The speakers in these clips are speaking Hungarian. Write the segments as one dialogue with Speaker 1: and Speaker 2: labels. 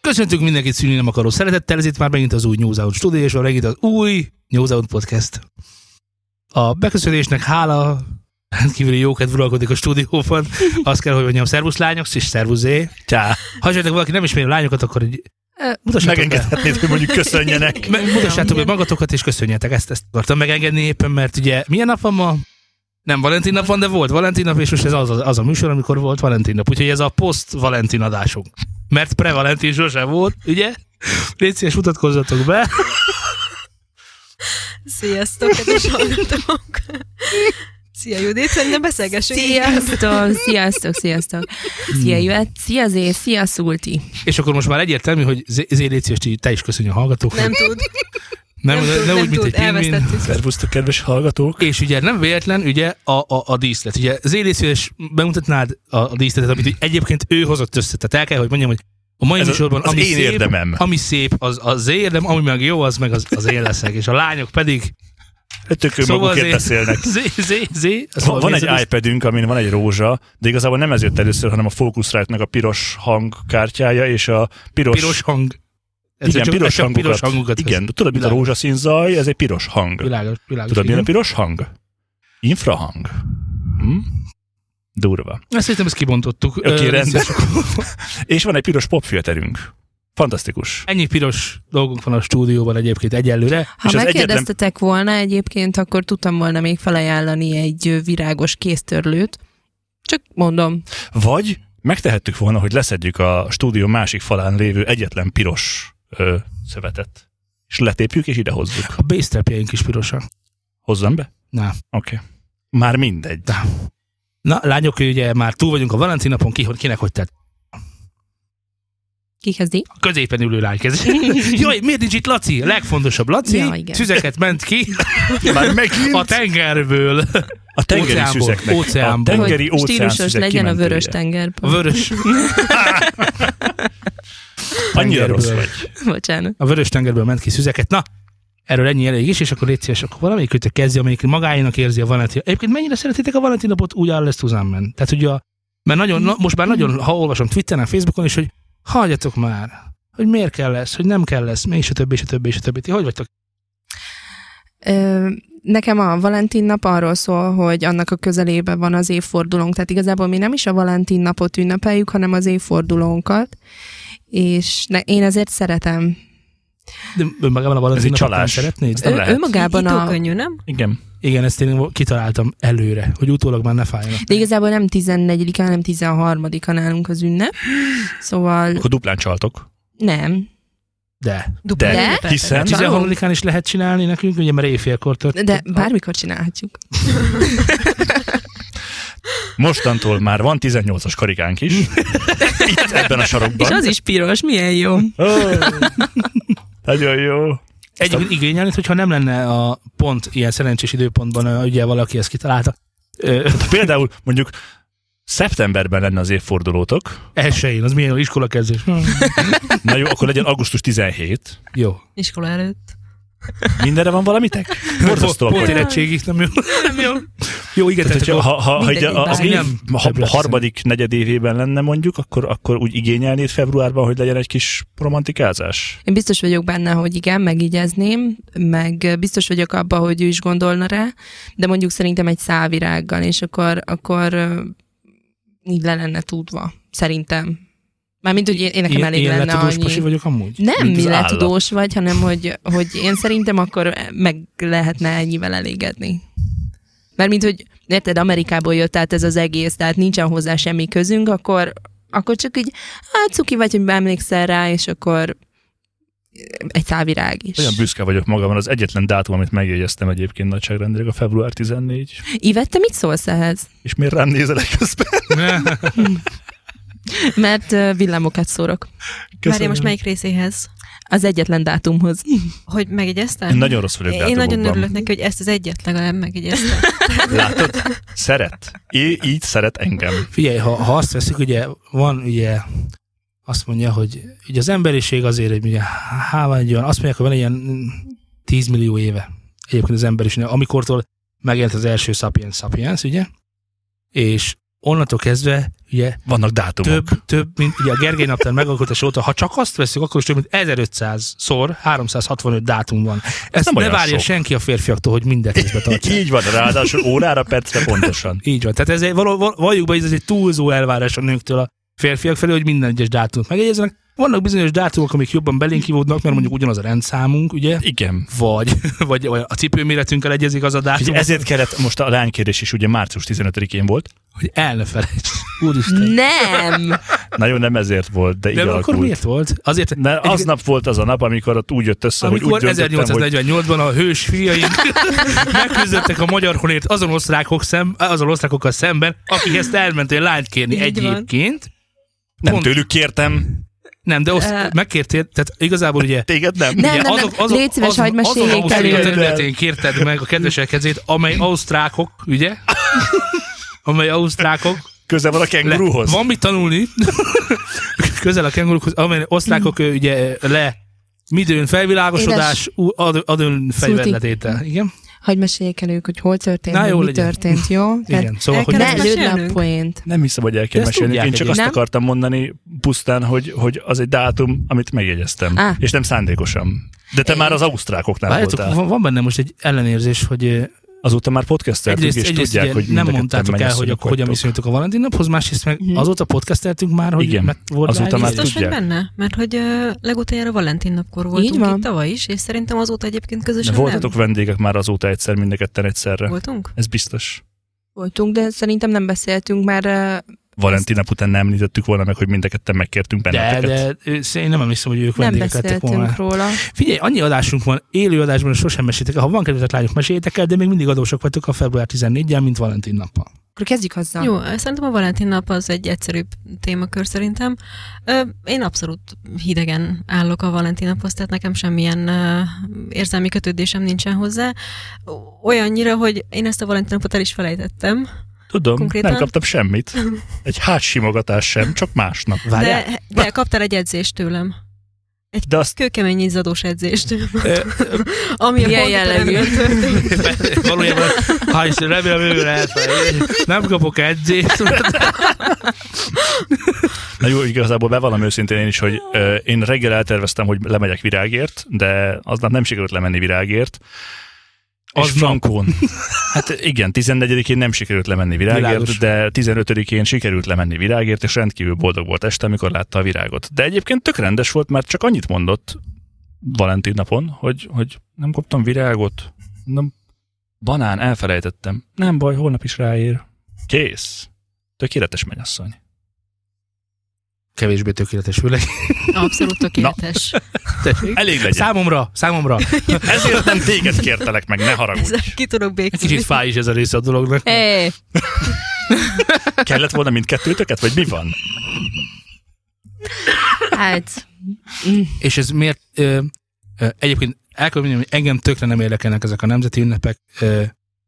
Speaker 1: Köszöntünk mindenkit szülni nem akaró szeretettel, ez itt már megint az új News Out Studio, és már megint az új News Out Podcast. A beköszönésnek hála rendkívüli jókedv uralkodik a stúdióban. Azt kell, hogy mondjam, szervusz lányok, és szervusz zé.
Speaker 2: Csá.
Speaker 1: Ha esetleg valaki nem ismeri a lányokat, akkor így
Speaker 3: Ö,
Speaker 1: mutassátok be.
Speaker 2: Megengedhetnéd, hogy mondjuk köszönjenek.
Speaker 1: Me- mutassátok be magatokat, és köszönjetek. Ezt, ezt akartam megengedni éppen, mert ugye milyen nap van ma? Nem Valentin nap van, de volt Valentin nap, és most ez az, az, az a műsor, amikor volt Valentin nap. Úgyhogy ez a post-Valentin adásunk. Mert pre-Valentin sosem volt, ugye? Légy szíves, mutatkozzatok be.
Speaker 3: Sziasztok, kedves hallgatók! Szia Judit, szerintem beszélgessünk ilyen.
Speaker 4: Sziasztok, sziasztok, sziasztok. Szia Jöhet, szia Zé, szia Szulti.
Speaker 1: És akkor most már egyértelmű, hogy Z- Zé, légy szíves, ti- te is köszönj a hallgatóknak.
Speaker 3: Nem tud.
Speaker 1: nem,
Speaker 3: nem
Speaker 1: ne-
Speaker 3: tud,
Speaker 1: ne
Speaker 3: nem
Speaker 1: úgy, mint
Speaker 3: tud,
Speaker 1: egy pingvin.
Speaker 3: elvesztettük.
Speaker 2: Szervusztok, kedves hallgatók.
Speaker 1: És ugye nem véletlen, ugye a, a, a díszlet. Ugye Zé, légy szíves, bemutatnád a, a díszletet, amit ugye egyébként ő hozott össze. Tehát el kell, hogy mondjam, hogy a mai
Speaker 2: Hmm. Ez a-
Speaker 1: műsorban,
Speaker 2: az
Speaker 1: ami
Speaker 2: én
Speaker 1: szép,
Speaker 2: érdemem.
Speaker 1: ami szép, az az érdem, ami meg jó, az meg az, az én leszek. És a lányok pedig... szóval
Speaker 2: Tökő magukért
Speaker 1: zé-
Speaker 2: beszélnek.
Speaker 1: Zé, zé, zé. azt
Speaker 2: Van,
Speaker 1: mondom,
Speaker 2: van
Speaker 1: nézed,
Speaker 2: egy iPadünk, amin van egy rózsa, de igazából nem ez jött először, hanem a Focusrite-nak a piros hangkártyája, és a piros,
Speaker 1: Piros hang. Ez
Speaker 2: igen,
Speaker 1: csak,
Speaker 2: piros,
Speaker 1: ez csak
Speaker 2: hangokat.
Speaker 1: piros hangokat. vesz.
Speaker 2: Igen, tudod, mint a
Speaker 1: Világos.
Speaker 2: rózsaszín zaj, ez egy piros hang.
Speaker 1: Világos, világos.
Speaker 2: Tudod, milyen a
Speaker 1: igen.
Speaker 2: piros hang? Infrahang. Hm? Durva.
Speaker 1: Ezt szerintem ezt kibontottuk.
Speaker 2: Oké,
Speaker 1: Ö, rendben.
Speaker 2: rendben. És van egy piros popfilterünk. Fantasztikus.
Speaker 1: Ennyi piros dolgunk van a stúdióban egyébként egyelőre.
Speaker 4: Ha
Speaker 2: És az egyetlen-
Speaker 4: megkérdeztetek volna egyébként, akkor tudtam volna még felajánlani egy ö, virágos kéztörlőt. Csak mondom.
Speaker 2: Vagy megtehettük volna, hogy leszedjük a stúdió másik falán lévő egyetlen piros ö, szövetet. És letépjük, és idehozzuk.
Speaker 1: A bass is pirosak.
Speaker 2: Hozzam be?
Speaker 1: Na.
Speaker 2: Oké. Okay. Már mindegy.
Speaker 1: De- Na, lányok, ugye már túl vagyunk a Valentin napon, ki, hogy- kinek hogy tett.
Speaker 4: Ki kezdi?
Speaker 1: A középen ülő lány kezd. Jaj, miért nincs itt Laci? A legfontosabb Laci.
Speaker 4: Ja, igen.
Speaker 1: Szüzeket ment ki
Speaker 2: Már megint
Speaker 1: a tengerből.
Speaker 2: a tengeri
Speaker 1: óceánból,
Speaker 2: szüzeknek.
Speaker 1: óceánból.
Speaker 2: A tengeri
Speaker 4: hogy
Speaker 2: óceán
Speaker 4: stílusos
Speaker 2: szüzek
Speaker 4: legyen a
Speaker 2: kimentője.
Speaker 4: vörös tenger.
Speaker 1: A vörös, tengerből.
Speaker 2: Annyira rossz vagy.
Speaker 4: Bocsánat.
Speaker 1: a vörös tengerből ment ki szüzeket. Na, erről ennyi elég is, és akkor légy szíves, akkor valamelyik kötök kezdje, amelyik magáénak érzi a Valentin. Egyébként mennyire szeretitek a Valentin napot úgy áll lesz Tuzánben? Tehát ugye, a, mert nagyon, na, most már nagyon, ha olvasom Twitteren, Facebookon is, hogy hagyjatok már, hogy miért kell lesz, hogy nem kell lesz, és a többi, és a többi, és a többi. Ti hogy vagytok?
Speaker 4: Ö, Nekem a Valentin nap arról szól, hogy annak a közelében van az évfordulónk, tehát igazából mi nem is a Valentin napot ünnepeljük, hanem az évfordulónkat, és ne, én ezért szeretem.
Speaker 1: De önmagában a Valentin
Speaker 2: egy
Speaker 1: napot nem
Speaker 2: csalás.
Speaker 1: szeretnéd?
Speaker 2: Nem
Speaker 4: Ő,
Speaker 2: lehet.
Speaker 4: önmagában a,
Speaker 3: könnyű, nem?
Speaker 2: Igen.
Speaker 1: Igen, ezt én kitaláltam előre, hogy utólag már ne fájjon.
Speaker 4: De igazából nem 14 hanem 13 a nálunk az ünnep. Szóval
Speaker 2: Akkor duplán csaltok.
Speaker 4: nem.
Speaker 1: De.
Speaker 3: Dupla
Speaker 2: De,
Speaker 3: ünnepet.
Speaker 2: hiszen
Speaker 4: Csak-
Speaker 1: 13-án is lehet csinálni nekünk, ugye, mert éjfélkor történt.
Speaker 4: De bármikor csinálhatjuk.
Speaker 2: mostantól már van 18-as karikánk is. Itt ebben a sarokban.
Speaker 4: is piros, milyen jó.
Speaker 2: Ó, Nagyon jó.
Speaker 1: Egyébként igényelni, hogyha nem lenne a pont ilyen szerencsés időpontban, ö, ugye valaki ezt kitalálta. Ö,
Speaker 2: Például mondjuk szeptemberben lenne az évfordulótok,
Speaker 1: Elsőjén, az milyen jó iskola kezdés. Hm.
Speaker 2: na jó, akkor legyen augusztus 17.
Speaker 1: Jó.
Speaker 3: Iskola előtt.
Speaker 2: Mindenre van valamitek? Borzasztó
Speaker 1: Pont
Speaker 2: akkor.
Speaker 1: érettségig, nem jó. Nem jó. Jó, igen,
Speaker 2: Tehát,
Speaker 1: tehát
Speaker 2: hogyha,
Speaker 1: akkor
Speaker 2: ha, ha, ha így a, az
Speaker 1: bármi.
Speaker 2: év
Speaker 1: Nem.
Speaker 2: ha, a harmadik negyed évében lenne mondjuk, akkor, akkor úgy igényelnéd februárban, hogy legyen egy kis romantikázás?
Speaker 4: Én biztos vagyok benne, hogy igen, megígyezném, meg biztos vagyok abban, hogy ő is gondolna rá, de mondjuk szerintem egy szálvirággal, és akkor, akkor ö, így le lenne tudva, szerintem. Mármint, hogy én, én nekem
Speaker 1: ilyen-
Speaker 4: elég
Speaker 1: ilyen
Speaker 4: lenne
Speaker 1: letudós
Speaker 4: annyi.
Speaker 1: pasi vagyok amúgy.
Speaker 4: Nem
Speaker 2: mint az
Speaker 4: mi
Speaker 2: állat.
Speaker 4: letudós vagy, hanem hogy, hogy én szerintem akkor meg lehetne ennyivel elégedni. Mert mint hogy, érted, Amerikából jött át ez az egész, tehát nincsen hozzá semmi közünk, akkor, akkor csak így, hát cuki vagy, hogy emlékszel rá, és akkor egy szávirág is.
Speaker 2: Olyan büszke vagyok magamra, az egyetlen dátum, amit megjegyeztem egyébként nagyságrendileg a február 14.
Speaker 4: Ivette, mit szólsz ehhez?
Speaker 2: És miért rám nézel egy közben?
Speaker 4: Mert ö, villámokat szórok.
Speaker 3: Várj, most melyik részéhez?
Speaker 4: Az egyetlen dátumhoz.
Speaker 3: Hogy megjegyeztem?
Speaker 2: Én nagyon rossz vagyok
Speaker 3: én
Speaker 2: dátumokban.
Speaker 3: nagyon örülök neki, hogy ezt az egyet legalább megjegyeztem.
Speaker 2: Látod? Szeret. É, így szeret engem.
Speaker 1: Figyelj, ha, ha azt veszik, ugye van ugye azt mondja, hogy ugye az emberiség azért, hogy ugye há, van egy olyan, azt mondják, hogy van egy ilyen mm, 10 millió éve egyébként az emberiség, amikortól megjelent az első Sapiens Sapiens, ugye? És onnantól kezdve ugye
Speaker 2: Vannak dátumok.
Speaker 1: több, több, mint ugye a Gergely naptár megalkotása óta, ha csak azt veszük, akkor is több mint 1500-szor 365 dátum van. Ezt
Speaker 2: nem
Speaker 1: nem ne
Speaker 2: olyan
Speaker 1: várja
Speaker 2: sok.
Speaker 1: senki a férfiaktól, hogy mindent észbe tartsák.
Speaker 2: Így van, ráadásul órára, percre pontosan.
Speaker 1: Így van. Tehát ez egy, való, val- valljuk be, ez egy túlzó elvárás a nőktől a férfiak felé, hogy minden egyes dátumot megegyeznek. Vannak bizonyos dátumok, amik jobban belénk kivódnak, mert mondjuk ugyanaz a rendszámunk, ugye?
Speaker 2: Igen.
Speaker 1: Vagy, vagy vagy a cipőméretünkkel egyezik az a dátum,
Speaker 2: Ugye ezért kellett, most a lánykérés is ugye március 15-én volt.
Speaker 1: hogy el ne felejtsd. Úristen.
Speaker 4: Nem!
Speaker 2: Nagyon nem ezért volt, de így
Speaker 1: De
Speaker 2: alakult.
Speaker 1: akkor miért volt? Azért,
Speaker 2: De aznap volt az a nap, amikor ott úgy jött össze,
Speaker 1: Amikor
Speaker 2: hogy úgy döntöttem, hogy
Speaker 1: 1848-ban a hős fiaim megküzdöttek a magyar honért azon osztrákok szem, azon osztrákokkal szemben, akik ezt elmentél lányt kérni
Speaker 3: Így van.
Speaker 1: egyébként.
Speaker 2: nem
Speaker 1: pont-
Speaker 2: tőlük kértem,
Speaker 1: Nem, de oszt,
Speaker 4: Ö.
Speaker 1: megkértél, tehát igazából ugye
Speaker 2: téged nem.
Speaker 4: Nem, nem, nem. Légy szíves, hagyd
Speaker 1: azon
Speaker 4: meséljék
Speaker 1: Ausztria
Speaker 2: elő.
Speaker 1: területén kérted meg a kedvesek kezét, amely ausztrákok, ugye? amely ausztrákok
Speaker 2: Közel van a
Speaker 1: le,
Speaker 2: kenguruhoz.
Speaker 1: van mit tanulni, közel a kengurukhoz, amely osztrákok ö, ugye ö, le midőn felvilágosodás, ú- ad, adőn fegyverletétel. Igen?
Speaker 4: Hogy meséljék el ők, hogy hol történt,
Speaker 1: Na,
Speaker 4: hogy
Speaker 1: jó
Speaker 4: mi
Speaker 1: legyen.
Speaker 4: történt, jó? Tehát
Speaker 1: Igen, szóval, hogy
Speaker 3: el
Speaker 4: ne
Speaker 3: Kell ezt
Speaker 4: lőd le a
Speaker 3: mesélnünk?
Speaker 4: poént.
Speaker 2: Nem hiszem, hogy el kell
Speaker 1: De ezt
Speaker 2: mesélni.
Speaker 1: tudják
Speaker 2: Én csak azt
Speaker 4: egyébként.
Speaker 2: akartam mondani pusztán, hogy, hogy az egy dátum, amit megjegyeztem.
Speaker 1: Ah.
Speaker 4: Á.
Speaker 2: És nem szándékosan. De te már az ausztrákoknál
Speaker 1: Várjátok,
Speaker 2: voltál.
Speaker 1: van, van benne most egy ellenérzés, hogy ö,
Speaker 2: Azóta már podcasteltünk, és
Speaker 1: egyrészt, egyrészt
Speaker 2: tudják,
Speaker 1: ugye
Speaker 2: hogy
Speaker 1: nem mondtátok el, hogy akkor hogyan viszonyultok a Valentin naphoz, másrészt meg
Speaker 4: Mhm.
Speaker 1: azóta podcasteltünk már, hogy
Speaker 2: Igen.
Speaker 1: meg volt
Speaker 2: Azóta
Speaker 1: rá
Speaker 2: már
Speaker 1: idő.
Speaker 3: Biztos, hogy
Speaker 2: tudják.
Speaker 3: benne? Mert hogy ö, legutoljára Valentin napkor voltunk
Speaker 4: van.
Speaker 3: itt tavaly is, és szerintem azóta egyébként
Speaker 2: De
Speaker 3: közösen
Speaker 2: voltatok vendégek már azóta egyszer, mind a ketten egyszerre.
Speaker 3: nem. Voltunk?
Speaker 2: Ez biztos.
Speaker 4: Voltunk, de szerintem nem beszéltünk már. ö,
Speaker 2: Valentin nap után nem említettük volna meg, hogy mind a ketten megkértünk
Speaker 1: De,
Speaker 2: benneteket.
Speaker 1: de ö, én nem emlékszem, hogy ők
Speaker 4: Nem
Speaker 1: vendégek lettek volna.
Speaker 4: beszéltünk róla.
Speaker 1: Figyelj, annyi adásunk van, élő adásban és sosem mesétek el. Ha van kedvetek lányok, meséljétek el, de még mindig adósok vagytok a február 14-jel, mint Valentin nappal.
Speaker 4: Akkor kezdjük azzal.
Speaker 3: Jó, szerintem a Valentin nap az egy egyszerűbb témakör szerintem. Ö, Én abszolút hidegen állok a Valentin naphoz, tehát nekem semmilyen ö, érzelmi kötődésem nincsen hozzá. Olyannyira, hogy én ezt a Valentin napot el is felejtettem.
Speaker 2: Tudom,
Speaker 3: Konkrétan?
Speaker 2: nem kaptam semmit. Egy hátsimogatás sem, csak másnap.
Speaker 1: Várjál?
Speaker 3: De, de kaptál egy edzést tőlem.
Speaker 2: De azt
Speaker 3: Kőkemény izzadós edzést.
Speaker 1: Ö,
Speaker 3: Ami a
Speaker 4: Milyen
Speaker 3: komputeremről
Speaker 4: jellegű?
Speaker 3: történt.
Speaker 1: Valójában, ha is remélem, őre elfelejt. Nem kapok edzést.
Speaker 2: Na jó, igazából bevallom őszintén én is, hogy ö, én reggel elterveztem, hogy lemegyek virágért, de aznap nem sikerült lemenni virágért. Az és
Speaker 1: Aznap?
Speaker 2: Frankón. Hát igen, 14-én nem sikerült lemenni virágért,
Speaker 1: Világos.
Speaker 2: Világos. de 15-én sikerült lemenni virágért, és rendkívül boldog volt este, amikor látta a virágot. De egyébként tök rendes volt, mert csak annyit mondott Valentin napon, hogy, hogy nem kaptam virágot, nem banán, elfelejtettem. Nem baj, holnap is ráér. Kész. Tökéletes menyasszony.
Speaker 1: Kevésbé tökéletes, főleg.
Speaker 3: Abszolút tökéletes.
Speaker 1: Tessék?
Speaker 2: Elég legyen.
Speaker 1: Számomra, számomra.
Speaker 2: Ezért nem téged kértelek meg, ne haragudj.
Speaker 3: Ezzel ki tudok
Speaker 1: Egy
Speaker 3: békülni.
Speaker 1: kicsit fáj is ez a része a dolognak.
Speaker 4: Hey.
Speaker 2: Kellett volna mindkettőtöket, vagy mi van?
Speaker 4: Hát, mm,
Speaker 1: És ez miért... Ö, ö, egyébként el kell mondjam, hogy engem tökre nem érdekelnek ezek a nemzeti ünnepek. Ö,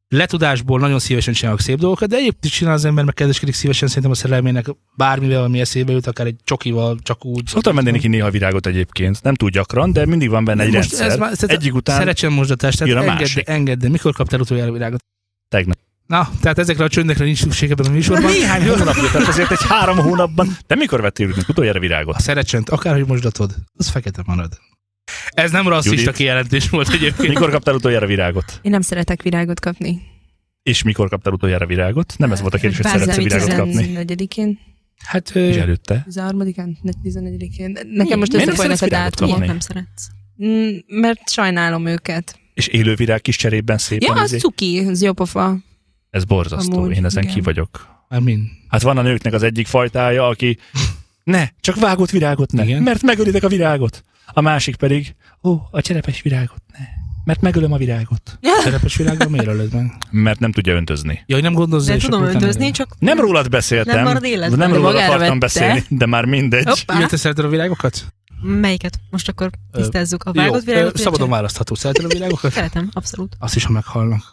Speaker 1: letudásból nagyon szívesen csinálok szép dolgokat, de egyébként is csinál az ember, meg kedveskedik szívesen szerintem a szerelmének bármivel, ami eszébe jut, akár egy csokival, csak úgy.
Speaker 2: Szoktam venni neki néha virágot egyébként. Nem túl gyakran, de mindig van benne egy
Speaker 1: Most
Speaker 2: rendszer.
Speaker 1: ez már- ez-
Speaker 2: Egyik után
Speaker 1: Szerecsen mosdatást,
Speaker 2: jön a
Speaker 1: tehát engedd,
Speaker 2: másik.
Speaker 1: engedd, de mikor kaptál utoljára virágot?
Speaker 2: tegnap.
Speaker 1: Na, tehát ezekre a csöndekre nincs szükség ebben a műsorban.
Speaker 2: Néhány hónapja, tehát azért egy három hónapban. De mikor vettél meg utoljára virágot?
Speaker 1: A szerecsent, akárhogy mosdatod, az fekete marad. Ez nem rasszista
Speaker 2: Judit.
Speaker 1: kijelentés volt egyébként.
Speaker 2: Mikor kaptál utoljára virágot?
Speaker 4: én nem szeretek virágot kapni.
Speaker 2: És mikor kaptál utoljára virágot? Nem ez volt a kérdés, hogy
Speaker 3: Bázeli
Speaker 2: szeretsz virágot kapni.
Speaker 4: 14-én,
Speaker 1: Hát, ö,
Speaker 2: És előtte.
Speaker 4: 13-án, 14-én. Nekem most
Speaker 2: Miért nem
Speaker 4: összefolynak a
Speaker 2: szeretsz virágot
Speaker 4: dátumok.
Speaker 2: kapni?
Speaker 3: Miért nem szeretsz?
Speaker 4: Mm, Mert sajnálom őket.
Speaker 2: És élővirág kis cserében szépen.
Speaker 4: Ja, az
Speaker 2: izé-
Speaker 4: cuki, az jó pofa.
Speaker 2: Ez borzasztó,
Speaker 4: Amúgy,
Speaker 2: én ezen
Speaker 4: igen.
Speaker 2: ki vagyok.
Speaker 1: Amin.
Speaker 2: Hát van a nőknek az egyik fajtája, aki ne, csak vágott virágot ne,
Speaker 1: Igen.
Speaker 2: Igen. mert megölitek a virágot. A másik pedig, ó, a cserepes virágot ne, mert megölöm a virágot.
Speaker 1: Szerepes világban miért ölöd meg?
Speaker 2: Mert nem tudja öntözni.
Speaker 1: Ja, hogy nem gondolsz,
Speaker 3: De
Speaker 1: és
Speaker 3: tudom
Speaker 1: akkor utána
Speaker 3: öntözni,
Speaker 1: jön.
Speaker 3: csak
Speaker 2: Nem rólad beszéltem,
Speaker 3: Nem marad életben.
Speaker 2: nem
Speaker 4: De
Speaker 2: rólad
Speaker 4: magára
Speaker 2: akartam
Speaker 4: vette.
Speaker 2: beszélni, de már mindegy. Hopp.
Speaker 4: Hoppá.
Speaker 1: Miért te szereted a virágokat?
Speaker 3: melyiket? Most akkor tisztázzuk a vágott
Speaker 1: Jó,
Speaker 3: virágot.
Speaker 1: ö, szabadon választható. Szereted a virágokat?
Speaker 3: Szeretem, abszolút.
Speaker 1: Azt is, ha meghalnak.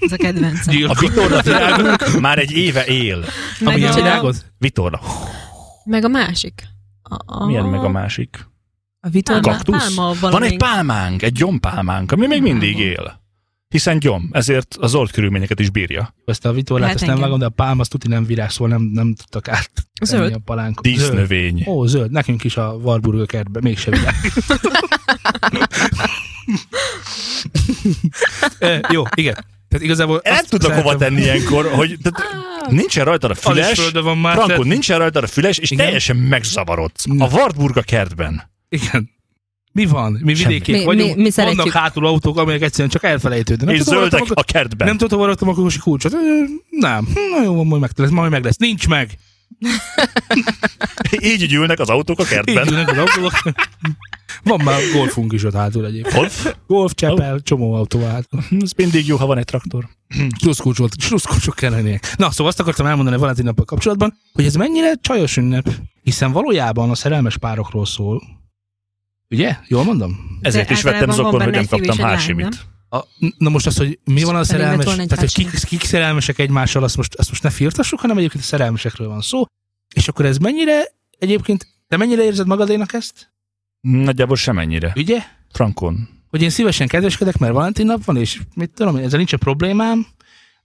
Speaker 3: Ez a kedvencem.
Speaker 2: A
Speaker 1: Gyilkos.
Speaker 2: vitorla virágunk már egy éve él.
Speaker 1: Ami
Speaker 3: meg,
Speaker 1: a
Speaker 3: a,
Speaker 1: virágod?
Speaker 2: Vitorla.
Speaker 3: meg a másik. A, a...
Speaker 2: Milyen meg a másik?
Speaker 4: A vitorla.
Speaker 2: Kaktusz?
Speaker 3: Pálma,
Speaker 2: Van egy pálmánk, egy gyompálmánk, ami még mindig él. hiszen gyom, ezért az old körülményeket is bírja.
Speaker 1: Ezt a vitorlát,
Speaker 3: Hát
Speaker 1: azt nem
Speaker 3: engem.
Speaker 1: vágom, de a pálma azt tuti nem virág, szóval nem, nem tudtak át
Speaker 3: Zöld.
Speaker 1: a palánkot.
Speaker 2: Dísznövény.
Speaker 1: Ó, zöld. Nekünk is a Warburg kertben mégse világ. Ö, Jó, igen. Tehát igazából
Speaker 2: Én Nem
Speaker 1: azt Ah.
Speaker 2: tudok hova
Speaker 1: szeretem-
Speaker 2: tenni ilyenkor, hogy tehát nincsen rajta a
Speaker 1: Az is
Speaker 2: füles,
Speaker 1: földön van már.
Speaker 2: Frankon,
Speaker 1: tehát-
Speaker 2: nincsen rajta a füles, és
Speaker 1: Igen?
Speaker 2: teljesen megzavarodsz.
Speaker 1: Na.
Speaker 2: A Wartburg a kertben.
Speaker 1: Igen. Mi van? Mi
Speaker 2: Semmi.
Speaker 1: vidékiek
Speaker 4: Mi-
Speaker 1: vagyunk,
Speaker 4: mi- mi szeretjük.
Speaker 1: vannak hátul autók, amelyek egyszerűen csak elfelejtődnek.
Speaker 2: és
Speaker 1: tudom, hol
Speaker 2: zöldek
Speaker 1: raktam a-
Speaker 2: a kertben.
Speaker 1: Nem tudom, hol raktam a kokosi kulcsot. Ö, Nem. Hm, Na jó, majd meg lesz. Majd meg lesz. Nincs meg.
Speaker 2: Így ülnek az autók a
Speaker 1: Így
Speaker 2: kertben.
Speaker 1: ülnek az autók. Van már golfunk is ott hátul egyébként.
Speaker 2: Golf?
Speaker 1: Golf, csepel, csomó autó hát.
Speaker 2: Ez mindig jó, ha van egy traktor.
Speaker 1: Sluszkulcsot, sluszkulcsok kell lennének. Na, szóval azt akartam elmondani a Valentin nappal kapcsolatban, hogy ez mennyire csajos ünnep, hiszen valójában a szerelmes párokról szól. Ugye? Jól mondom?
Speaker 2: Ezért is
Speaker 3: általában
Speaker 2: vettem
Speaker 3: van
Speaker 2: zokon,
Speaker 3: benne
Speaker 2: hogy nem
Speaker 3: egy fiú és
Speaker 2: kaptam
Speaker 3: egy lány,
Speaker 2: hásimit.
Speaker 1: A, na most az, hogy mi van a
Speaker 4: Pedig lett
Speaker 1: szerelmes,
Speaker 4: volna egy
Speaker 1: tehát hogy kik,
Speaker 4: hátság.
Speaker 1: kik szerelmesek egymással, azt most, azt most ne firtassuk, hanem egyébként a szerelmesekről van szó. És akkor ez mennyire egyébként, te mennyire érzed magadénak ezt?
Speaker 2: Nagyjából semennyire.
Speaker 1: Ugye?
Speaker 2: Frankon.
Speaker 1: Hogy én szívesen kedveskedek, mert Valentin nap van, és mit tudom, én, ezzel nincsen problémám,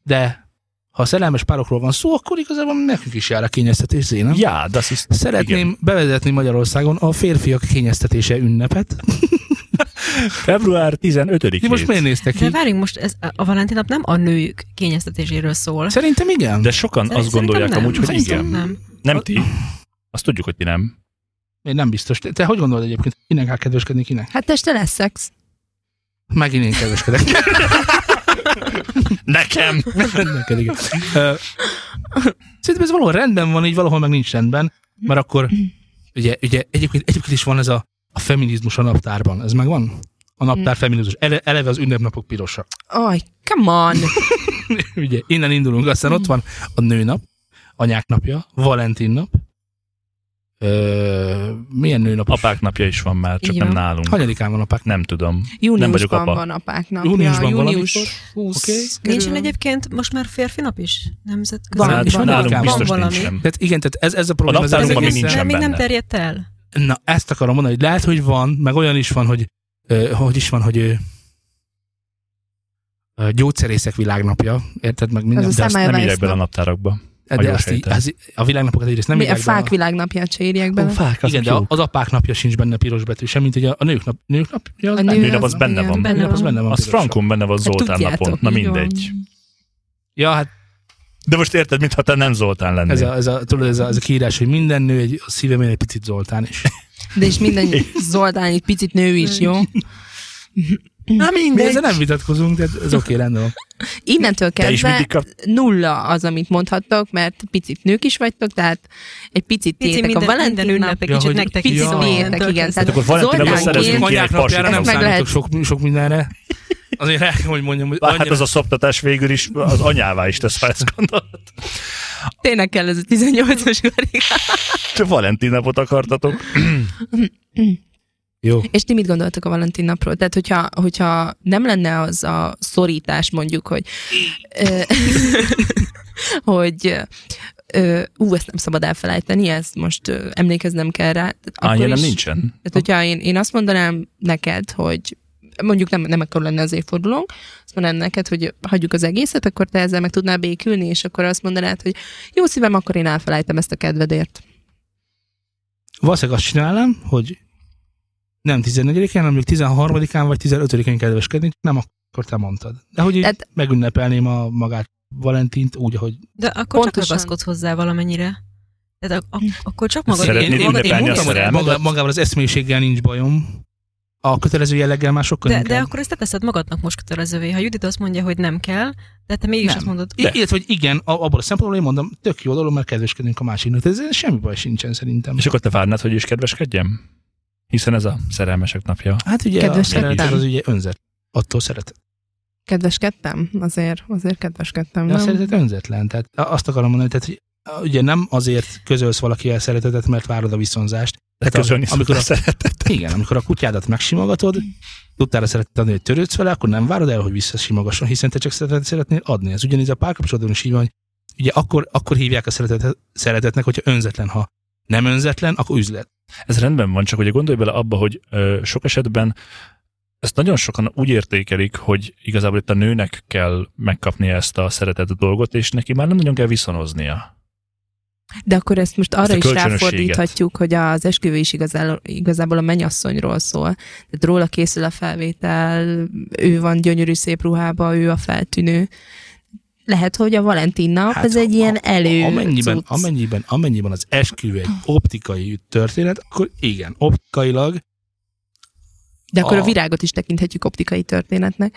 Speaker 1: de ha szerelmes párokról van szó, akkor igazából nekünk is jár a kényeztetés zéna.
Speaker 2: Ja, das ist...
Speaker 1: Szeretném
Speaker 2: Igen.
Speaker 1: Igen. bevezetni Magyarországon a férfiak kényeztetése ünnepet.
Speaker 2: Február 15-ét.
Speaker 1: Ti most miért néztek
Speaker 3: De
Speaker 1: ki?
Speaker 3: várjunk most, ez, a Valentin nap nem a nők kényeztetéséről szól.
Speaker 1: Szerintem igen.
Speaker 2: De sokan azt
Speaker 3: Szerintem
Speaker 2: gondolják
Speaker 3: nem.
Speaker 2: amúgy, hogy
Speaker 3: Szerintem
Speaker 2: igen.
Speaker 3: Nem.
Speaker 2: Nem ti. Azt tudjuk, hogy ti nem.
Speaker 1: Én nem biztos. Te, te hogy gondolod egyébként? Kinek kell kedveskedni, kinek?
Speaker 4: Hát este lesz szex.
Speaker 1: Megint én kedveskedek.
Speaker 2: Nekem!
Speaker 1: Neked, igen. Ö, Szerintem ez valahol rendben van, így valahol meg nincs rendben, mert akkor ugye, ugye egyébként, egyébként is van ez a, a feminizmus a naptárban. Ez megvan? A naptár feminizmus. Ele, eleve az ünnepnapok pirosak.
Speaker 4: Aj, come on.
Speaker 1: ugye innen indulunk, aztán ott van a nőnap, anyák napja, Valentin nap. Ö, milyen nőnap?
Speaker 2: Apák napja is van már, csak
Speaker 3: Így
Speaker 2: nem
Speaker 3: van.
Speaker 2: nálunk.
Speaker 1: Hanyadikán van apák?
Speaker 2: Nem tudom.
Speaker 4: Júniusban
Speaker 2: vagyok apa.
Speaker 4: van apák napja.
Speaker 1: Júniusban
Speaker 4: Június
Speaker 1: valamikor?
Speaker 4: 20
Speaker 1: Oké.
Speaker 4: körül.
Speaker 3: Nincsen egyébként most már férfi nap is? Nemzetközi.
Speaker 4: Van,
Speaker 2: Nál-
Speaker 1: is van
Speaker 2: Hát nálunk
Speaker 1: apukám.
Speaker 2: biztos
Speaker 3: Van
Speaker 2: nincs
Speaker 3: valami.
Speaker 2: sem.
Speaker 1: Tehát igen, tehát ez, ez a probléma. Ez
Speaker 2: naptárunkban
Speaker 1: az
Speaker 3: még
Speaker 2: mi
Speaker 1: egészen-
Speaker 2: nincsen
Speaker 3: nem, még nem
Speaker 2: benne.
Speaker 3: terjedt el.
Speaker 1: Na, ezt akarom mondani, hogy lehet, hogy van, meg olyan is van, hogy ö, hogy is van, hogy ö, ö, gyógyszerészek világnapja, érted, meg minden.
Speaker 4: Az a
Speaker 1: de azt-
Speaker 4: számája
Speaker 2: Nem
Speaker 4: Elvágsz
Speaker 2: írják bele a
Speaker 4: nap.
Speaker 2: naptárakba.
Speaker 1: de
Speaker 2: jól
Speaker 1: azt, így-
Speaker 2: sejtem.
Speaker 1: az, a világnapokat egyrészt nem
Speaker 4: Mi a
Speaker 1: írják bele.
Speaker 4: fák világnapiát se írják bele.
Speaker 2: fák,
Speaker 1: Igen, de a- az apák napja sincs benne piros betű, sem, mint hogy a, a nők nap, nők napja. Az
Speaker 4: A
Speaker 1: benne-
Speaker 4: nő
Speaker 2: nőnap az benne
Speaker 4: igen,
Speaker 2: van.
Speaker 1: nőnap az benne van.
Speaker 2: Az
Speaker 1: pirosan.
Speaker 2: Frankon benne van
Speaker 4: Hát
Speaker 2: Zoltán
Speaker 4: tudjátok,
Speaker 2: napon. Na
Speaker 4: így van.
Speaker 2: mindegy.
Speaker 1: Ja, hát
Speaker 2: De most érted, mintha te nem Zoltán
Speaker 1: ez
Speaker 2: lennél.
Speaker 1: a, ez a, tudod, ez a, ez a kiírás, hogy minden nő egy a szívemén egy picit Zoltán is.
Speaker 4: De és minden Zoltán egy picit nő is, jó?
Speaker 2: Na
Speaker 1: Mi ezzel nem vitatkozunk, de ez oké, rendben van.
Speaker 4: Innentől
Speaker 2: Te is
Speaker 4: kezdve
Speaker 2: mindig kap...
Speaker 4: nulla az, amit mondhattok, mert picit nők is vagytok, tehát egy picit
Speaker 3: Pici
Speaker 4: tiétek a
Speaker 3: minden, minden
Speaker 4: Valentin nap,
Speaker 3: ünnep, egy
Speaker 1: Ja,
Speaker 3: kicsit
Speaker 1: hogy
Speaker 3: nektek
Speaker 1: picit
Speaker 3: is
Speaker 1: tiétek,
Speaker 3: innentől
Speaker 4: igen,
Speaker 3: kezdve.
Speaker 4: tehát
Speaker 2: Akkor valami
Speaker 4: Zoltán
Speaker 2: napra
Speaker 4: Zoltánként-
Speaker 2: szerezünk ki egy
Speaker 1: Anyák napjára nem
Speaker 4: Ezt meg
Speaker 2: pasit.
Speaker 4: lehet-
Speaker 1: számítok sok, sok mindenre. Azért el kell, hogy mondjam, hogy
Speaker 2: Hát az a szoptatás végül is az anyává is tesz, ha ezt gondolod.
Speaker 4: Tényleg kell ez a 18-as karig.
Speaker 2: Te Valentin napot akartatok.
Speaker 1: Jó.
Speaker 4: És ti mit gondoltok a Valentin napról? Tehát, hogyha, hogyha nem lenne az a szorítás, mondjuk, hogy ö, hogy ö, ú, ezt nem szabad elfelejteni, ezt most ö, emlékeznem kell rá. Tehát akkor
Speaker 2: Anya nem
Speaker 4: is-
Speaker 2: nincsen.
Speaker 4: Tehát, hogyha én, én azt mondanám neked, hogy mondjuk nem, nem ekkor lenne az évfordulónk, azt mondanám neked, hogy hagyjuk az egészet, akkor te ezzel meg tudnál békülni, és akkor azt mondanád, hogy jó szívem, akkor én elfelejtem ezt a kedvedért.
Speaker 1: Valószínűleg azt csinálom, hogy nem 14-én, hanem mondjuk 13-án vagy 15-én kedveskedni, nem akkor te mondtad. De hogy Tehát...
Speaker 4: Tehát-
Speaker 1: megünnepelném a magát Valentint úgy, ahogy
Speaker 3: De akkor Pontosan. csak
Speaker 4: Pontosan.
Speaker 3: ragaszkodsz hozzá valamennyire. Tehát ak- ak- akkor csak magad.
Speaker 2: Szeretnéd
Speaker 3: magad-
Speaker 1: én
Speaker 2: ünnepelni a
Speaker 1: mondtam, hogy
Speaker 2: szerelmedet?
Speaker 1: maga- magával az eszmélységgel nincs bajom. A kötelező jelleggel már sokkal
Speaker 3: de,
Speaker 1: inkább.
Speaker 3: de akkor ezt te teszed magadnak most kötelezővé. Ha Judit azt mondja, hogy nem kell, de te mégis
Speaker 1: Nem.
Speaker 3: azt mondod,
Speaker 1: I- illetve, hogy igen, a- abból a szempontból én mondom, tök jó dolog, mert kedveskedünk a másiknak. Tehát Ez semmi baj sincsen szerintem.
Speaker 2: És akkor te várnád, hogy is kedveskedjem? Hiszen ez a szerelmesek napja.
Speaker 1: Hát ugye a
Speaker 4: Kedves
Speaker 1: szeretet
Speaker 4: szeretem.
Speaker 1: az ugye önzet. Attól szeret.
Speaker 4: Kedveskedtem? Azért, azért kedveskedtem.
Speaker 1: De a
Speaker 4: nem?
Speaker 1: szeretet önzetlen. Tehát a- azt akarom mondani, tehát, hogy a- ugye nem azért közölsz valakivel szeretetet, mert várod a viszonzást.
Speaker 2: Tehát
Speaker 1: Tehát
Speaker 2: közölni
Speaker 1: am- amikor
Speaker 2: amikor
Speaker 1: a-
Speaker 2: a szeretet.
Speaker 1: Igen, amikor a kutyádat megsimogatod, tudtál szeretet adni, hogy törődsz vele, akkor nem várod el, hogy visszasimogasson, hiszen te csak szeretet szeretnél adni. Ez ugyanígy a párkapcsolatban is így van, hogy ugye akkor, akkor hívják a szeretet, szeretetnek, hogyha önzetlen, ha nem önzetlen, akkor üzlet.
Speaker 2: Ez rendben van, csak ugye gondolj bele abba, hogy ö, sok esetben ezt nagyon sokan úgy értékelik, hogy igazából itt a nőnek kell megkapnia ezt a szeretett dolgot, és neki már nem nagyon kell viszonoznia.
Speaker 4: De akkor ezt most
Speaker 2: a
Speaker 4: arra is
Speaker 2: kölcsönösséget.
Speaker 4: ráfordíthatjuk, hogy az esküvő is igazál, igazából a mennyasszonyról szól. Tehát róla készül a felvétel, ő van gyönyörű szép ruhába, ő a feltűnő. Lehet, hogy a Valentin nap hát, ez egy
Speaker 1: ha-
Speaker 4: ilyen
Speaker 1: ha-
Speaker 4: elő
Speaker 1: amennyiben,
Speaker 4: cucc.
Speaker 1: amennyiben, amennyiben az esküvő egy optikai történet, akkor igen, optikailag
Speaker 4: De akkor a...
Speaker 1: a-
Speaker 4: a virágot is tekinthetjük optikai történetnek.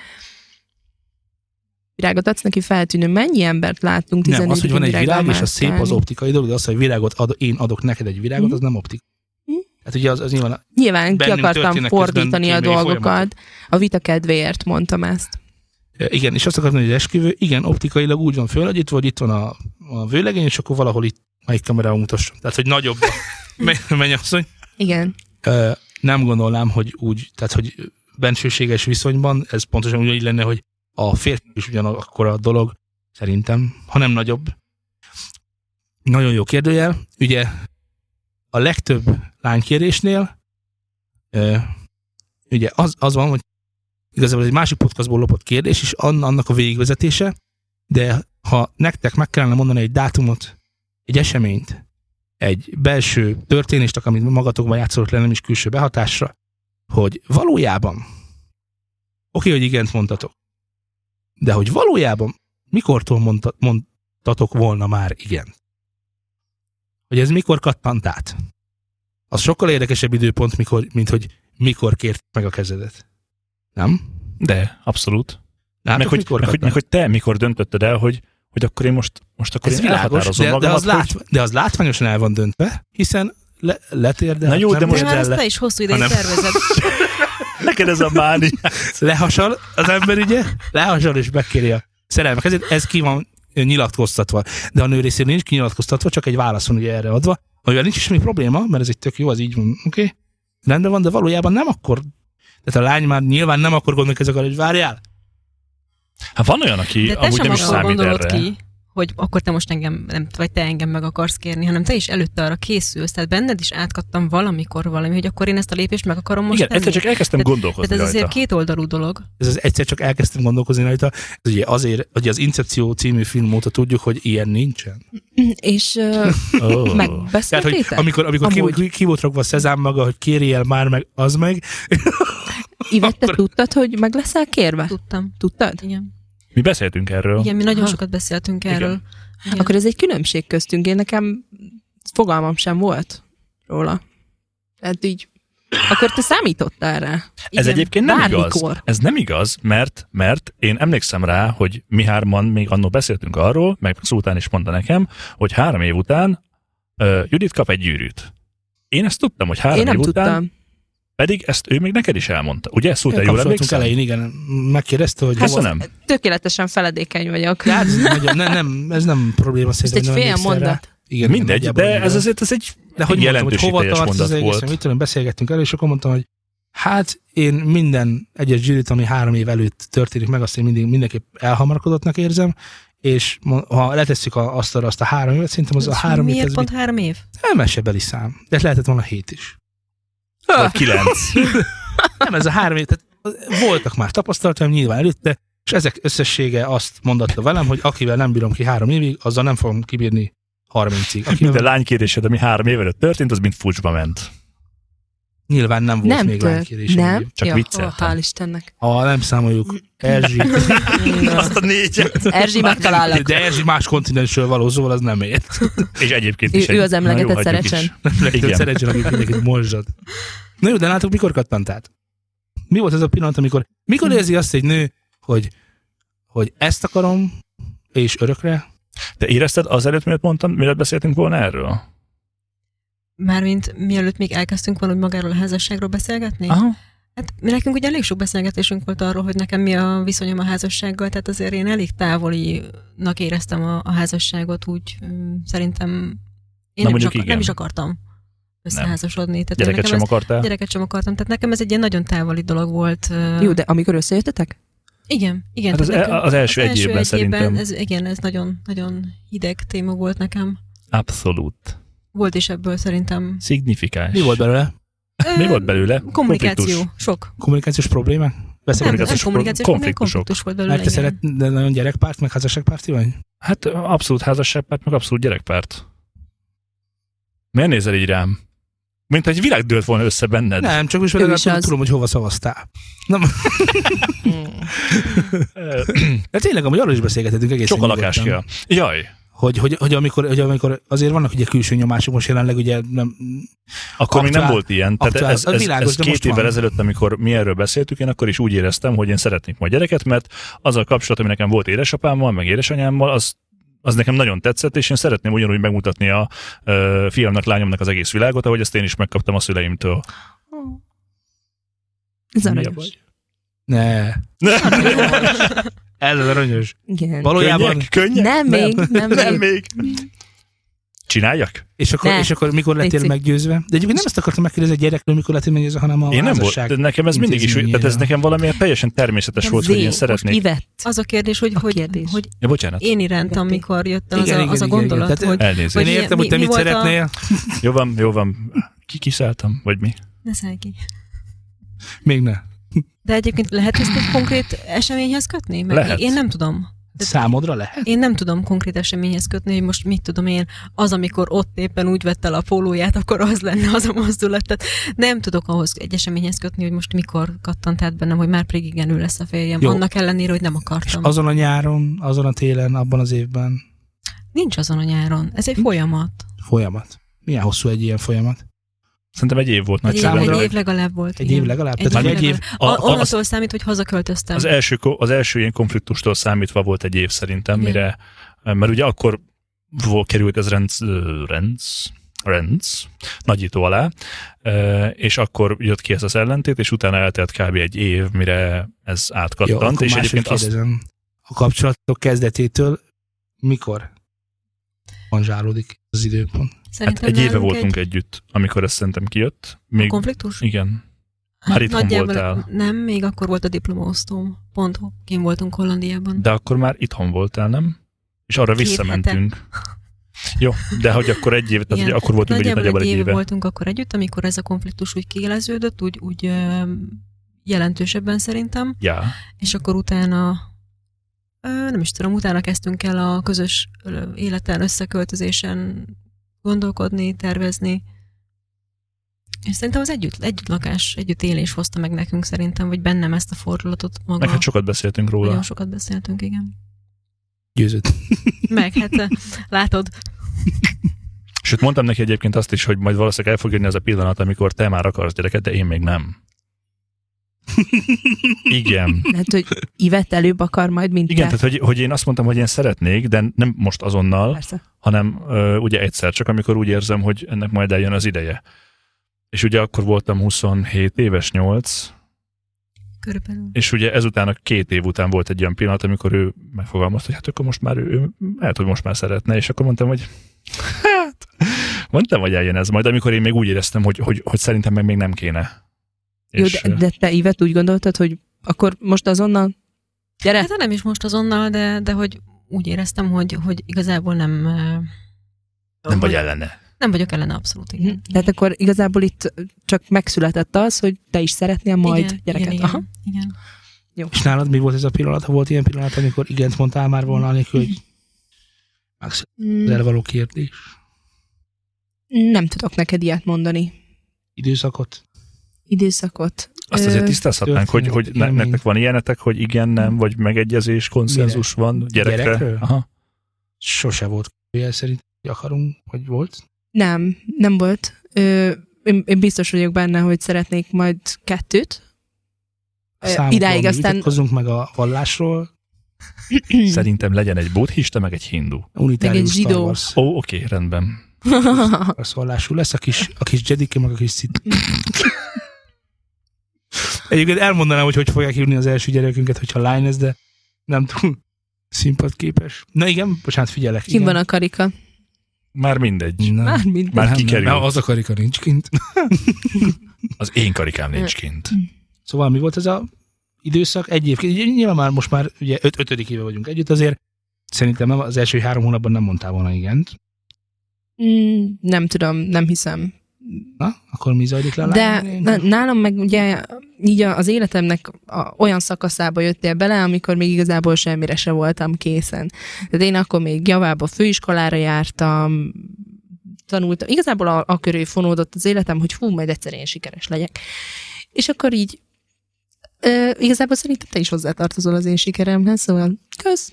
Speaker 4: Virágot adsz neki feltűnő. Mennyi embert láttunk?
Speaker 1: nem, az, hogy van egy
Speaker 4: virággal
Speaker 1: virág, és a szép az
Speaker 4: mászkálni?
Speaker 1: optikai dolog, de az, hogy virágot ad, én adok neked egy virágot,
Speaker 4: Mhm.
Speaker 1: az nem optikai.
Speaker 4: Mhm.
Speaker 1: Hát ugye az, az nyilván
Speaker 4: Nyilván ki
Speaker 1: bennünk
Speaker 4: akartam
Speaker 1: történnek közben
Speaker 4: fordítani a
Speaker 1: kémiai
Speaker 4: dolgokat.
Speaker 1: folyamatok.
Speaker 4: A vita kedvéért mondtam ezt.
Speaker 1: E, Igen, és azt akartam, hogy az esküvő, igen, optikailag úgy van föl, hogy itt vagy itt van a, a vőlegény, és akkor valahol itt melyik kamerában mutasson. Tehát, hogy nagyobb a men- mennyasszony.
Speaker 4: Igen.
Speaker 1: E, Nem gondolnám, hogy úgy, tehát, hogy bensőséges viszonyban, ez pontosan ugyanígy lenne, hogy a férfi is ugyanakkor a dolog, szerintem, ha nem nagyobb. Nagyon jó kérdőjel. Ugye a legtöbb lánykérésnél e, ugye az, az van, hogy igazából ez egy másik podcastból lopott kérdés, és an- annak a végigvezetése, de ha nektek meg kellene mondani egy dátumot, egy eseményt, egy belső történést, amit magatokban játszott le, nem is külső behatásra, hogy valójában, oké, hogy igent mondtatok, de hogy valójában mikortól mondta, mondtatok volna már igent? Hogy ez mikor kattant át? Az sokkal érdekesebb időpont, mikor, mint hogy mikor kért meg a kezedet. Nem?
Speaker 2: De, abszolút.
Speaker 1: Látok,
Speaker 2: meg, hogy, meg, hogy, meg, hogy te mikor döntötted el, hogy, hogy akkor én most, most akkor
Speaker 1: ez
Speaker 2: én
Speaker 1: világos,
Speaker 2: elhatározom
Speaker 1: de, de,
Speaker 2: magamat,
Speaker 1: az lát, de az látványosan el van döntve, hiszen le, letérdelt,
Speaker 2: Na jó, de
Speaker 1: nem
Speaker 2: most
Speaker 3: De már
Speaker 1: térdelt
Speaker 2: el-
Speaker 1: le,
Speaker 3: ezt te is hosszú ideig
Speaker 1: Ha nem.
Speaker 3: tervezed.
Speaker 2: hogy neked ez a báni.
Speaker 1: lehasal az ember, ugye? Lehasal és bekéri a szerelme kezét, ez ki van ö, nyilatkoztatva. De a nő részéről nincs kinyilatkoztatva, csak egy válasz van ugye erre adva, amivel nincs is semmi probléma, mert ez egy tök jó, az így van, oké? Okay? Rendben van, de valójában nem akkor, tehát a lány már nyilván nem akkor gondolkozik, hogy várjál,
Speaker 2: Hát van olyan, aki
Speaker 3: De te
Speaker 2: amúgy
Speaker 3: sem
Speaker 2: nem is
Speaker 3: arról
Speaker 2: számít
Speaker 3: gondolod
Speaker 2: erre.
Speaker 3: ki, hogy akkor te most engem, nem, vagy te engem meg akarsz kérni, hanem te is előtte arra készülsz, tehát benned is átkattam valamikor valami, hogy akkor én ezt a lépést meg akarom most
Speaker 2: Igen,
Speaker 3: tenni.
Speaker 2: egyszer csak elkezdtem
Speaker 3: Tehát-
Speaker 2: gondolkozni
Speaker 3: tehát ez azért
Speaker 2: rajta.
Speaker 3: két oldalú dolog.
Speaker 1: ez az egyszer csak elkezdtem gondolkozni rajta, ez ugye azért, hogy az Incepció című film óta tudjuk, hogy ilyen nincsen.
Speaker 4: És ö,
Speaker 2: Ó.
Speaker 1: Tehát, hogy
Speaker 4: megbeszéltétek?
Speaker 1: amikor, amikor ki,
Speaker 4: Amúgy.
Speaker 1: ki, ki volt rogva a szezám maga, hogy kérjél már meg, az meg,
Speaker 4: Ivette, te
Speaker 1: akkor-
Speaker 4: tudtad, hogy meg leszel kérve?
Speaker 3: Tudtam.
Speaker 4: Tudtad?
Speaker 3: Igen.
Speaker 2: Mi beszéltünk erről.
Speaker 3: Igen, mi nagyon
Speaker 4: Ha.
Speaker 3: sokat beszéltünk
Speaker 1: Igen.
Speaker 3: erről. Igen.
Speaker 4: Akkor ez egy különbség köztünk. Én nekem fogalmam sem volt róla. Tehát így, akkor te számítottál rá.
Speaker 2: Ez
Speaker 3: Igen.
Speaker 2: egyébként nem igaz.
Speaker 4: Bármikor.
Speaker 2: Ez nem igaz, mert, mert én emlékszem rá, hogy mi hárman még annó beszéltünk arról, meg Szultán is mondta nekem, hogy három év után uh, Judit kap egy gyűrűt. Én ezt tudtam, hogy három
Speaker 4: Én nem
Speaker 2: év után,
Speaker 4: tudtam.
Speaker 2: pedig ezt ő még neked is elmondta. Ugye, Szultán, jól Hát
Speaker 1: kapcsolatunk
Speaker 2: emlékszem?
Speaker 1: elején, igen, megkérdezte, hogy hova-
Speaker 2: Köszönöm.
Speaker 4: Tökéletesen feledékeny vagyok.
Speaker 1: Hát, nagyon, nem, nem, ez nem probléma
Speaker 4: Most egy
Speaker 1: szerintem. nem
Speaker 4: fél
Speaker 1: emlékszel rá.
Speaker 4: mondat.
Speaker 1: Igen,
Speaker 2: Mindegy,
Speaker 1: nagyjából
Speaker 2: de
Speaker 1: így
Speaker 2: ez
Speaker 1: van.
Speaker 2: azért ez egy
Speaker 1: De hogy mondtam, hogy
Speaker 2: jelentős
Speaker 1: hova
Speaker 2: teljes
Speaker 1: tart az
Speaker 2: mondat
Speaker 1: egész,
Speaker 2: volt.
Speaker 1: mit tudom, beszélgettünk elő, és akkor mondtam, hogy hát én minden egyes gyűrűt, ami három év előtt történik meg, azt én mindig, mindenképp elhamarkodottnak érzem, és mo- ha letesszük a, azt arra azt a három évet, szerintem az a
Speaker 3: Ez
Speaker 1: három év
Speaker 3: Miért
Speaker 1: ez
Speaker 3: pont három év?
Speaker 1: nem mesebeli szám, de lehetett volna hét is.
Speaker 4: Ah.
Speaker 2: Vagy kilenc.
Speaker 1: Nem, ez a három év, tehát voltak már tapasztalataim nyilván előtte, és ezek összessége azt mondatta velem, hogy akivel nem bírom ki három évig, azzal nem fogom kibírni 30-ig. Akivel
Speaker 2: Minden lánykérésed, ami három év előtt történt, az mind fucsba ment.
Speaker 1: nyilván nem volt
Speaker 4: Nem
Speaker 1: még
Speaker 4: tört.
Speaker 1: lánykérés.
Speaker 4: Nem?
Speaker 2: Csak
Speaker 4: ja, hát
Speaker 2: vicceltem.
Speaker 4: Hál' Istennek.
Speaker 1: Ha nem számoljuk Erzsi,
Speaker 2: Azt a négyet.
Speaker 4: Erzsi megtalálak.
Speaker 1: de Erzsi más kontinensről való, szóval az nem ért.
Speaker 2: És egyébként
Speaker 4: Ő-
Speaker 2: is. egy-
Speaker 4: ő az
Speaker 2: Na jó,
Speaker 4: emlegetett
Speaker 2: hagyjuk is.
Speaker 4: Szerecsen.
Speaker 1: Legtöbb
Speaker 2: Igen.
Speaker 1: szerencsen, akik mindenkit morzsad. Na jó, de látok, mikor kattant át? Mi volt ez a pillanat, amikor, mikor érzi azt egy nő, hogy, hogy ezt akarom, és örökre?
Speaker 2: Te érezted azelőtt, mielőtt mondtam, mielőtt beszéltünk volna erről?
Speaker 3: Mármint mielőtt még elkezdtünk volna, hogy magáról a házasságról beszélgetni?
Speaker 2: Aha.
Speaker 3: Hát mi nekünk ugye elég sok beszélgetésünk volt arról, hogy nekem mi a viszonyom a házassággal, tehát azért én elég távolinak éreztem a, a házasságot, úgy mm, szerintem én
Speaker 2: Na,
Speaker 3: nem, is
Speaker 2: mondjuk
Speaker 3: akar,
Speaker 2: igen.
Speaker 3: nem is akartam összeházasodni. Tehát
Speaker 2: Gyereket
Speaker 3: nekem
Speaker 2: sem akartál?
Speaker 3: ez, gyereket sem akartam, tehát nekem ez egy ilyen nagyon távoli dolog volt. ö,
Speaker 4: Jó, de amikor összejöttetek?
Speaker 3: Igen, igen.
Speaker 2: Hát az,
Speaker 3: tehát nekem-
Speaker 2: az első egy évben szerintem.
Speaker 3: Ez, igen, ez nagyon, nagyon hideg téma volt nekem.
Speaker 2: Abszolút.
Speaker 3: Volt is ebből szerintem
Speaker 2: Szignifikáns.
Speaker 1: Mi volt belőle?
Speaker 2: Mi volt belőle?
Speaker 3: Kommunikáció.
Speaker 2: Konfliktus.
Speaker 3: Sok.
Speaker 1: kommunikációs problémák?
Speaker 3: Nem,
Speaker 1: Beszélünk.
Speaker 3: nem
Speaker 2: Kommunikációs
Speaker 3: kommunikációs,
Speaker 2: pro-
Speaker 3: hanem
Speaker 2: konfliktusok.
Speaker 3: konfliktus volt belőle.
Speaker 1: Mert te
Speaker 3: igen.
Speaker 1: szeret, de nagyon gyerekpárt, meg házasságpárti vagy?
Speaker 2: Hát ö, abszolút házasságpárt, meg abszolút gyerekpárt. Miért nézel így rám? Mint egy világ dőlt volna össze benned.
Speaker 1: Nem, csak is,
Speaker 4: Ő
Speaker 1: legalább
Speaker 4: is
Speaker 1: tudom,
Speaker 4: az.
Speaker 1: tudom, hogy hova szavaztál.
Speaker 2: Ö,
Speaker 1: De tényleg, amúgy arról is beszélgethetünk egészen
Speaker 2: Sok a lakás
Speaker 1: nyugodtan.
Speaker 2: kell. Jaj,
Speaker 1: Hogy, hogy, hogy, amikor, hogy amikor, azért vannak ugye külső nyomások, most jelenleg ugye nem,
Speaker 2: akkor még nem
Speaker 1: Aktuál-
Speaker 2: volt ilyen. Tehát
Speaker 1: aktuál-
Speaker 2: ez,
Speaker 1: az
Speaker 2: ez,
Speaker 1: világos,
Speaker 2: ez
Speaker 1: de
Speaker 2: két
Speaker 1: most van.
Speaker 2: évvel ezelőtt, amikor mi erről beszéltük, én akkor is úgy éreztem, hogy én szeretnék majd gyereket, mert az a kapcsolat, ami nekem volt édesapámmal, meg édesanyámmal, az az nekem nagyon tetszett, és én szeretném ugyanúgy megmutatni a ö, fiamnak, lányomnak az egész világot, ahogy ezt én is megkaptam a szüleimtől.
Speaker 4: Ez
Speaker 2: Mi a
Speaker 4: aranyos.
Speaker 2: baj?
Speaker 1: ne. Ez az aranyos.
Speaker 4: Igen.
Speaker 1: Valójában,
Speaker 2: Könnyek? Könnyek?
Speaker 4: Nem, még, nem,
Speaker 2: Nem
Speaker 4: még.
Speaker 2: még. Csináljak?
Speaker 1: és akkor,
Speaker 4: Ne.
Speaker 1: és akkor mikor lettél
Speaker 4: Léci.
Speaker 1: meggyőzve? De egyébként nem ezt akartam megkérdezni a gyerekről, mikor lettél meggyőzve, hanem a
Speaker 2: én nem volt.
Speaker 1: házasság.
Speaker 2: De nekem ez mindig is, tehát ez
Speaker 1: intézményéről.
Speaker 2: nekem valamiért teljesen természetes volt, hogy én szeretnék.
Speaker 4: Most ivett.
Speaker 3: Az a kérdés, hogy,
Speaker 4: A
Speaker 3: hogy,
Speaker 4: kérdés.
Speaker 3: hogy
Speaker 2: Ja, bocsánat.
Speaker 3: én iránt,
Speaker 4: Vették.
Speaker 3: amikor jött az,
Speaker 1: Igen,
Speaker 3: igen, a,
Speaker 1: igen,
Speaker 3: az igen, a
Speaker 1: igen, igen.
Speaker 3: gondolat,
Speaker 1: Tehát-
Speaker 3: igen, hogy
Speaker 2: Elnézést.
Speaker 1: Én
Speaker 3: Vagy mi-
Speaker 1: értem, hogy te
Speaker 3: mi-
Speaker 1: mit
Speaker 3: mi volt a-
Speaker 1: szeretnél.
Speaker 2: Jó van, jó van. Ki- Kiszálltam, vagy mi?
Speaker 3: ne szállj ki.
Speaker 1: Még ne.
Speaker 3: De egyébként lehet ezt egy konkrét eseményhez kötni? Mert
Speaker 2: Lehet.
Speaker 3: én nem tudom. De-
Speaker 1: Számodra lehet?
Speaker 3: Én nem tudom konkrét eseményhez kötni, hogy most mit tudom én, az, amikor ott éppen úgy vett el a pólóját, akkor az lenne az a mozdulat. Tehát nem tudok ahhoz egy eseményhez kötni, hogy most mikor kattant át bennem, hogy már pedig igen, ő lesz a férjem.
Speaker 1: Jó.
Speaker 3: Jó. Annak ellenére, hogy nem
Speaker 1: És
Speaker 3: akartam. Az...
Speaker 1: azon a nyáron, azon a télen, abban az évben
Speaker 3: Nincs azon a nyáron. Ez egy folyamat.
Speaker 1: folyamat. Milyen hosszú egy ilyen folyamat?
Speaker 2: Szerintem egy év volt
Speaker 3: Egy év,
Speaker 1: számodra
Speaker 2: nagyjából.
Speaker 3: egy
Speaker 1: egy-
Speaker 3: év legalább volt.
Speaker 1: Egy
Speaker 3: igen.
Speaker 1: év legalább?
Speaker 3: Egy
Speaker 1: Tehát,
Speaker 3: év
Speaker 1: hogy egy év,
Speaker 3: legalább.
Speaker 2: a- a-
Speaker 3: A, onnantól számít, hogy hazaköltöztem.
Speaker 2: Az első, ko- az első ilyen konfliktustól számítva volt egy év szerintem,
Speaker 3: Igen.
Speaker 2: mire, mert ugye akkor vol- került ez rendsz, ö, rendsz, rendsz nagyító alá, ö, és akkor jött ki ez az ellentét, és utána eltelt kb. egy év, mire ez
Speaker 1: jó,
Speaker 2: átkattant,
Speaker 1: akkor
Speaker 2: és
Speaker 1: máshogy
Speaker 2: egyébként azt
Speaker 1: kérdezem. A kapcsolatok kezdetétől mikor manzsálódik az időpont?
Speaker 2: hát
Speaker 3: Szerintem
Speaker 2: egy éve
Speaker 3: nálunk
Speaker 2: voltunk egy... együtt, amikor ez szerintem kijött.
Speaker 3: egy
Speaker 2: Még,
Speaker 3: konfliktus.
Speaker 2: igen, már itthon
Speaker 3: Hát Nagyjából
Speaker 2: voltál.
Speaker 3: Nem, még akkor volt a diplomaosztóm. Pont kim voltunk Hollandiában.
Speaker 2: de akkor már itthon voltál, nem? És arra
Speaker 3: Két
Speaker 2: visszamentünk. Jó, de hogy akkor egy év, tehát
Speaker 3: Igen.
Speaker 2: ugye akkor voltunk együtt
Speaker 3: Nagyjából
Speaker 2: nagyjából
Speaker 3: egy
Speaker 2: egy
Speaker 3: éve
Speaker 2: éve.
Speaker 3: voltunk akkor együtt, amikor ez a konfliktus úgy kiéleződött, úgy, úgy ö, jelentősebben szerintem,
Speaker 2: Ja.
Speaker 3: és akkor utána ö, nem is tudom, utána kezdtünk el a közös ö, életen, összeköltözésen gondolkodni, tervezni. És szerintem az együtt, együtt lakás, együtt élés hozta meg nekünk szerintem, vagy bennem ezt a fordulatot maga.
Speaker 2: Meg hát sokat beszéltünk róla.
Speaker 3: Nagyon sokat beszéltünk, igen.
Speaker 1: Győzött.
Speaker 3: Meg, hát ö, látod,
Speaker 2: Sőt, mondtam neki egyébként azt is, hogy majd valószínűleg el fog jönni az a pillanat, amikor te már akarsz gyereket, de én még nem. Igen.
Speaker 4: Lehet, hogy ivett előbb akar majd, mint
Speaker 2: Igen,
Speaker 4: te.
Speaker 2: tehát hogy, hogy én azt mondtam, hogy én szeretnék, de nem most azonnal,
Speaker 4: Persze.
Speaker 2: hanem ö, ugye egyszer csak, amikor úgy érzem, hogy ennek majd eljön az ideje. És ugye akkor voltam 27 éves, 8,
Speaker 3: körülbelül.
Speaker 2: és ugye ezután a két év után volt egy olyan pillanat, amikor ő megfogalmazta, hogy hát akkor most már ő, ő lehet, hogy most már szeretne, és akkor mondtam, hogy hát, mondtam, hogy eljön ez majd, amikor én még úgy éreztem, hogy, hogy, hogy szerintem meg még nem kéne.
Speaker 4: Jó,
Speaker 2: És,
Speaker 4: de, de te ivet úgy gondoltad, hogy akkor most azonnal gyere.
Speaker 3: Hát nem is most azonnal, de, de hogy úgy éreztem, hogy, hogy igazából nem... eh,
Speaker 2: nem vagy
Speaker 3: hogy-
Speaker 2: ellene.
Speaker 3: Nem vagyok ellene, abszolút,
Speaker 4: Mhm.
Speaker 3: igen.
Speaker 4: Tehát akkor igazából itt csak megszületett az, hogy te is szeretnél majd
Speaker 3: igen,
Speaker 4: gyereket.
Speaker 3: Igen, igen,
Speaker 4: Aha.
Speaker 3: igen.
Speaker 1: És nálad mi volt ez a pillanat? Ha volt ilyen pillanat, amikor igent mondtál már volna, anélkül, hogy az elvaló kérdés,
Speaker 4: Nem tudok neked ilyet mondani.
Speaker 1: időszakot?
Speaker 4: Időszakot.
Speaker 2: Azt
Speaker 4: Ö,
Speaker 2: azért tisztázhatnánk, hogy, hogy ne,
Speaker 1: Történet,
Speaker 2: nektek van ilyenetek, hogy igen, nem, vagy megegyezés, konszenzus van gyerekre.
Speaker 1: Gyerekről?
Speaker 2: Aha.
Speaker 1: Sose volt ilyen szerint, hogy akarunk, hogy volt.
Speaker 4: Nem, nem volt. Ö, én, én biztos vagyok benne, hogy szeretnék majd kettőt.
Speaker 1: A
Speaker 4: Ö,
Speaker 1: számokról
Speaker 4: Idáig
Speaker 1: mi
Speaker 4: aztán...
Speaker 1: vitatkozunk meg a vallásról,
Speaker 4: Hm.
Speaker 2: Szerintem legyen egy buddhista, meg egy hindu.
Speaker 1: unitárius Star
Speaker 4: zsidó.
Speaker 1: Wars.
Speaker 2: Ó, oké, rendben.
Speaker 1: Rossz vallású lesz, a kis, a kis Jedike, meg a kis Sith. Egyébként elmondanám, hogy hogy fogják hívni az első gyerekünket, hogyha lány ez, de nem túl színpadképes. Na igen, bocsánat, figyelek.
Speaker 4: Kim
Speaker 1: igen.
Speaker 4: van a karika?
Speaker 2: Már mindegy.
Speaker 1: Nem.
Speaker 4: Már mindegy.
Speaker 2: Már
Speaker 1: Nem,
Speaker 2: kikerült.
Speaker 1: Nem, az a karika nincs kint.
Speaker 2: Az én karikám nincs kint.
Speaker 1: Szóval mi volt ez a időszak? Egy év. Nyilván már most már ugye öt, ötödik éve vagyunk együtt, azért szerintem nem, az első három hónapban nem mondtál volna igent.
Speaker 4: Mm, nem tudom, nem hiszem.
Speaker 1: Na, akkor mi zajlik le? a
Speaker 4: De
Speaker 1: lányomnál?
Speaker 4: na- nálam meg ugye így a- az életemnek a, olyan szakaszába jöttél bele, amikor még igazából semmire se voltam készen. Tehát én akkor még javába főiskolára jártam, tanultam. Igazából a, a köré fonódott az életem, hogy hú, majd egyszer én sikeres legyek. És akkor így ö, igazából szerintem te is hozzátartozol az én sikeremhez, szóval kösz.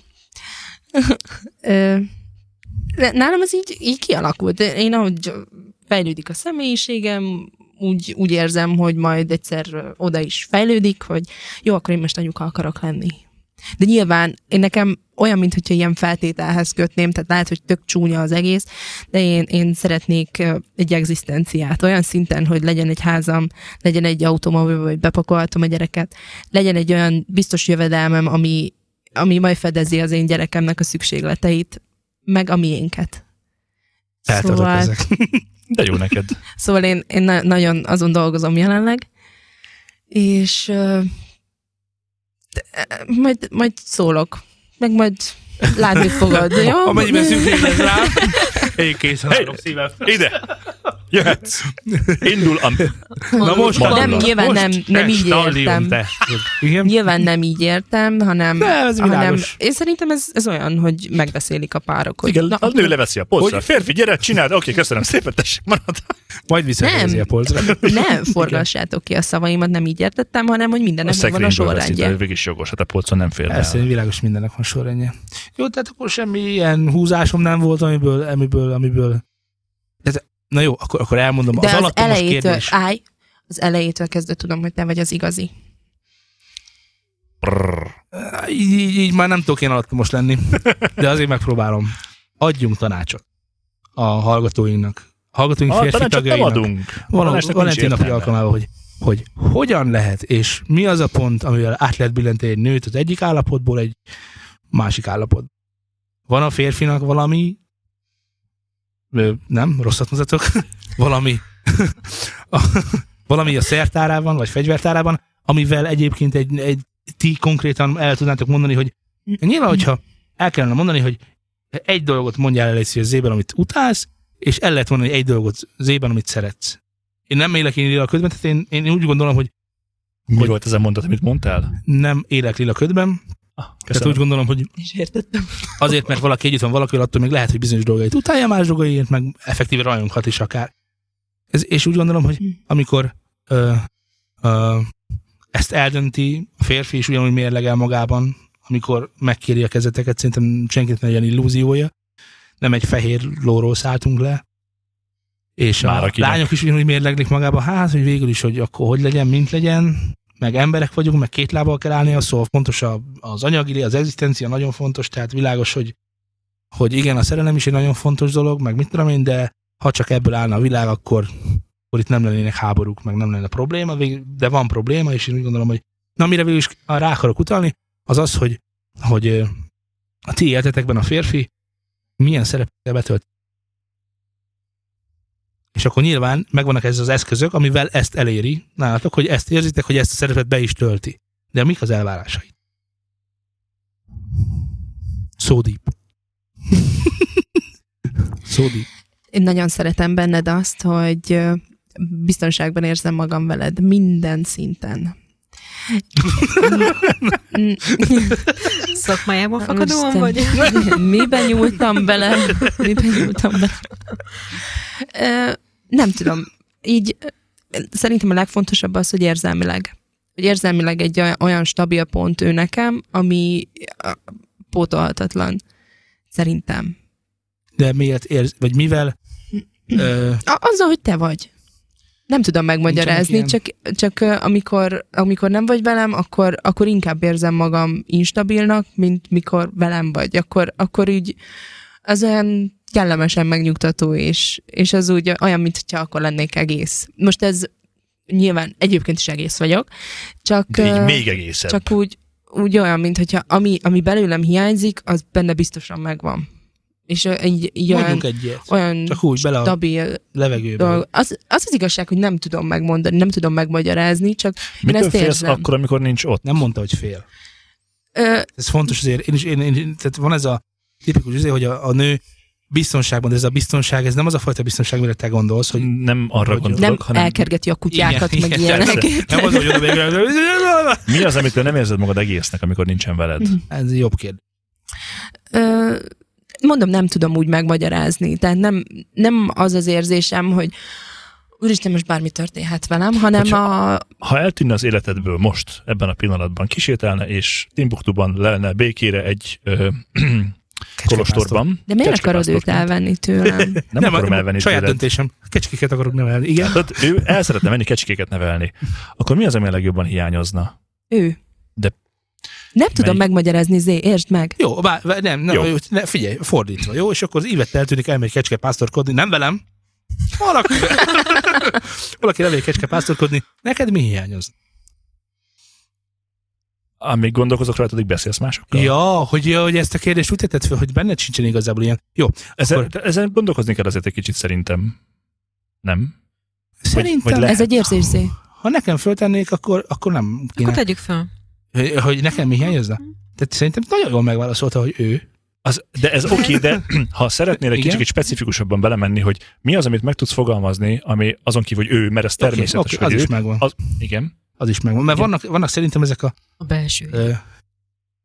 Speaker 4: ö, de nálam ez így, így kialakult. De Én ahogy fejlődik a személyiségem, úgy, úgy érzem, hogy majd egyszer ö, oda is fejlődik, hogy jó, akkor én most anyuka akarok lenni. De nyilván én nekem olyan, mintha ilyen feltételhez kötném, tehát lehet, hogy tök csúnya az egész, de én, én szeretnék ö, egy egzisztenciát olyan szinten, hogy legyen egy házam, legyen egy autóm, amivel bepakoltam a gyereket, legyen egy olyan biztos jövedelmem, ami, ami majd fedezi az én gyerekemnek a szükségleteit, meg a miénket.
Speaker 1: Feltartott ezek.
Speaker 2: De jó neked.
Speaker 4: Szóval én, én na- nagyon azon dolgozom jelenleg, és ö, de, ö, majd, majd szólok, meg majd látni fogod, jó?
Speaker 1: Amennyiben szükség lesz rá, én készen
Speaker 2: Hey!
Speaker 1: állok szívem.
Speaker 2: Ide! Jöhetsz! Indul a...
Speaker 1: Na most
Speaker 4: nem,
Speaker 2: tanulod.
Speaker 4: nyilván
Speaker 2: Most
Speaker 4: nem, nem így
Speaker 2: testallium,
Speaker 4: értem.
Speaker 2: te.
Speaker 1: Igen?
Speaker 4: Nyilván nem így értem, hanem,
Speaker 1: De, ez
Speaker 4: hanem
Speaker 1: világos.
Speaker 4: én szerintem ez, ez olyan, hogy megbeszélik a párok. Hogy
Speaker 2: Igen,
Speaker 4: na,
Speaker 2: a nő leveszi a polcra.
Speaker 1: Hogy-
Speaker 2: Férfi, gyere, csináld. Oké, köszönöm szépen, tessék, marad.
Speaker 1: Majd visszahelyezni
Speaker 4: Nem.
Speaker 1: a polcra.
Speaker 4: ne forgassátok ki a szavaimat, nem így értettem, hanem hogy
Speaker 2: A
Speaker 4: mindennek megvan a
Speaker 2: szekrényből veszi, de
Speaker 4: sorrendje.
Speaker 2: végig is jogos, hát a polcon nem fér
Speaker 1: Persze,
Speaker 2: el.
Speaker 1: világos mindennek van sorrendje. Jó, tehát akkor semmi ilyen húzásom nem volt, amiből, amiből, amiből... Tehát, na jó, akkor, akkor elmondom
Speaker 4: De
Speaker 1: az,
Speaker 4: az,
Speaker 1: alapos
Speaker 4: elejétől,
Speaker 1: kérdés.
Speaker 4: állj, az elejétől kezdve tudom, hogy te vagy az igazi.
Speaker 2: Prrr.
Speaker 1: Így, így, így már nem tudok én alattomos lenni, de azért megpróbálom. Adjunk tanácsot a hallgatóinknak. A hallgatóink
Speaker 2: A
Speaker 1: férfi
Speaker 2: tanácsot nem
Speaker 1: tagjainak.
Speaker 2: adunk.
Speaker 1: Valahol
Speaker 2: Tanácsnak nincs
Speaker 1: Valentin napi
Speaker 2: értelme.
Speaker 1: alkalmával, hogy, hogy hogyan lehet, és mi az a pont, amivel át lehet billenteni egy nőt az egyik állapotból egy másik állapot. Van a férfinak valami, ö, nem, rosszat mutatok, valami, a, valami a szertárában, vagy fegyvertárában, amivel egyébként egy, egy ti konkrétan el tudnátok mondani, hogy nyilván, hogyha el kellene mondani, hogy egy dolgot mondjál el egy zében, amit utálsz, és el lehet mondani egy dolgot zében, amit szeretsz. Én nem élek én lila ködben, tehát én, én úgy gondolom, hogy
Speaker 2: Mi volt ez a mondat, amit mondtál?
Speaker 1: nem élek lila ködben, Köszönöm. tehát Ah, hát úgy gondolom, hogy
Speaker 4: És értettem.
Speaker 1: azért, mert valaki együtt van valakivel, attól még lehet, hogy bizonyos dolgait utálja, más dolgaiért meg effektíve rajonghat is akár. Ez, és úgy gondolom, hogy amikor ö, ö, ezt eldönti a férfi is ugyanúgy mérlegel magában, amikor megkéri a kezeteket, szerintem senkinek ne legyen illúziója, nem egy fehér lóról szálltunk le, és
Speaker 2: Már
Speaker 1: a
Speaker 2: akinek.
Speaker 1: lányok is ugyanúgy mérleglik magába, hát, hogy végül is, hogy akkor hogy legyen, mint legyen, meg emberek vagyunk, meg két lábbal kell állnia, szóval fontos a- az anyagi, az egzisztencia nagyon fontos, tehát világos, hogy, hogy igen, a szerelem is egy nagyon fontos dolog, meg mit tudom én, de ha csak ebből állna a világ, akkor, akkor itt nem lennének háborúk, meg nem lenne probléma, vég- de van probléma, és én úgy gondolom, hogy na, mire végül is rá akarok utalni, az az, hogy, hogy ö, a ti életetekben a férfi milyen szerepet betölt. És akkor nyilván megvannak ez az eszközök, amivel ezt eléri nálatok, hogy ezt érzitek, hogy ezt a szerepet be is tölti. De mik az elvárásai? So deep. so deep.
Speaker 4: Én nagyon szeretem benned azt, hogy ö, biztonságban érzem magam veled minden szinten. Mm,
Speaker 3: Szakmájából fakadóan
Speaker 4: Úristen.
Speaker 3: vagy?
Speaker 4: Miben nyúltam bele? Miben nyúltam bele? Ö, Nem tudom. Így ö, szerintem a legfontosabb az, hogy érzelmileg. Hogy érzelmileg egy olyan- olyan stabil pont ő nekem, ami ö, pótolhatatlan. Szerintem.
Speaker 1: De miért érz, vagy mivel ö,
Speaker 4: A- Azzal, hogy te vagy. Nem tudom megmagyarázni,
Speaker 1: Nincsenek
Speaker 4: csak, csak ö, amikor, amikor nem vagy velem, akkor, akkor inkább érzem magam instabilnak, mint mikor velem vagy. Akkor, akkor így az olyan kellemesen megnyugtató, és, és az úgy olyan, mint hogyha akkor lennék egész. Most ez nyilván egyébként is egész vagyok, csak...
Speaker 2: De így
Speaker 4: ö,
Speaker 2: még egészen.
Speaker 4: csak úgy, úgy olyan, mint hogyha ami, ami belőlem hiányzik, az benne biztosan megvan. És ö, így, így olyan,
Speaker 1: mondjunk egy ilyet,
Speaker 4: olyan
Speaker 1: Csak úgy, bele a
Speaker 4: stabil
Speaker 1: levegőbe.
Speaker 4: dolog. Az, az az igazság, hogy nem tudom megmondani, nem tudom megmagyarázni, csak én
Speaker 2: Mitől
Speaker 4: ezt
Speaker 2: félsz
Speaker 4: érzem.
Speaker 2: akkor, amikor nincs ott?
Speaker 1: Nem mondta, hogy fél.
Speaker 4: Ö,
Speaker 1: ez fontos azért, én is, én, én, tehát van ez izé, a tipikus azért, hogy a, a nő biztonságban, de ez a biztonság, ez nem az a fajta biztonság, mire te gondolsz, hogy
Speaker 2: nem arra
Speaker 1: Hogy-
Speaker 2: gondolok,
Speaker 4: Nem
Speaker 2: hanem
Speaker 4: elkergeti a kutyákat, meg ilyenek.
Speaker 1: persze. Nem az, hogy oda végül.
Speaker 2: mi az, amikor nem érzed magad egésznek, amikor nincsen veled.
Speaker 1: Ez jobb kérdés.
Speaker 4: Ö, mondom, nem tudom úgy megmagyarázni. Tehát nem, nem az az érzésem, hogy úristen, most bármi történhet velem, hanem
Speaker 2: Hogyha-
Speaker 4: a,
Speaker 2: Ha eltűnne az életedből most, ebben a pillanatban, kisétálna, és Timbuktuban lenne békére egy ö, kolostorban.
Speaker 4: De miért akarod
Speaker 2: Kecskepásztor.
Speaker 4: őt elvenni tőlem?
Speaker 2: Nem, nem akarom elvenni
Speaker 1: Saját
Speaker 2: tőled.
Speaker 1: döntésem. Kecskéket akarok nevelni. Igen.
Speaker 2: Tehát ő el szeretne menni kecskéket nevelni. Akkor mi az, ami a legjobban hiányozna?
Speaker 4: Ő.
Speaker 2: De-
Speaker 4: Nem tudom
Speaker 2: Melyik?
Speaker 4: megmagyarázni, Zé, értsd meg.
Speaker 1: Jó, bár, nem, nem,
Speaker 2: Jó.
Speaker 1: jó. Ne, figyelj, fordítva, jó? És akkor az ívet eltűnik, elmegy kecske pásztorkodni, nem velem. Valaki, valaki elmegy kecske pásztorkodni, neked mi hiányoz?
Speaker 2: Amíg gondolkozok rajta, addig beszélsz másokkal.
Speaker 1: Ja, hogy, ja, hogy ezt a kérdést úgy tetted fel, hogy benned sincsen igazából ilyen. Jó,
Speaker 2: Ezen,
Speaker 1: akkor-
Speaker 2: ezen gondolkozni kell azért egy kicsit szerintem. Nem?
Speaker 1: szerintem,
Speaker 2: vagy lehet.
Speaker 4: Ez egy érzés, Zé.
Speaker 1: ha nekem föltennék, akkor, akkor nem kéne,
Speaker 3: Akkor tegyük fel.
Speaker 1: hogy, hogy nekem mi hiányozna. Tehát szerintem nagyon jól megválaszolta, hogy ő.
Speaker 2: Az, de ez oké, okay, de ha szeretnél egy
Speaker 1: Igen?
Speaker 2: kicsit specifikusabban belemenni, hogy mi az, amit meg tudsz fogalmazni, ami azon kívül, hogy ő, mert ez természetes,
Speaker 1: Oké, oké,
Speaker 2: hogy
Speaker 1: az
Speaker 2: ő.
Speaker 1: is megvan.
Speaker 2: Az, igen.
Speaker 1: Az is megvan. Mert
Speaker 2: Igen.
Speaker 1: vannak, vannak szerintem ezek a...
Speaker 3: A belső.
Speaker 1: Ö,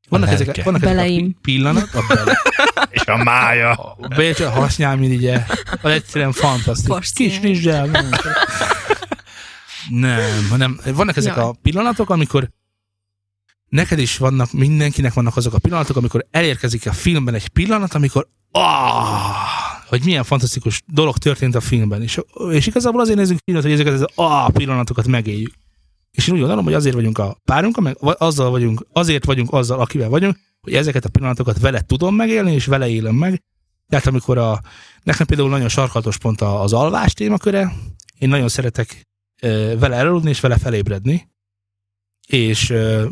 Speaker 1: vannak ezek,
Speaker 2: lelke.
Speaker 1: a- vannak ezek a
Speaker 4: Beleim.
Speaker 1: pillanat, a bele,
Speaker 2: És a mája.
Speaker 1: a Bécs, a hasnyálmirigye, az egyszerűen fantasztikus. Kis
Speaker 3: Fascináns.
Speaker 1: rizsel. nem tudom. Nem, hanem vannak ezek
Speaker 4: Jaj.
Speaker 1: a pillanatok, amikor neked is vannak, mindenkinek vannak azok a pillanatok, amikor elérkezik a filmben egy pillanat, amikor ah, hogy milyen fantasztikus dolog történt a filmben. És, és igazából azért nézzük filmet, hogy ezeket az ah, pillanatokat megéljük. És én úgy gondolom, hogy azért vagyunk a párunkkal, meg va- azzal vagyunk, azért vagyunk azzal, akivel vagyunk, hogy ezeket a pillanatokat vele tudom megélni, és vele élem meg. Tehát amikor a, nekem például nagyon sarkalatos pont a- az alvás témaköre, én nagyon szeretek ö, vele elaludni, és vele felébredni, és ö,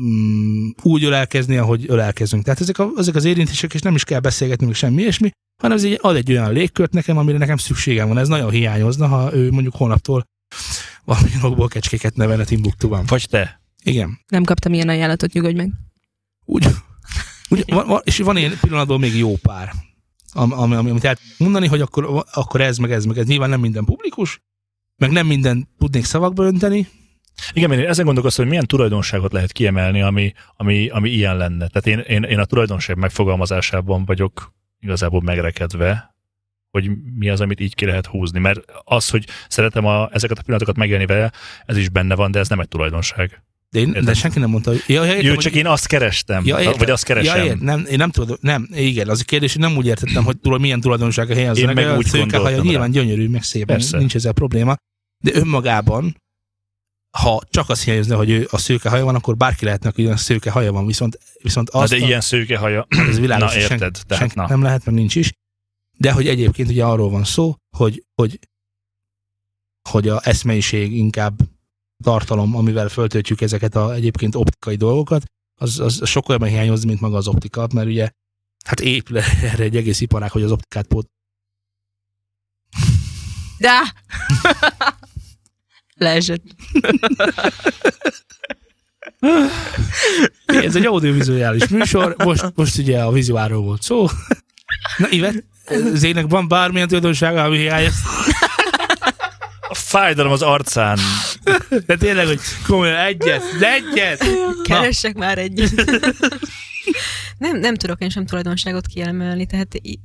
Speaker 1: mm, úgy ölelkezni, ahogy ölelkezünk. Tehát ezek, a, ezek az érintések, és nem is kell beszélgetnünk semmi ilyesmi, hanem ez egy, ad egy olyan légkört nekem, amire nekem szükségem van. Ez nagyon hiányozna, ha ő mondjuk holnaptól valami okból kecskéket nevelne Timbuktuban.
Speaker 2: Vagy te.
Speaker 1: Igen.
Speaker 4: Nem kaptam ilyen ajánlatot, nyugodj meg.
Speaker 1: Úgy, úgy, van, van, és van ilyen pillanatban még jó pár, am, am, am, amit el tudok mondani, hogy akkor, akkor ez, meg ez, meg ez. Nyilván nem minden publikus, meg nem minden tudnék szavakba önteni.
Speaker 2: Igen, én ezen gondolkoztam, hogy milyen tulajdonságot lehet kiemelni, ami, ami, ami ilyen lenne. Tehát én, én, én a tulajdonság megfogalmazásában vagyok igazából megrekedve, hogy mi az, amit így ki lehet húzni. Mert az, hogy szeretem a, ezeket a pillanatokat megélni vele, ez is benne van, de ez nem egy tulajdonság.
Speaker 1: De, én, de
Speaker 2: Értem.
Speaker 1: senki nem mondta, hogy... Ja, ja, értem,
Speaker 2: Jó,
Speaker 1: hogy-
Speaker 2: csak én azt kerestem,
Speaker 1: Ja, értem.
Speaker 2: vagy azt keresem.
Speaker 1: Ja, ért, nem, én nem tudom, nem, igen, az a kérdés, hogy nem úgy értettem, hogy tulaj, milyen tulajdonsága
Speaker 2: Én
Speaker 1: helyeznek.
Speaker 2: meg úgy
Speaker 1: haja
Speaker 2: gondoltam rá.
Speaker 1: nyilván gyönyörű, meg szép,
Speaker 2: Persze.
Speaker 1: nincs ezzel probléma. De önmagában, ha csak azt hiányozna, hogy ő a szőke haja van, akkor bárki lehetnek, hogy olyan szőke haja van, viszont, viszont
Speaker 2: Na,
Speaker 1: azt
Speaker 2: de
Speaker 1: a-
Speaker 2: ilyen szőke haja.
Speaker 1: ez világos,
Speaker 2: Na,
Speaker 1: hogy
Speaker 2: érted,
Speaker 1: senki,
Speaker 2: tehát
Speaker 1: senki
Speaker 2: na.
Speaker 1: nem lehet, mert nincs is. De hogy egyébként ugye arról van szó, hogy, hogy, hogy a eszmeiség inkább tartalom, amivel föltöltjük ezeket a egyébként optikai dolgokat, az, az sok olyan hiányozni, mint maga az optika, mert ugye hát épül erre egy egész iparág, hogy az optikát pót.
Speaker 4: De! Leesett.
Speaker 1: Ez egy audiovizuális műsor, most, most ugye a vizuáról volt szó. Na, Ivet, Zének van bármilyen tulajdonsága, ami hiányoz?
Speaker 2: A fájdalom az arcán.
Speaker 1: De tényleg, hogy komolyan egyet, egyet!
Speaker 3: Keressek már egy. nem, nem tudok én sem tulajdonságot kiemelni, tehát i-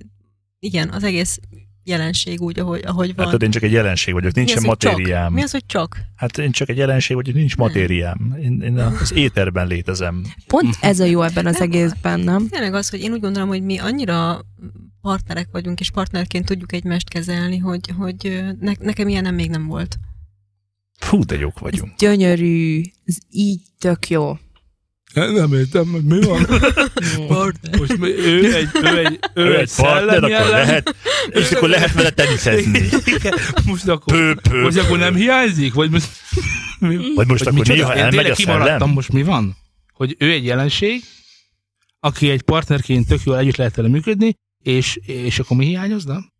Speaker 3: igen, az egész jelenség úgy, ahogy, ahogy van.
Speaker 2: Hát tudod, én csak egy jelenség vagyok,
Speaker 3: Mi
Speaker 2: nincsen
Speaker 3: az, hogy Csak?
Speaker 2: matériám.
Speaker 3: Mi az, hogy csak?
Speaker 2: Hát én csak egy jelenség vagyok,
Speaker 1: Hmm.
Speaker 2: nincs matériám. Én, én az éterben létezem.
Speaker 4: Pont
Speaker 1: Mhm.
Speaker 4: ez a jó ebben az egészben, nem?
Speaker 3: Tényleg az, hogy én úgy gondolom, hogy mi annyira partnerek vagyunk, és partnerként tudjuk egymást kezelni, hogy, hogy ö, ne, nekem ilyen nem még nem volt.
Speaker 2: Fú, de jók
Speaker 4: Ez
Speaker 2: vagyunk.
Speaker 4: gyönyörű. Ez így tök jó.
Speaker 1: Nem értem, hogy mi van. Mhm. Most mi- ő egy, ő egy, ő,
Speaker 2: Ő egy
Speaker 1: egy
Speaker 2: partner,
Speaker 1: szellemi
Speaker 2: akkor
Speaker 1: ellen.
Speaker 2: lehet, és akkor lehet vele teniszezni.
Speaker 1: Igen. Most akkor,
Speaker 2: Pő, pő,
Speaker 1: most akkor nem
Speaker 2: pő.
Speaker 1: hiányzik? Vagy most, mi, vagy
Speaker 2: Vagy most akkor
Speaker 1: micsoda?
Speaker 2: néha
Speaker 1: Én
Speaker 2: elmegy
Speaker 1: tényleg
Speaker 2: a
Speaker 1: kimaradtam,
Speaker 2: szellem.
Speaker 1: most mi van? Hogy ő egy jelenség, aki egy partnerként tök jól együtt lehet vele működni, és, és akkor mi hiányozna?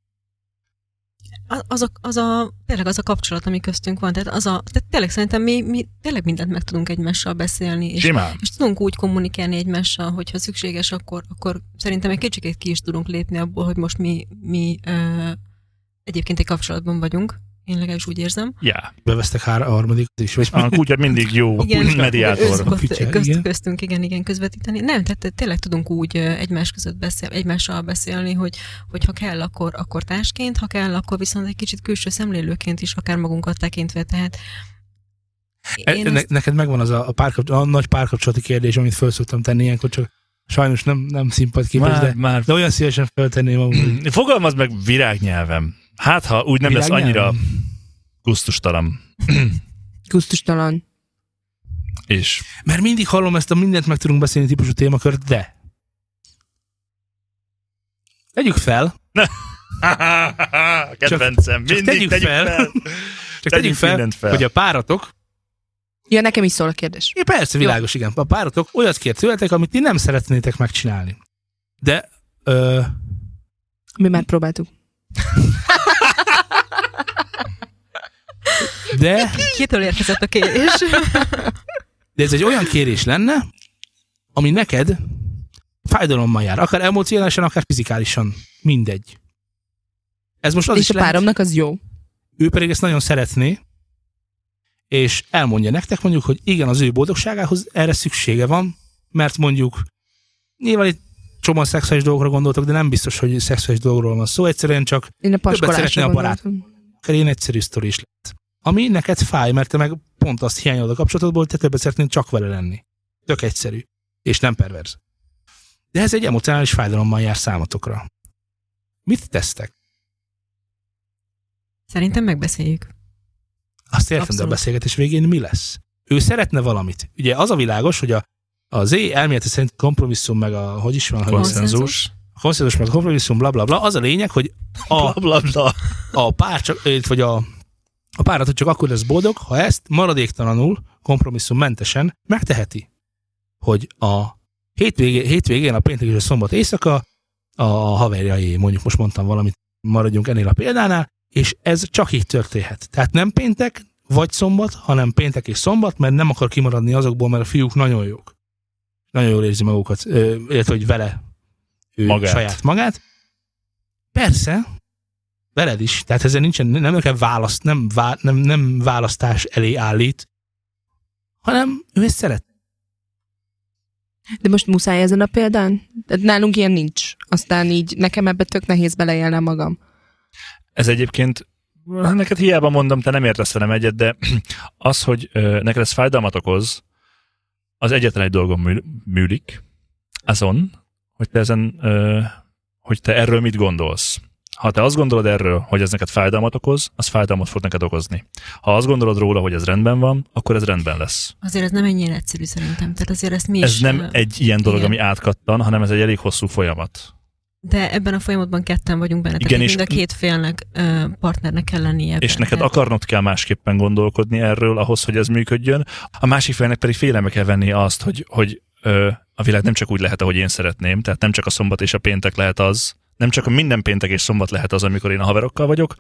Speaker 3: a- az a, az a, tényleg az a kapcsolat, ami köztünk van. Tehát, az a, tehát tényleg szerintem mi, mi tényleg mindent meg tudunk egymással beszélni, és,
Speaker 2: Simán.
Speaker 3: és tudunk úgy kommunikálni egymással, hogyha szükséges, akkor, akkor szerintem egy kicsikét ki is tudunk lépni abból, hogy most mi, mi ö, egyébként egy kapcsolatban vagyunk. Én legalábbis úgy érzem.
Speaker 2: Já.
Speaker 1: Bevesztek hára a harmadik is, vagy
Speaker 2: A kutya mindig jó
Speaker 3: Igen. Ő
Speaker 2: mediátor.
Speaker 1: A
Speaker 3: szokott
Speaker 1: kutya,
Speaker 3: közt,
Speaker 1: igen.
Speaker 3: köztünk, igen, igen, közvetíteni. Nem, tehát tényleg tudunk úgy ö, egymás között beszél, egymással beszélni, hogy, hogy ha kell, akkor, akkor társként, ha kell, akkor viszont egy kicsit külső szemlélőként is, akár magunkat tekintve, tehát én
Speaker 2: E,
Speaker 1: Én E, ne,
Speaker 3: ezt,
Speaker 1: ezt... Neked megvan az a, a, párkapcs- a nagy párkapcsolati kérdés, amit föl szoktam tenni ilyenkor, csak sajnos nem, nem színpadképes,
Speaker 2: Már,
Speaker 1: de,
Speaker 2: már
Speaker 1: de olyan szívesen föltenném amúgy.
Speaker 2: Fogalmaz meg virágnyelvem. Hát, ha úgy nem lesz
Speaker 1: Világnyelven.
Speaker 2: annyira gusztustalan.
Speaker 4: Kusztustalan.
Speaker 2: És
Speaker 1: Mert mindig hallom ezt a mindent meg tudunk beszélni típusú témakört, de tegyük fel,
Speaker 2: kedvencem,
Speaker 1: csak
Speaker 2: mindig
Speaker 1: tegyük
Speaker 2: tegyük, tegyük
Speaker 1: fel.
Speaker 2: fel.
Speaker 1: csak tegyük fel,
Speaker 2: mindent fel.
Speaker 1: hogy a páratok,
Speaker 4: Ja, nekem is szól a kérdés.
Speaker 1: ja, persze világos, igen, a páratok olyat kér tőletek, amit ti nem szeretnétek megcsinálni. De ö,
Speaker 4: Mi már próbáltuk.
Speaker 1: de
Speaker 3: kitől érkezett a kérés?
Speaker 1: De ez egy olyan kérés lenne, ami neked fájdalommal jár, akár emocionálisan, akár fizikálisan, mindegy. Ez most az
Speaker 4: Az és
Speaker 1: is
Speaker 4: a
Speaker 1: lehet,
Speaker 4: páromnak az jó.
Speaker 1: ő pedig ezt nagyon szeretné, és elmondja nektek mondjuk, hogy igen, az ő boldogságához erre szüksége van, mert mondjuk nyilván itt csomóan szexuális dolgokra gondoltok, de nem biztos, hogy szexuális dolgokról van szó, egyszerűen csak
Speaker 4: Én a
Speaker 1: szeretne
Speaker 4: paskolásra
Speaker 1: a barát.
Speaker 4: gondoltam.
Speaker 1: akár ilyen egyszerű sztori is lehet. Ami neked fáj, mert te meg pont azt hiányolod a kapcsolatodból, hogy te többet szeretnél csak vele lenni. Tök egyszerű. És nem perverz. De ez egy emocionális fájdalommal jár számotokra. Mit tesztek?
Speaker 3: Szerintem megbeszéljük.
Speaker 1: Azt értem, de a
Speaker 3: Abszolút.
Speaker 1: beszélgetés végén mi lesz? Ő szeretne valamit. Ugye az a világos, hogy a, az é elmélete szerint kompromisszum, meg a, hogy is van, hogy
Speaker 3: Konszenzus.
Speaker 2: Konszenzus.
Speaker 1: a konszenzus, meg a kompromisszum, bla, bla, bla. Az a lényeg, hogy a,
Speaker 2: Bla, bla, bla.
Speaker 1: a pár csak, illetve, vagy a, a párat, hogy csak akkor lesz boldog, ha ezt maradéktalanul, kompromisszummentesen megteheti. Hogy a hétvégén, hétvégén a péntek és a szombat éjszaka a haverjai, mondjuk most mondtam valamit, maradjunk ennél a példánál, és ez csak így történhet. Tehát nem péntek vagy szombat, hanem péntek és szombat, mert nem akar kimaradni azokból, mert a fiúk nagyon jók. Nagyon jól érzi magukat, ö, illetve hogy vele ő
Speaker 2: Magát.
Speaker 1: magát. saját magát. Persze, veled is, tehát ezzel nincsen, nem nem kell választ, nem, vá, nem, nem választás elé állít, hanem ő ezt szeret.
Speaker 4: De most muszáj ezen a példán? Tehát nálunk ilyen nincs. Aztán így nekem ebbe tök nehéz beleélnem magam.
Speaker 2: Ez egyébként neked hiába mondom, te nem értesz velem egyet, de az, hogy ö, neked ez fájdalmat okoz, az egyetlen egy dolgon mű- műlik, azon, hogy te ezen, ö, hogy te erről mit gondolsz. Ha te azt gondolod erről, hogy ez neked fájdalmat okoz, az fájdalmat fog neked okozni. Ha azt gondolod róla, hogy ez rendben van, akkor ez rendben lesz.
Speaker 3: Azért ez nem ennyire egyszerű szerintem. Tehát azért ezt mi
Speaker 2: Ez
Speaker 3: is...
Speaker 2: nem
Speaker 3: ö,
Speaker 2: egy ilyen dolog,
Speaker 3: igen.
Speaker 2: ami átkattan, hanem ez egy elég hosszú folyamat.
Speaker 3: De ebben a folyamatban ketten vagyunk benne.
Speaker 2: Igen,
Speaker 3: Tehát
Speaker 2: és-
Speaker 3: mind a két félnek ö, partnernek kell lennie. ebben.
Speaker 2: És neked
Speaker 3: Tehát-
Speaker 2: akarnod kell másképpen gondolkodni erről, ahhoz, hogy ez működjön. A másik félnek pedig félelme kell venni azt, hogy, hogy ö, a világ nem csak úgy lehet, ahogy én szeretném, tehát nem csak a szombat és a péntek lehet az, nem csak a minden péntek és szombat lehet az, amikor én a haverokkal vagyok,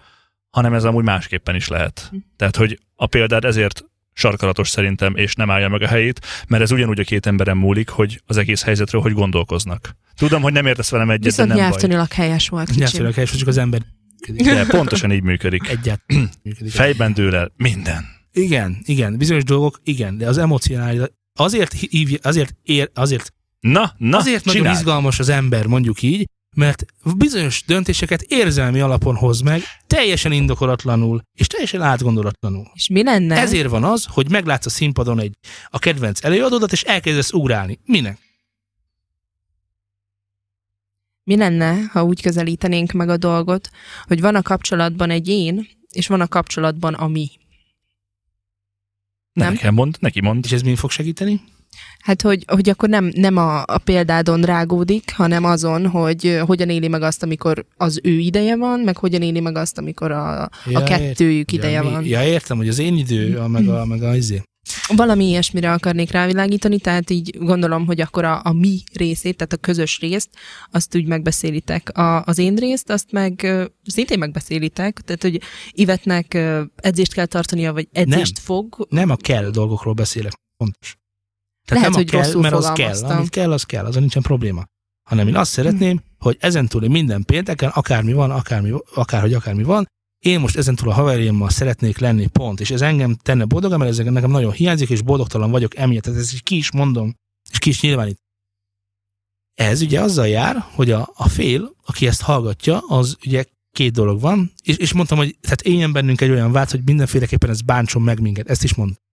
Speaker 2: hanem ez amúgy másképpen is lehet. Tehát, hogy a példád ezért sarkalatos szerintem, és nem állja meg a helyét, mert ez ugyanúgy a két emberen múlik, hogy az egész helyzetről hogy gondolkoznak. Tudom, hogy nem értesz velem egyet,
Speaker 4: Viszont
Speaker 2: de nem baj.
Speaker 4: nyelvtanilag helyes volt. kicsim.
Speaker 1: Nyelvszerűen kell, és csak az ember működik.
Speaker 2: De pontosan így működik.
Speaker 1: Egyáltalán működik.
Speaker 2: Fejben dől el minden.
Speaker 1: Igen, igen, bizonyos dolgok, igen, de az emocionális, azért hívja, azért ér, azért,
Speaker 2: Na, na,
Speaker 1: azért nagyon
Speaker 2: csináld.
Speaker 1: izgalmas az ember, mondjuk így, mert bizonyos döntéseket érzelmi alapon hoz meg, teljesen indokolatlanul, és teljesen átgondolatlanul.
Speaker 4: És mi lenne?
Speaker 1: Nem. Ezért van az, hogy meglátsz a színpadon egy a kedvenc előadódat, és elkezdesz ugrálni. Minek?
Speaker 4: Mi lenne, ha úgy közelítenénk meg a dolgot, hogy van a kapcsolatban egy én, és van a kapcsolatban a mi.
Speaker 2: Nem?
Speaker 4: Nem?
Speaker 2: Nekem mond, neki mond.
Speaker 1: És ez mind fog segíteni?
Speaker 4: Hát, hogy, hogy akkor nem, nem a, a példádon rágódik, hanem azon, hogy ö, hogyan éli meg azt, amikor az ő ideje van, meg hogyan éli meg azt, amikor a, a
Speaker 1: Ja,
Speaker 4: kettőjük
Speaker 1: értem.
Speaker 4: ideje
Speaker 1: ja, mi-
Speaker 4: van.
Speaker 1: Ja, értem, hogy az én idő, a, meg a, meg a izé.
Speaker 4: valami ilyesmire akarnék rávilágítani, tehát így gondolom, hogy akkor a, a mi részét, tehát a közös részt, azt úgy megbeszélitek. A, az én részt, azt meg ö, szintén megbeszélitek, tehát hogy Ivetnek ö, edzést kell tartania, vagy edzést nem. fog.
Speaker 1: Nem a kell dolgokról beszélek, fontos.
Speaker 4: Lehet,
Speaker 1: nem a
Speaker 4: hogy
Speaker 1: kell,
Speaker 4: rosszul
Speaker 1: mert az kell.
Speaker 4: fogalmaztam. Hm.
Speaker 1: Amit kell, az kell, azon nincsen probléma. Hanem én azt szeretném, hogy ezentúl minden pénteken, akármi van, akármi, akárhogy akármi van, én most ezentúl a haverjaimmal szeretnék lenni, pont. És ez engem tenne boldog, mert ez nekem nagyon hiányzik, és boldogtalan vagyok emiatt. Tehát ezt is ki is mondom, és ki is nyilvánít. Ez ugye azzal jár, hogy a, a fél, aki ezt hallgatja, az ugye két dolog van, és, és mondtam, hogy tehát éljen bennünk egy olyan vád, hogy mindenféleképpen ez bántson meg minket. Ezt is mondtam.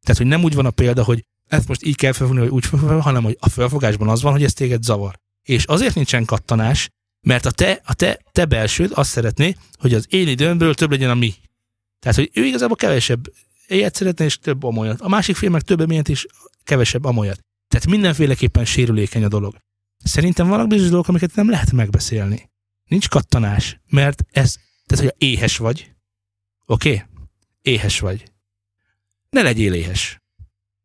Speaker 1: Tehát, hogy nem úgy van a példa, hogy ezt most így kell felfogni, hogy úgy felfogni, hanem hogy a felfogásban az van, hogy ez téged zavar. És azért nincsen kattanás, mert a te, a te, te belsőd azt szeretné, hogy az én időmből több legyen a mi. Tehát, hogy ő igazából kevesebb éjjel szeretne, és több amolyat. A másik fél meg több emiatt, és kevesebb amolyat. Tehát mindenféleképpen sérülékeny a dolog. Szerintem vannak bizonyos dolgok, amiket nem lehet megbeszélni. Nincs kattanás, mert ez, tehát, hogy éhes vagy, oké? Okay? Éhes vagy. Ne legyél éhes.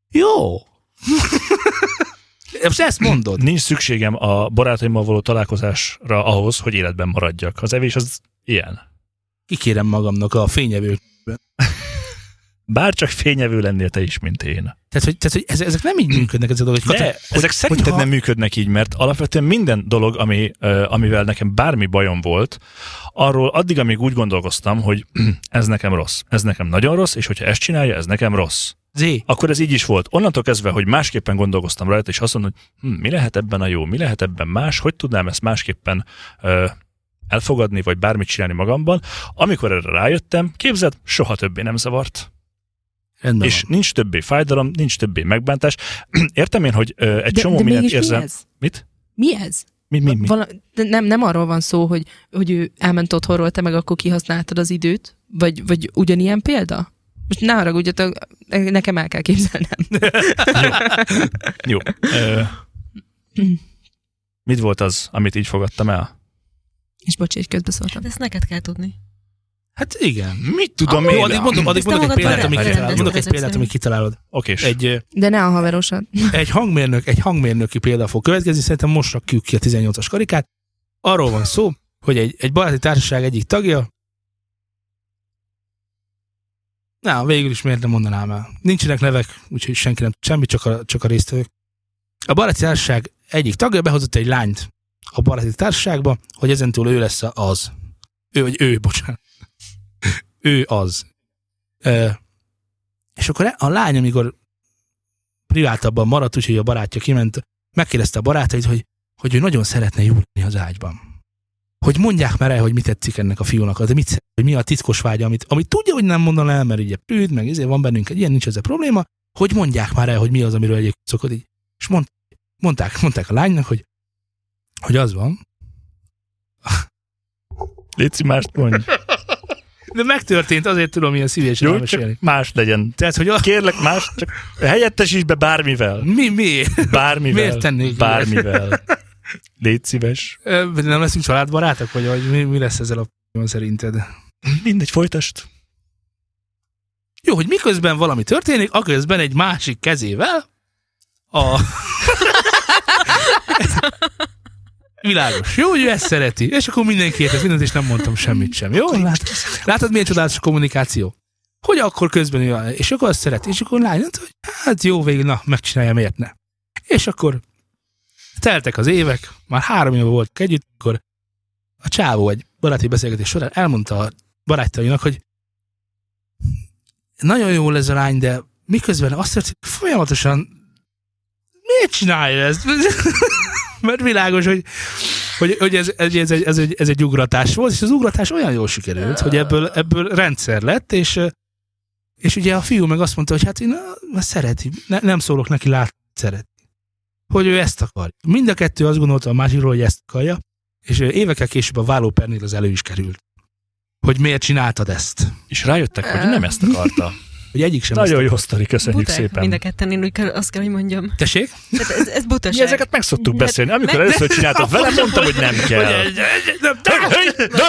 Speaker 1: Jó. Most ezt mondod.
Speaker 2: Nincs szükségem a barátaimmal való találkozásra ahhoz, hogy életben maradjak. Az evés az ilyen.
Speaker 1: Kikérem magamnak a fényevő.
Speaker 2: Bár csak fényevő lennél te is, mint én.
Speaker 1: Tehát, hogy, tehát, hogy ez- ezek nem így működnek ezek a dolgok. hogy
Speaker 2: De
Speaker 1: Kata,
Speaker 2: ezek szerinted
Speaker 1: hogyha-
Speaker 2: nem működnek így, mert alapvetően minden dolog, ami, ö, amivel nekem bármi bajom volt, arról addig, amíg úgy gondolkoztam, hogy ez nekem rossz, ez nekem nagyon rossz, és hogyha ezt csinálja, ez nekem rossz.
Speaker 1: Zé,
Speaker 2: Akkor ez így is volt. Onnantól kezdve, hogy másképpen gondolkoztam rajta, és azt mondom, hogy hm, mi lehet ebben a jó, mi lehet ebben más, hogy tudnám ezt másképpen ö, elfogadni, vagy bármit csinálni magamban. Amikor erre rájöttem, képzeld, soha többé nem zavart.
Speaker 1: rendben
Speaker 2: És
Speaker 1: és
Speaker 2: nincs többé fájdalom, nincs többé megbántás. Értem én, hogy ö, egy
Speaker 4: De,
Speaker 2: csomó
Speaker 4: de
Speaker 2: mindent
Speaker 4: mégis
Speaker 2: érzem.
Speaker 4: mi ez?
Speaker 2: Mit?
Speaker 4: Mi ez?
Speaker 2: Mi, mi, mi?
Speaker 4: Vala, de nem, nem arról van szó, hogy, hogy ő elment otthonról, te meg akkor kihasználtad az időt? Vagy, vagy ugyanilyen példa? Most ne haragudjatok, nekem el kell képzelnem.
Speaker 2: Jó. Ö, mit volt az, amit így fogadtam el?
Speaker 4: És bocs, egy közbeszóltam.
Speaker 3: Ezt neked kell tudni.
Speaker 1: Hát igen.
Speaker 2: Mit tudom
Speaker 1: Jó,
Speaker 2: én?
Speaker 1: addig mondok, addig
Speaker 3: Ezt
Speaker 1: mondok egy
Speaker 3: nem
Speaker 1: példát,
Speaker 2: magad
Speaker 1: amit
Speaker 2: vagy
Speaker 1: kitalálod.
Speaker 2: rendezed
Speaker 1: Mondok egy
Speaker 3: ezek
Speaker 1: példát, amit kitalálod.
Speaker 2: Oké,
Speaker 1: Egy, ö,
Speaker 4: De ne a haverosat.
Speaker 1: egy hangmérnök, egy hangmérnöki példa fog következni, szerintem most rakjuk ki a 18-as karikát. Arról van szó, hogy egy, egy baráti társaság egyik tagja, Na, végül is miért nem mondanám el. Nincsenek nevek, úgyhogy senki nem tud semmit, csak a, csak a résztvevők. A baráti társaság egyik tagja behozott egy lányt a baráti társaságba, hogy ezentúl ő lesz a- az. Ő, vagy ő, bocsánat. ő az. Ö, és akkor a lány, amikor privátabban maradt, úgyhogy a barátja kiment, megkérdezte a barátait, hogy, hogy ő nagyon szeretne júlni az ágyban. Hogy mondják már el, hogy mit tetszik ennek a fiúnak, az mit, szeret, hogy mi a titkos vágya, amit, amit tudja, hogy nem mondaná el, mert ugye prűd, meg ezért van bennünk egy ilyen, nincs ez a probléma, hogy mondják már el, hogy mi az, amiről egyébként szokott így. És mond, mondták, mondták a lánynak, hogy, hogy az van.
Speaker 2: Léci, mást mondj.
Speaker 1: De megtörtént, azért tudom ilyen szívesen
Speaker 2: Jó, csak
Speaker 1: elmesélni.
Speaker 2: más legyen.
Speaker 1: Tehát, hogy a,
Speaker 2: Kérlek, más, csak helyettesíts be bármivel.
Speaker 1: mi, mi?
Speaker 2: Bármivel.
Speaker 1: Miért tennék ilyet?
Speaker 2: Bármivel. Légy szíves.
Speaker 1: Ö, Nem leszünk családbarátok, vagy, vagy mi, mi lesz ezzel a p- szerinted?
Speaker 2: Mindegy, folytasd.
Speaker 1: Jó, hogy miközben valami történik, aközben egy másik kezével a... Világos. Jó, hogy ő ezt szereti. És akkor mindenki értett mindent, és nem mondtam semmit sem. Jó? Látod, látod milyen csodálatos kommunikáció? Hogy akkor közben ő, és akkor azt szereti, és akkor lány, mondta, hogy hát jó, végül, na, megcsinálja, miért ne? És akkor teltek az évek, már három éve voltak együtt, akkor a csávó egy baráti beszélgetés során elmondta a barátainak, hogy nagyon jó ez a lány, de miközben azt történik, hogy folyamatosan miért csinálja ezt? Mert világos, hogy, hogy, hogy ez, ez, ez, egy, ez, egy, ez egy ugratás volt, és az ugratás olyan jól sikerült, hogy ebből, ebből rendszer lett, és, és ugye a fiú meg azt mondta, hogy hát én na, szereti, ne, nem szólok neki, lát, szereti. Hogy ő ezt akar. Mind a kettő azt gondolta a másikról, hogy ezt akarja, és évekkel később a vállópernél az elő is került. Hogy miért csináltad ezt?
Speaker 2: És rájöttek, hogy nem ezt akarta.
Speaker 1: Hogy egyik sem ezt
Speaker 2: Nagyon jó sztori, köszönjük
Speaker 3: Buták
Speaker 2: szépen.
Speaker 3: mind a ketten, én úgy kell, azt kell, hogy mondjam.
Speaker 1: Tessék?
Speaker 3: Tehát ez, ez
Speaker 2: Mi
Speaker 3: butaság.
Speaker 2: ezeket meg szoktuk beszélni. Amikor
Speaker 3: meg-
Speaker 2: először csináltad velem, mondtam, hogy nem kell.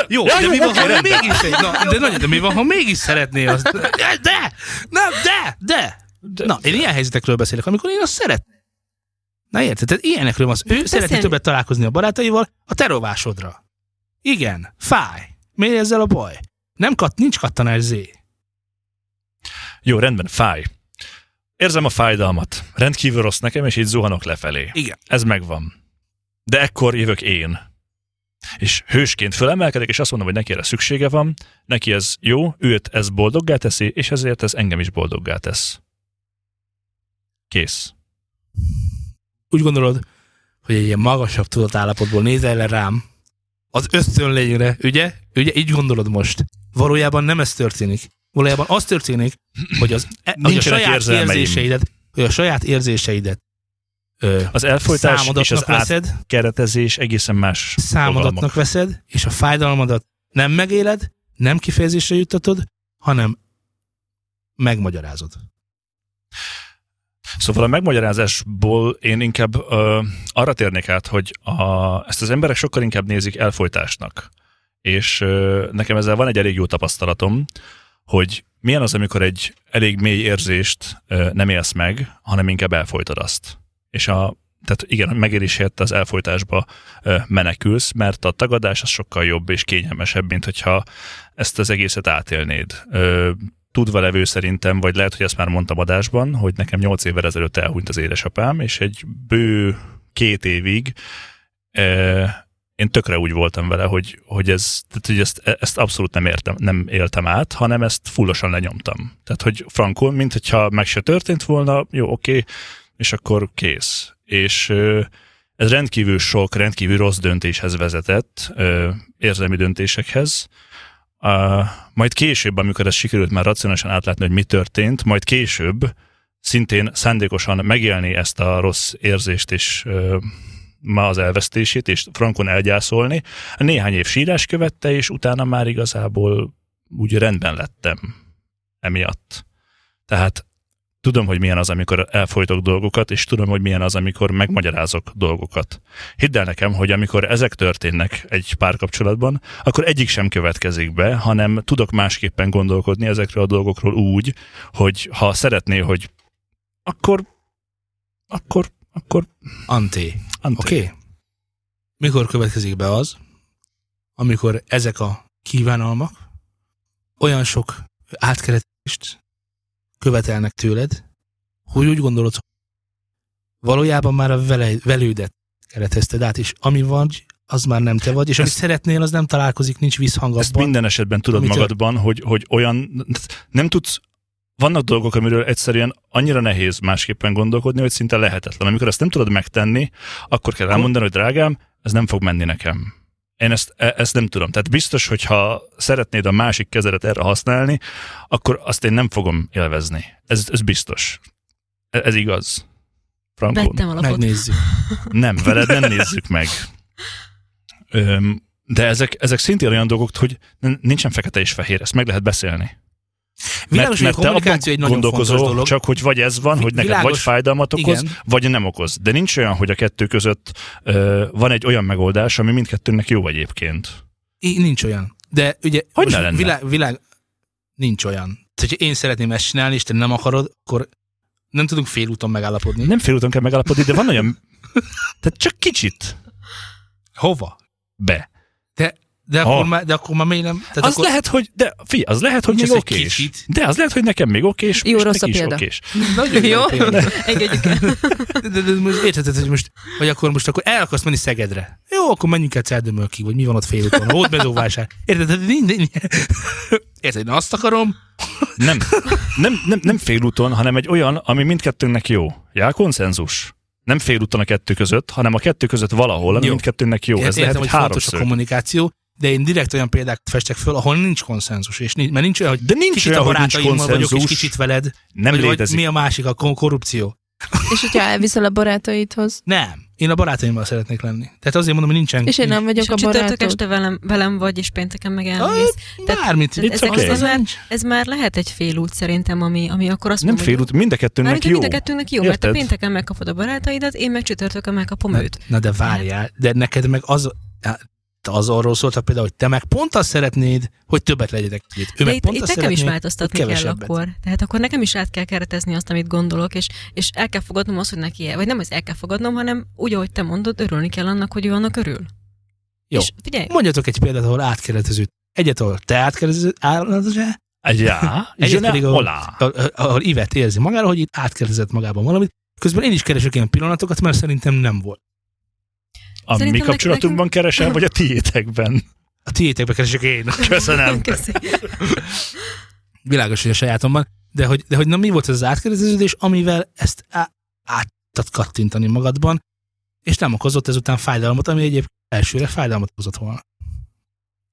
Speaker 1: Jó, de mi van, ha mégis, na, de, nagyon, de mi van, ha mégis szeretné azt? De, de, nem, de, de.
Speaker 2: De,
Speaker 1: Na, én ilyen helyzetekről beszélek, amikor én azt szeret. Na érted? Tehát ilyenekről van. szó. Ő szeretne
Speaker 3: beszélni.
Speaker 1: többet találkozni a barátaival, a terovásodra. Igen, fáj. Miért ezzel a baj? Nem kat, nincs kattanás zé.
Speaker 2: Jó, rendben, fáj. Érzem a fájdalmat. Rendkívül rossz nekem, és így zuhanok lefelé.
Speaker 1: Igen.
Speaker 2: Ez megvan. De ekkor jövök én. És hősként fölemelkedek, és azt mondom, hogy neki erre szüksége van, neki ez jó, őt ez boldoggá teszi, és ezért ez engem is boldoggá tesz. Kész.
Speaker 1: Úgy gondolod, hogy egy ilyen magasabb tudatállapotból nézel le rám, az ösztönlényre, ugye? Ugye így gondolod most. Valójában nem ez történik. Valójában az történik, hogy az, e- hogy a
Speaker 2: Nincsenek
Speaker 1: saját
Speaker 2: érzelmeim.
Speaker 1: érzéseidet, hogy a saját érzéseidet ö,
Speaker 2: Az elfolytás és az
Speaker 1: számodatnak veszed,
Speaker 2: átkeretezés egészen más fogalmak.
Speaker 1: számodatnak veszed, és a fájdalmadat nem megéled, nem kifejezésre juttatod, hanem megmagyarázod.
Speaker 2: Szóval a megmagyarázásból én inkább ö, arra térnék át, hogy a, ezt az emberek sokkal inkább nézik elfolytásnak. És ö, nekem ezzel van egy elég jó tapasztalatom, hogy milyen az, amikor egy elég mély érzést ö, nem élsz meg, hanem inkább elfolytod azt. És a, tehát igen, megélés helyett az elfolytásba ö, menekülsz, mert a tagadás az sokkal jobb és kényelmesebb, mint hogyha ezt az egészet átélnéd. Ö, tudva levő szerintem, vagy lehet, hogy ezt már mondtam adásban, hogy nekem 8 évvel ezelőtt elhunyt az édesapám, és egy bő két évig eh, én tökre úgy voltam vele, hogy, hogy, ez, tehát, hogy ezt, ezt abszolút nem, értem, nem éltem át, hanem ezt fullosan lenyomtam. Tehát, hogy frankon, mint hogyha meg se történt volna, jó, oké, okay, és akkor kész. És ö, ez rendkívül sok, rendkívül rossz döntéshez vezetett, ö, érzelmi döntésekhez, a, majd később, amikor ez sikerült már racionálisan átlátni, hogy mi történt, majd később szintén szándékosan megélni ezt a rossz érzést és ö, ma az elvesztését, és frankon elgyászolni. Néhány év sírás követte, és utána már igazából úgy rendben lettem emiatt. Tehát tudom, hogy milyen az, amikor elfolytok dolgokat, és tudom, hogy milyen az, amikor megmagyarázok dolgokat. Hidd el nekem, hogy amikor ezek történnek egy párkapcsolatban, akkor egyik sem következik be, hanem tudok másképpen gondolkodni ezekről a dolgokról úgy, hogy ha szeretné, hogy akkor, akkor, akkor,
Speaker 1: Anté.
Speaker 2: ante.
Speaker 1: Oké? Okay? Mikor következik be az, amikor ezek a kívánalmak olyan sok átkeretést követelnek tőled, hogy úgy gondolod, hogy valójában már a vele, velődet keretezted át, és ami vagy, az már nem te vagy, és amit
Speaker 2: Ezt-
Speaker 1: szeretnél, az nem találkozik, nincs visszhang
Speaker 2: Ezt
Speaker 1: abban.
Speaker 2: minden esetben tudod
Speaker 1: amitől-
Speaker 2: magadban, hogy, hogy olyan, nem tudsz, vannak dolgok, amiről egyszerűen annyira nehéz másképpen gondolkodni, hogy szinte lehetetlen. Amikor ezt nem tudod megtenni, akkor kell elmondani, hogy drágám, ez nem fog menni nekem. Én ezt, e- ezt nem tudom. Tehát biztos, hogyha szeretnéd a másik kezedet erre használni, akkor azt én nem fogom élvezni. Ez, ez biztos. E- Ez igaz. Frankon.
Speaker 3: Vettem alapot.
Speaker 1: Megnézzük.
Speaker 2: Nem, veled nem nézzük meg. Öm, de ezek, ezek szintén olyan dolgok, hogy n- nincsen fekete és fehér, ezt meg lehet beszélni.
Speaker 1: Világos, hogy a kommunikáció egy nagyon fontos dolog.
Speaker 2: csak hogy vagy ez van,
Speaker 1: Vi-
Speaker 2: hogy neked
Speaker 1: világos.
Speaker 2: vagy fájdalmat okoz,
Speaker 1: Igen.
Speaker 2: vagy nem okoz. De nincs olyan, hogy a kettő között ö, van egy olyan megoldás, ami mindkettőnek jó egyébként.
Speaker 1: Í- Nincs olyan. De ugye
Speaker 2: Hogy
Speaker 1: most
Speaker 2: ne lenne?
Speaker 1: világ, világ, nincs olyan. Tehát, hogyha én szeretném ezt csinálni, és te nem akarod, akkor nem tudunk félúton megállapodni.
Speaker 2: Nem félúton kell megállapodni, de van olyan... Tehát csak kicsit
Speaker 1: Hova?
Speaker 2: be.
Speaker 1: De akkor,
Speaker 2: Ha.
Speaker 1: már, de akkor már még nem. Tehát
Speaker 2: az
Speaker 1: akkor,
Speaker 2: lehet, hogy... De figyelj, az lehet, hogy
Speaker 1: Nincs
Speaker 2: még
Speaker 1: ez egy
Speaker 2: okés.
Speaker 1: kicsit.
Speaker 2: De az lehet, hogy nekem még okés,
Speaker 4: Jó,
Speaker 2: és
Speaker 4: rossz
Speaker 2: neki
Speaker 4: a
Speaker 2: is
Speaker 4: példa.
Speaker 2: okés.
Speaker 1: Nagyon jó.
Speaker 4: Jó?
Speaker 1: példa.
Speaker 3: Engedjük el.
Speaker 1: De, de, de most értheted, hogy most, hogy akkor most akkor el akarsz menni Szegedre. Jó, akkor menjünk el Cerdömölkig, vagy mi van ott félúton. Hódmezóvásár. Érted? Tehát nincs- nincs- Érted? Én azt akarom,
Speaker 2: Nem, nem, nem, nem félúton, hanem egy olyan, ami mindkettőnknek jó. Já, konszenzus. Nem félúton a kettő között, hanem a kettő között valahol, ami
Speaker 1: Jó.
Speaker 2: mindkettőnknek jó.
Speaker 1: Jó,
Speaker 2: Ez
Speaker 1: értem,
Speaker 2: lehet,
Speaker 1: hogy
Speaker 2: hogy
Speaker 1: fontos a
Speaker 2: háromszög.
Speaker 1: kommunikáció, de én direkt olyan példákat festek föl, ahol nincs konszenzus, és nincs, mert nincs olyan, hogy
Speaker 2: De nincs
Speaker 1: kicsit
Speaker 2: olyan,
Speaker 1: a
Speaker 2: hogy nincs
Speaker 1: barátaimmal vagyok, és
Speaker 2: konszenzus.
Speaker 1: kicsit veled.
Speaker 2: Nem
Speaker 1: vagy, vagy
Speaker 2: létezik.
Speaker 1: mi a másik, a kon- korrupció.
Speaker 4: És hogyha elviszel a barátaidhoz,
Speaker 1: Nem. Én a barátaimmal szeretnék lenni. Tehát azért mondom, hogy nincsen...
Speaker 4: és én nem vagyok
Speaker 3: És a
Speaker 4: a
Speaker 3: csütörtök
Speaker 4: barátod.
Speaker 3: este velem, velem vagy, és pénteken meg
Speaker 1: Ah,
Speaker 3: elmész. Tehát
Speaker 1: Bármit.
Speaker 3: Ezek
Speaker 2: It's okay.
Speaker 3: az már,
Speaker 1: nincs.
Speaker 3: ez már lehet egy félút szerintem, ami, ami akkor azt
Speaker 2: Nem
Speaker 3: mondom,
Speaker 2: félút, mind a
Speaker 3: hogy
Speaker 2: kettőnknek
Speaker 3: Mármint,
Speaker 2: jó.
Speaker 3: mind a kettőnek jó, mert te
Speaker 2: Érted?
Speaker 3: pénteken
Speaker 1: Hát,
Speaker 3: megkapod a barátaidat, én meg csütörtökön megkapom
Speaker 1: Na,
Speaker 3: őt.
Speaker 1: na de várjál, de neked meg az... Á, az arról szóltak például, hogy te meg pont azt szeretnéd, hogy többet legyetek együtt. Ő
Speaker 3: De
Speaker 1: meg
Speaker 3: itt,
Speaker 1: pont
Speaker 3: itt
Speaker 1: azt
Speaker 3: nekem is
Speaker 1: szeretné,
Speaker 3: változtatni
Speaker 1: hogy
Speaker 3: kell
Speaker 1: kevesebbet.
Speaker 3: akkor. Tehát akkor nekem is át kell keretezni azt, amit gondolok, és, és el kell fogadnom azt, hogy neki, vagy nem az el kell fogadnom, hanem úgy, ahogy te mondod, örülni kell annak, hogy ő annak örül.
Speaker 1: Jó.
Speaker 3: És figyelj,
Speaker 1: Mondjatok egy példát, ahol átkeretező. Egyet, ahol te átkeretező,
Speaker 2: Ja,
Speaker 1: Egyet
Speaker 2: je ne
Speaker 1: pedig a-
Speaker 2: olá.
Speaker 1: ahol- ahol Ivet érzi magára, hogy itt átkérdezett magában valamit. Közben én is keresek ilyen pillanatokat, mert szerintem nem volt.
Speaker 2: A mi
Speaker 3: Szerintem nek-
Speaker 2: kapcsolatunkban keresel, vagy a tiétekben?
Speaker 1: A tiétekbe keresek én.
Speaker 2: Köszönöm.
Speaker 3: köszi.
Speaker 1: Világos, hogy a sajátomban. De hogy, de hogy na mi volt ez az átkérdeződés, amivel ezt á- át tudtad kattintani magadban, és nem okozott ezután fájdalmat, ami egyébként elsőre fájdalmat okozott volna.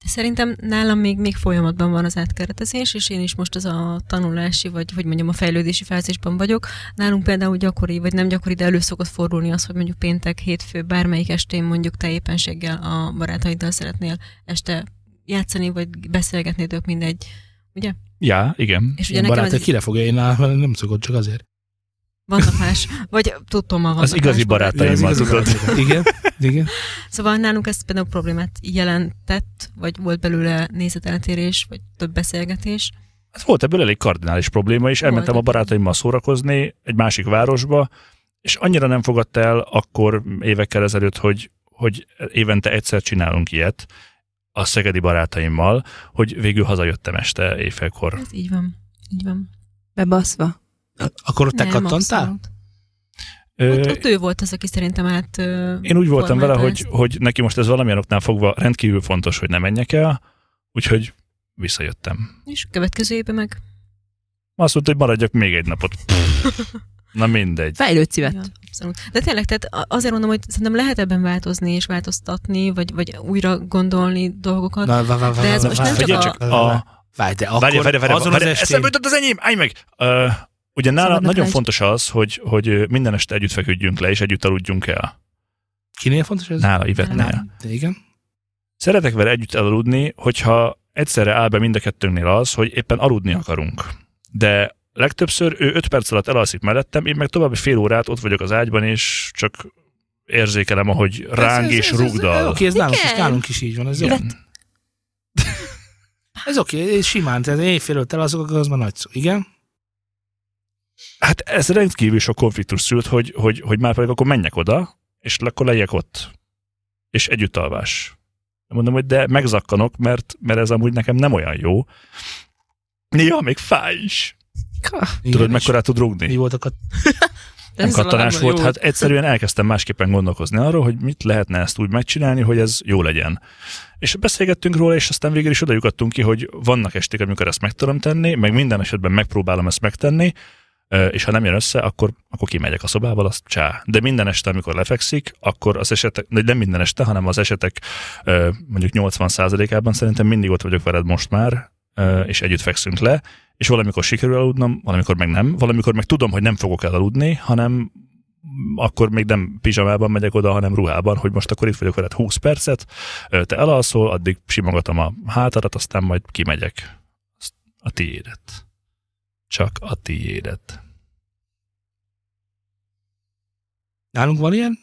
Speaker 3: Szerintem nálam még, még folyamatban van az átkeretezés, és én is most az a tanulási, vagy hogy mondjam, a fejlődési fázisban vagyok. Nálunk például gyakori, vagy nem gyakori, de elő szokott fordulni az, hogy mondjuk péntek, hétfő, bármelyik estén mondjuk te éppenséggel a barátaiddal szeretnél este játszani, vagy beszélgetni, tök mindegy.
Speaker 2: Ja, igen.
Speaker 3: És ugye
Speaker 1: Én
Speaker 3: nekem
Speaker 1: barátok
Speaker 3: ez,
Speaker 1: kire fogja én áll, mert nem szokott csak azért.
Speaker 3: vannak más, vagy tudtom, ma vannak
Speaker 2: Az igazi
Speaker 3: más
Speaker 2: barát.
Speaker 3: barát.
Speaker 2: Te
Speaker 1: Ja, az
Speaker 2: imádod.
Speaker 1: igazi barátokat. Igen, igen.
Speaker 3: Szóval nálunk ez például problémát jelentett, vagy volt belőle nézeteltérés, vagy több beszélgetés.
Speaker 2: Hát volt ebből elég kardinális probléma, és elmentem a
Speaker 3: Volt.
Speaker 2: barátaimmal szórakozni egy másik városba, és annyira nem fogadta el akkor évekkel ezelőtt, hogy, hogy évente egyszer csinálunk ilyet a szegedi barátaimmal, hogy végül hazajöttem este éjfélkor.
Speaker 3: Ez így van. Így van.
Speaker 4: Bebaszva.
Speaker 1: Akkor ott te kattantál?
Speaker 3: abszolút. Ott,
Speaker 2: Ö,
Speaker 3: ott ő volt az, aki szerintem át... ö,
Speaker 2: Én úgy voltam vele,
Speaker 3: formálta
Speaker 2: hogy,
Speaker 3: ezt.
Speaker 2: hogy neki most ez valamilyen oknál fogva rendkívül fontos, hogy ne menjek el, úgyhogy visszajöttem.
Speaker 3: És a következő évben meg...
Speaker 2: Azt mondta, hogy maradjak még egy napot. Na mindegy.
Speaker 4: Fejlődt szívet.
Speaker 3: Ja, abszolút. De tényleg, tehát a- azért mondom, hogy szerintem lehet ebben változni és változtatni, vagy, vagy újra gondolni dolgokat.
Speaker 1: Na, vá, vá, vá,
Speaker 3: De ez
Speaker 1: vá,
Speaker 3: most
Speaker 1: vá,
Speaker 3: nem
Speaker 1: vá, vá,
Speaker 3: csak
Speaker 2: Figyelj
Speaker 3: a-
Speaker 2: csak,
Speaker 1: vá, vá, vá.
Speaker 2: a,
Speaker 1: Várj, de
Speaker 2: Várj,
Speaker 1: akkor
Speaker 2: várj, várj,
Speaker 1: azon
Speaker 2: várj,
Speaker 1: az estén...
Speaker 2: eszembe jutott az enyém, állj meg! Ö, ugye nála
Speaker 1: Szóval
Speaker 4: Szabadnak
Speaker 2: nagyon
Speaker 4: rajts.
Speaker 2: fontos az, hogy, hogy ö, minden este együtt feküdjünk le, és együtt aludjunk el.
Speaker 1: Kinél fontos ez?
Speaker 2: Nála, Ivetnél.
Speaker 3: Nálam.
Speaker 1: Igen.
Speaker 2: Szeretek vele együtt elaludni, hogyha egyszerre áll be mind a kettőnknél az, hogy éppen aludni akarunk. De legtöbbször ő 5 perc alatt elalszik mellettem, én meg további fél órát ott vagyok az ágyban, és csak érzékelem, ahogy ránk
Speaker 1: Ez- ez-
Speaker 2: és
Speaker 1: ez- ez- ez
Speaker 2: rugdal.
Speaker 1: Oké, ez nálunk is,
Speaker 4: Igen.
Speaker 1: nálunk is így van. Ez, jó.
Speaker 2: Igen.
Speaker 1: ez oké, ez simán. Tehát éjfél előtt elalszok, akkor az már nagy szó. Igen?
Speaker 2: Hát ez rendkívül sok konfliktus szült, hogy, hogy, hogy már pedig akkor menjek oda, és akkor legyek ott. És együtt alvás. Mondom, hogy de megzakkanok, mert, mert ez amúgy nekem nem olyan jó. Néha még fáj is.
Speaker 1: Igen,
Speaker 2: Tudod,
Speaker 1: és
Speaker 2: mekkora tud
Speaker 1: Mi
Speaker 2: rugni?
Speaker 1: voltak a...
Speaker 2: Nem kattanás volt, hát egyszerűen elkezdtem másképpen gondolkozni arról, hogy mit lehetne ezt úgy megcsinálni, hogy ez jó legyen. És beszélgettünk róla, és aztán végül is oda jutottunk ki, hogy vannak esték, amikor ezt meg tudom tenni, meg minden esetben megpróbálom ezt megtenni, ö, és ha nem jön össze, akkor, akkor kimegyek a szobával, azt csá. De minden este, amikor lefekszik, akkor az esetek, de nem minden este, hanem az esetek ö, mondjuk 80%-ában szerintem mindig ott vagyok veled most már, ö, és együtt fekszünk le, és valamikor sikerül aludnom, valamikor meg nem, valamikor meg tudom, hogy nem fogok elaludni, hanem akkor még nem pizsamában megyek oda, hanem ruhában, hogy most akkor itt vagyok veled 20 percet, ö, te elalszol, addig simogatom a hátadat, aztán majd kimegyek. Azt- A tiédet. Csak a tiédet.
Speaker 1: Nálunk van ilyen?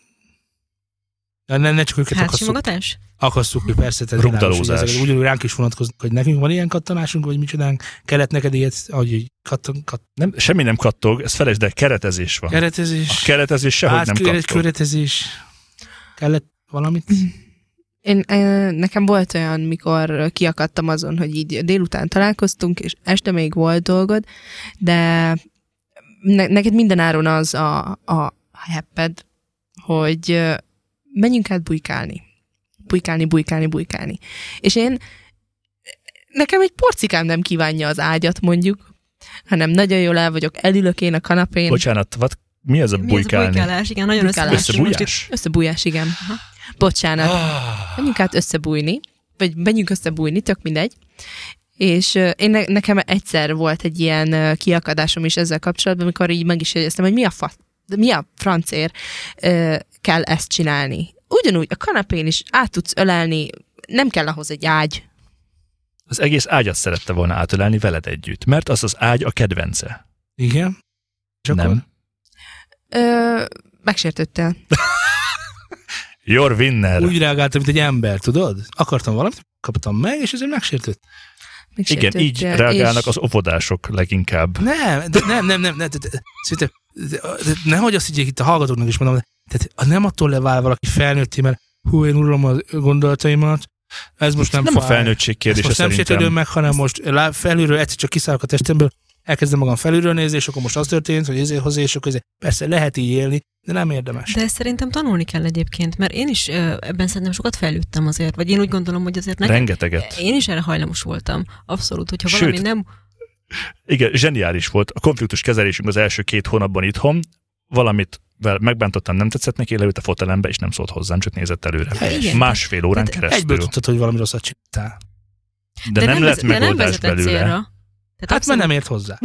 Speaker 1: Ja, ne, ne csak őket
Speaker 3: Hát
Speaker 1: akasszuk.
Speaker 3: simogatás?
Speaker 1: Akasszuk, hogy persze, tehát világos, hogy
Speaker 2: Rugdalózás.
Speaker 1: ezek Ugyanúgy ránk is vonatkoznak, hogy nekünk van ilyen kattanásunk, vagy micsodánk. Kellett neked ilyet, ahogy így kattan, kattan.
Speaker 2: Nem, semmi nem kattog, ez felejtsd, de keretezés van. A
Speaker 1: Keretezés.
Speaker 2: keretezés sehogy nem
Speaker 1: átküret-
Speaker 2: kattog.
Speaker 1: keretezés. Kellett valamit?
Speaker 4: Én, ö, nekem volt olyan, mikor kiakadtam azon, hogy így délután találkoztunk, és este még volt dolgod, de ne, neked mindenáron az a, a hepped, hogy ö, menjünk át bujkálni. Bujkálni, bujkálni, bujkálni. És én, nekem egy porcikám nem kívánja az ágyat mondjuk, hanem nagyon jól el vagyok, elülök én a kanapén.
Speaker 2: Bocsánat, vad, mi ez a
Speaker 3: Mi ez a
Speaker 2: bujkálni?
Speaker 3: bujkálás? Igen, nagyon
Speaker 4: Bujkálás.
Speaker 3: összeállás. Most itt
Speaker 2: Összebújás?
Speaker 4: Összebújás, igen. Bocsánat.
Speaker 2: Ah.
Speaker 4: menjünk át összebújni, vagy menjünk összebújni, tök mindegy. És ö, én ne, nekem egyszer volt egy ilyen ö, kiakadásom is ezzel kapcsolatban, amikor így meg is jegyeztem, hogy mi a, fa, de mi a francér ö, kell ezt csinálni. Ugyanúgy a kanapén is át tudsz ölelni, nem kell ahhoz egy ágy.
Speaker 2: Az egész ágyat szerette volna átölelni veled együtt, mert az az ágy a kedvence.
Speaker 1: Igen. És akkor?
Speaker 2: Nem.
Speaker 4: Ö, megsértődtél.
Speaker 2: Your winner.
Speaker 1: Úgy reagáltam, mint egy ember, tudod? Akartam valamit, kaptam meg, és ezért megsértődtem.
Speaker 2: Igen, így reagálnak az óvodások leginkább.
Speaker 1: Nem, de nem, nem, nem, nem, de- de- szinte, de- de- nehogy azt higgyék itt a hallgatóknak is mondom, de- tehát a- nem attól levál valaki felnőtté, mert hú, én uralom a gondolataimat, ez most nem,
Speaker 2: nem a
Speaker 1: fáj.
Speaker 2: felnőttség
Speaker 1: Ezt
Speaker 2: kérdése
Speaker 1: most nem sértődöm
Speaker 2: szerintem.
Speaker 1: meg, hanem most lá- felülről egyszer csak kiszállok a testemből, elkezdem magam felülről nézni, és akkor most az történt, hogy ezért hozzá, és akkor ezért. Persze lehet így élni, de nem érdemes.
Speaker 3: De ezt szerintem tanulni kell egyébként, mert én is ö, ebben szerintem sokat fejlődtem azért, vagy én úgy gondolom, hogy azért nekem...
Speaker 2: Rengeteget.
Speaker 3: Én is erre hajlamos voltam, abszolút, hogyha
Speaker 2: Sőt.
Speaker 3: valami nem...
Speaker 2: Igen, zseniális volt. A konfliktus kezelésünk az első két hónapban itthon, valamit vel- megbántottam, nem tetszett neki, leült a fotelembe, és nem szólt hozzám, csak nézett előre.
Speaker 1: Helyes.
Speaker 3: Hát Igen.
Speaker 2: Másfél órán
Speaker 3: Tehát
Speaker 2: keresztül.
Speaker 1: Egyből tudtad, hogy valami rosszat csináltál.
Speaker 2: De, nem,
Speaker 3: vez-
Speaker 2: lett megoldás
Speaker 3: vezetett
Speaker 2: belőle.
Speaker 3: Célra. Tehát
Speaker 1: Hát mert
Speaker 3: abszolút-
Speaker 1: nem ért hozzá.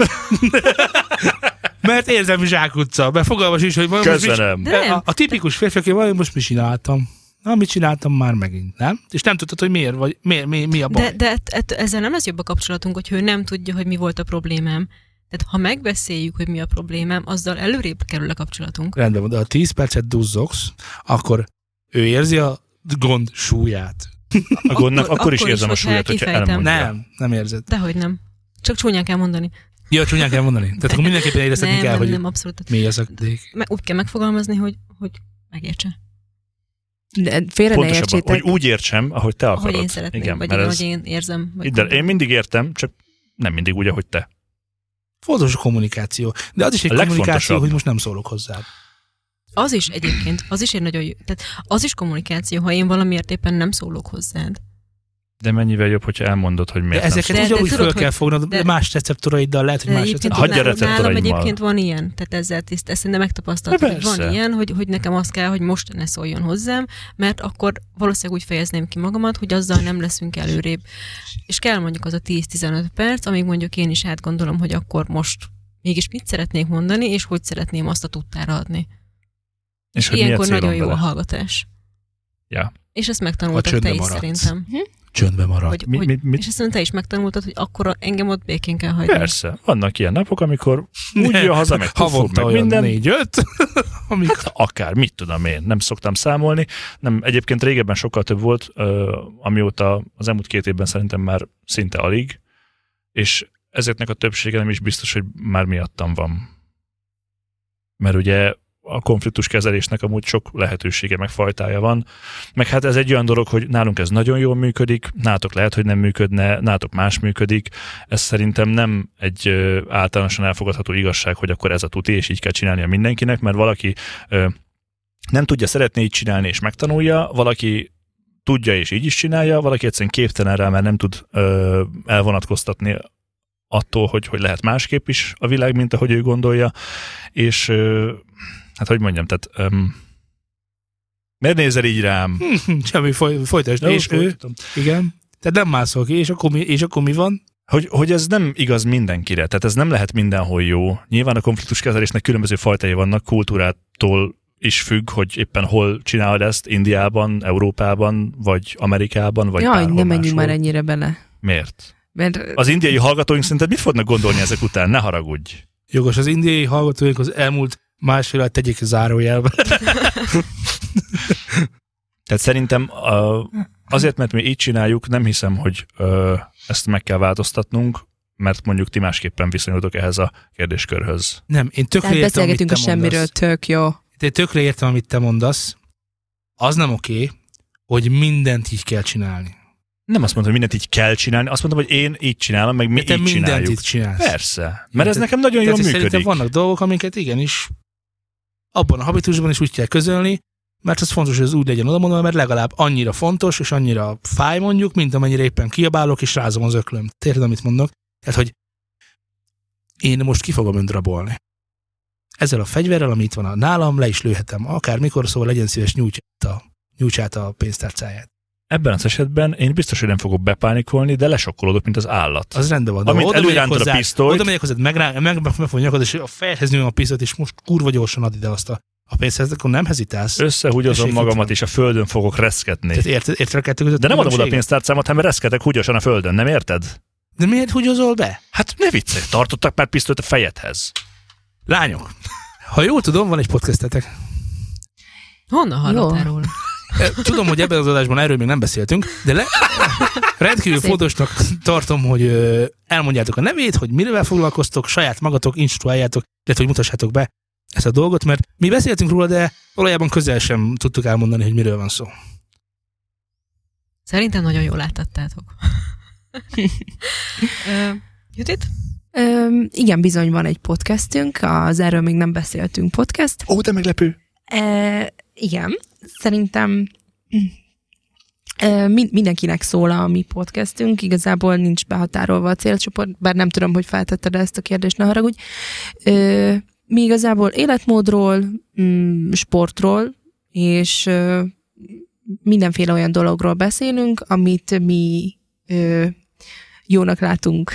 Speaker 1: mert érzem zsákutca, mert fogalmas is, hogy most mit
Speaker 2: Köszönöm.
Speaker 3: De nem.
Speaker 1: A, a tipikus férfi, aki valami most mi csináltam. Na, mit csináltam már megint, nem? És nem tudtad, hogy miért, vagy miért, mi, mi a baj.
Speaker 3: De, de et, et, ezzel nem lesz jobb a kapcsolatunk, hogy ő nem tudja, hogy mi volt a problémám. Tehát ha megbeszéljük, hogy mi a problémám, azzal előrébb kerül a kapcsolatunk.
Speaker 1: Rendben van, de ha 10 percet duzzogsz, akkor ő érzi a gond súlyát.
Speaker 2: A gondnak akkor,
Speaker 3: akkor
Speaker 2: is
Speaker 3: is,
Speaker 2: érzem a
Speaker 3: hogyha
Speaker 2: súlyát, hogyha
Speaker 3: kifejtem.
Speaker 2: elmondja.
Speaker 1: Nem, nem érzed.
Speaker 3: Dehogy nem. Csak csúnyán kell mondani.
Speaker 1: Jó, csúnyán kell mondani. Tehát akkor mindenképpen éreztetni
Speaker 3: nem,
Speaker 1: kell,
Speaker 3: nem,
Speaker 1: hogy
Speaker 3: nem, abszolút.
Speaker 1: mi az a dék.
Speaker 3: Me, úgy kell megfogalmazni, hogy, hogy megértse.
Speaker 4: De félre ne
Speaker 2: Pontosabban,
Speaker 4: értsétek.
Speaker 2: hogy úgy értsem, ahogy te akarod.
Speaker 3: Ahogy én szeretném,
Speaker 2: Igen,
Speaker 3: vagy
Speaker 2: mert
Speaker 3: igen,
Speaker 2: ez,
Speaker 3: ahogy én érzem. Vagy
Speaker 2: Ide, én mindig értem, csak nem mindig úgy, ahogy te.
Speaker 1: Fontos a kommunikáció. De az is egy
Speaker 2: A legfontosabb.
Speaker 1: kommunikáció, hogy most nem szólok hozzá.
Speaker 3: Az is egyébként, az is egy nagyon jó. Tehát az is kommunikáció, ha én valamiért éppen nem szólok hozzád.
Speaker 2: De mennyivel jobb, hogyha elmondod, hogy
Speaker 1: De
Speaker 2: miért nem
Speaker 1: ezeket
Speaker 3: De- de
Speaker 1: ugyanúgy
Speaker 3: tudod,
Speaker 1: föl
Speaker 3: hogy-
Speaker 1: kell fognod,
Speaker 3: de-
Speaker 1: más receptoraiddal lehet, hogy
Speaker 3: De
Speaker 1: más
Speaker 3: egyébként
Speaker 2: Hagyja
Speaker 1: receptoraiddal.
Speaker 3: nálam, nálam
Speaker 2: receptoraimmal.
Speaker 3: egyébként van ilyen, tehát ezzel tiszt, ezt szerintem megtapasztaltam,
Speaker 2: De
Speaker 3: hogy van
Speaker 2: persze.
Speaker 3: ilyen, hogy, hogy nekem az kell, hogy most ne szóljon hozzám, mert akkor valószínűleg úgy fejezném ki magamat, hogy azzal nem leszünk előrébb. És kell mondjuk az a 10-15 perc, amíg mondjuk én is átgondolom, hogy akkor most mégis mit szeretnék mondani, és hogy szeretném azt a tudtára adni.
Speaker 2: És hogy milyen
Speaker 3: Ilyenkor
Speaker 2: célom
Speaker 3: nagyon jó
Speaker 2: vele.
Speaker 3: a hallgatás.
Speaker 2: Ja. Hát
Speaker 3: És ezt
Speaker 1: Ha
Speaker 3: megtanultad
Speaker 1: csöndbe
Speaker 3: te is
Speaker 1: maradsz.
Speaker 3: szerintem.
Speaker 1: Csöndbe marad.
Speaker 3: Hogy,
Speaker 2: Mi,
Speaker 3: hogy,
Speaker 2: mi, mi,
Speaker 3: És ezt szerintem te is megtanultad, hogy akkor engem ott békén kell hagyni.
Speaker 2: Persze, vannak ilyen napok, amikor úgy
Speaker 1: Nem. hát
Speaker 2: jön haza, meg pufog,
Speaker 1: Havonta
Speaker 2: meg
Speaker 1: olyan
Speaker 2: minden,
Speaker 1: négy-öt, amik
Speaker 3: Hát
Speaker 2: Hát akár, mit tudom én, nem szoktam számolni. Nem, egyébként régebben sokkal több volt, ö, amióta az elmúlt két évben szerintem már szinte alig, és ezeknek a többsége nem is biztos, hogy már miattam van. Mert ugye a konfliktus kezelésnek amúgy sok lehetősége meg fajtája van, meg hát ez egy olyan dolog, hogy nálunk ez nagyon jól működik, nátok lehet, hogy nem működne, nátok más működik, ez szerintem nem egy ö, általánosan elfogadható igazság, hogy akkor ez a tuti, és így kell csinálnia mindenkinek, mert valaki ö, nem tudja szeretni így csinálni, és megtanulja, valaki tudja és így is csinálja, valaki egyszerűen képtelen rá, mert nem tud ö, elvonatkoztatni attól, hogy, hogy lehet másképp is a világ, mint ahogy ő gondolja, és ö, hát hogy mondjam, tehát öm, miért nézel így rám?
Speaker 1: Semmi, foly, folytasd.
Speaker 2: Jó,
Speaker 1: és ő,
Speaker 2: folytatom.
Speaker 1: igen, tehát nem mászol ki, és akkor mi, és akkor mi van?
Speaker 2: Hogy, hogy ez nem igaz mindenkire, tehát ez nem lehet mindenhol jó. Nyilván a konfliktuskezelésnek különböző fajtai vannak, kultúrától is függ, hogy éppen hol csinálod ezt, Indiában, Európában, vagy Amerikában, vagy
Speaker 4: Jaj,
Speaker 2: bárhol
Speaker 4: nem menjünk
Speaker 2: máshol.
Speaker 4: már ennyire bele.
Speaker 2: Miért?
Speaker 4: Mert
Speaker 2: Az indiai hallgatóink szerinted mit fognak gondolni ezek után? Ne haragudj.
Speaker 1: Jogos, az indiai hallgatóink az elmúlt másfél alatt tegyék zárójelbe.
Speaker 2: Tehát szerintem a, azért, mert mi így csináljuk, nem hiszem, hogy ö, ezt meg kell változtatnunk, mert mondjuk ti másképpen viszonyultok ehhez a kérdéskörhöz.
Speaker 1: Nem, én tökre
Speaker 4: tehát
Speaker 1: értem, amit te
Speaker 4: beszélgetünk a
Speaker 1: mondasz.
Speaker 4: semmiről, tök jó.
Speaker 1: Én tökre értem, amit te mondasz. Az nem oké, hogy mindent így kell csinálni.
Speaker 2: Nem azt mondtam, hogy mindent így kell csinálni, azt mondtam, hogy én így csinálom, meg mi
Speaker 1: Mi te
Speaker 2: így
Speaker 1: mindent
Speaker 2: csináljuk.
Speaker 1: itt csinálsz.
Speaker 2: Persze, mert ez
Speaker 1: te-
Speaker 2: nekem nagyon jól
Speaker 1: Tehát szerintem
Speaker 2: működik.
Speaker 1: vannak dolgok, amiket igenis abban a habitusban is úgy kell közölni, mert az fontos, hogy ez úgy legyen oda mondva, mert legalább annyira fontos, és annyira fáj mondjuk, mint amennyire éppen kiabálok, és rázom az öklöm. Érted, amit mondok? Tehát, hogy én most ki fogom öndrabolni. Ezzel a fegyverrel, ami itt van a nálam, le is lőhetem. Akármikor, szóval legyen szíves nyújtsát a, nyújtsát a pénztárcáját.
Speaker 2: Ebben az esetben én biztos, hogy nem fogok bepánikolni, de lesokkolódok, mint az állat.
Speaker 1: Az rendben van. de
Speaker 2: Amint
Speaker 1: ha oda megyek
Speaker 2: előirántod a
Speaker 1: hozzá-
Speaker 2: pisztolyt,
Speaker 1: Oda megyek hozzád, meg, meg, meg, meg fogom nyakod, és a fejhez nyomom a pisztolyt, és most kurva gyorsan ad ide azt a, a pénzhez, akkor nem hezitálsz.
Speaker 2: összehugyozom
Speaker 1: Tessék, itt
Speaker 2: magamat,
Speaker 1: van.
Speaker 2: és a földön fogok reszketni.
Speaker 1: Tehát érted, érted a kettő között?
Speaker 2: De nem adom oda a
Speaker 1: különbséget?
Speaker 2: pénztárcámat, hanem reszketek húgyosan a földön, nem érted?
Speaker 1: De miért húgyozol be?
Speaker 2: Hát ne viccelj, tartottak már pisztolyt a fejedhez.
Speaker 1: Lányok, ha jól tudom, van egy podcastetek.
Speaker 3: Honnan hallottál
Speaker 4: Jó.
Speaker 3: róla?
Speaker 1: Tudom, hogy ebben az adásban erről még nem beszéltünk, de le, rendkívül
Speaker 4: Szép.
Speaker 1: fontosnak tartom, hogy ö, elmondjátok a nevét, hogy mivel foglalkoztok, saját magatok instruáljátok, illetve hogy mutassátok be ezt a dolgot, mert mi beszéltünk róla, de valójában közel sem tudtuk elmondani, hogy miről van szó.
Speaker 3: Szerintem nagyon jól átadtátok. Ö, Judit?
Speaker 4: Öm, igen, bizony van egy podcastünk, az erről még nem beszéltünk podcast.
Speaker 2: Ó, de meglepő.
Speaker 4: E, igen, szerintem e, min- mindenkinek szól a mi podcastünk, igazából nincs behatárolva a célcsoport, bár nem tudom, hogy feltetted -e ezt a kérdést, ne haragudj. E, mi igazából életmódról, mm, sportról, és ö, mindenféle olyan dologról beszélünk, amit mi ö, jónak látunk.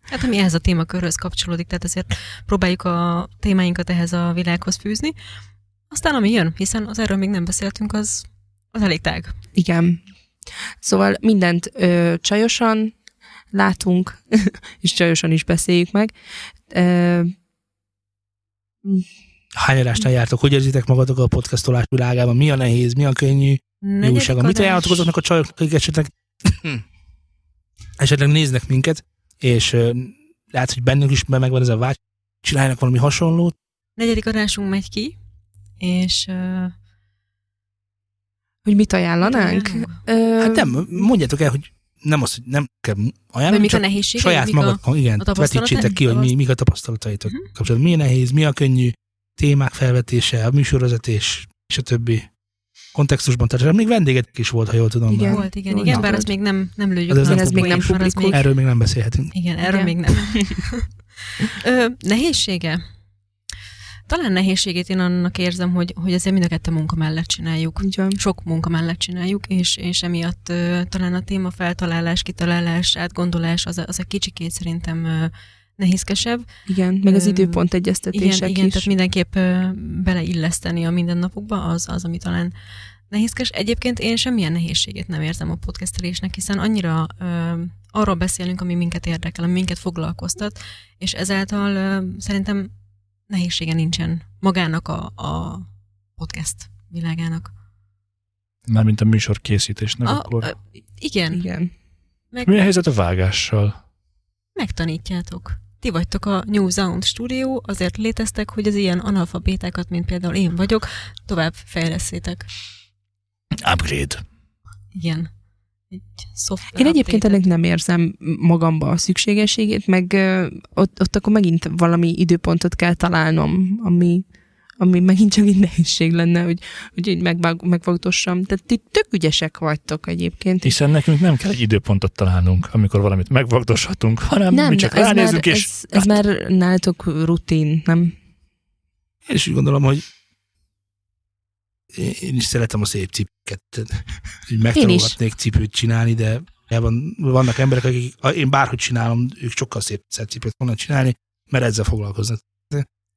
Speaker 3: Hát ami ehhez a témakörhöz kapcsolódik, tehát azért próbáljuk a témáinkat ehhez a világhoz fűzni. Aztán ami jön, hiszen az erről még nem beszéltünk, az, az elég tág.
Speaker 4: Igen. Szóval mindent ö, csajosan látunk, és csajosan is beszéljük meg. Ö,
Speaker 1: Hány adásnál jártok? Hogy érzitek magatok a podcastolás világában? Mi a nehéz, mi a könnyű, mi
Speaker 3: Negyedik
Speaker 1: újság? van? Mit
Speaker 3: adás.
Speaker 1: ajánlatok azoknak a csajoknak, akik esetleg, esetleg néznek minket, és ö, lehet, hogy bennünk is megvan ez a vágy, csináljanak valami hasonlót,
Speaker 3: Negyedik adásunk megy ki, és... Uh,
Speaker 4: hogy mit ajánlanánk? Ö,
Speaker 1: Hát nem, mondjátok el, hogy nem az, hogy nem kell
Speaker 3: Vagy
Speaker 1: ajánlani,
Speaker 3: mik a
Speaker 1: csak
Speaker 3: nehézségek?
Speaker 1: saját
Speaker 3: mik a-
Speaker 1: magad, a, igen,
Speaker 3: a tapasztalatai-
Speaker 1: vetítsitek ki, hogy mi, mik a tapasztalataitok
Speaker 3: Mhm.
Speaker 1: kapcsolatban. Mi a nehéz, mi a könnyű, témák felvetése, a műsorvezetés, és a többi kontextusban. Tehát még vendégetek is volt, ha jól tudom.
Speaker 4: Igen.
Speaker 1: már.
Speaker 3: Volt, igen,
Speaker 4: Volt.
Speaker 3: igen,
Speaker 4: Na.
Speaker 3: bár azt még nem, nem lőjük.
Speaker 1: Az ez
Speaker 3: le
Speaker 1: nem
Speaker 3: a
Speaker 1: publikus.
Speaker 4: Ez
Speaker 3: poént,
Speaker 4: még nem
Speaker 3: mert az
Speaker 4: publikus.
Speaker 3: még-
Speaker 1: Erről még nem beszélhetünk.
Speaker 3: Igen, erről
Speaker 4: Igen.
Speaker 3: még nem. Ö, nehézsége? Talán nehézségét én annak érzem, hogy, hogy azért mind a kettő munka mellett csináljuk.
Speaker 4: Így van.
Speaker 3: Sok munka mellett csináljuk, és, és emiatt ö, talán a téma feltalálás, kitalálás, átgondolás az a, az a kicsikét szerintem ö, nehézkesebb.
Speaker 4: Igen, meg az
Speaker 3: Ö,
Speaker 4: időpont
Speaker 3: Igen,
Speaker 4: egyeztetések
Speaker 3: igen,
Speaker 4: is.
Speaker 3: tehát mindenképp ö, beleilleszteni a mindennapokba, az, az, ami talán nehézkes. Egyébként én semmilyen nehézségét nem érzem a podcasterésnek, hiszen annyira ö, arról beszélünk, ami minket érdekel, ami minket foglalkoztat, és ezáltal ö, szerintem nehézsége nincsen magának a, a podcast világának.
Speaker 2: Mármint a műsor készítésnek,
Speaker 3: A,
Speaker 2: akkor...
Speaker 3: ö, igen,
Speaker 4: igen.
Speaker 2: Mi a
Speaker 3: meg,
Speaker 2: helyzet a vágással?
Speaker 3: megtanítjátok. Ti vagytok a New Sound Studio, azért léteztek, hogy az ilyen analfabétákat, mint például én vagyok, tovább fejleszétek.
Speaker 2: Upgrade.
Speaker 3: Igen. Egy szoftver
Speaker 4: Én egyébként
Speaker 3: update-et.
Speaker 4: ennek nem érzem magamba a szükségességét, meg ö, ott, ott akkor megint valami időpontot kell találnom, ami, ami megint csak egy nehézség lenne, hogy, hogy így megvág, megvagdossam. Tehát ti tök ügyesek vagytok egyébként.
Speaker 2: Hiszen nekünk nem kell egy időpontot találnunk, amikor valamit megvagdoshatunk, hanem nem, mi csak
Speaker 4: ez
Speaker 2: ránézünk,
Speaker 4: már,
Speaker 2: és
Speaker 4: Ez, ez már nálatok rutin, nem?
Speaker 1: Én is úgy gondolom, hogy én is szeretem a szép cipőket. tehát, Így megtanulhatnék cipőt csinálni, de van, vannak emberek, akik a- én bárhogy csinálom, ők sokkal szép szebb cipőt fognak csinálni, mert ezzel foglalkoznak.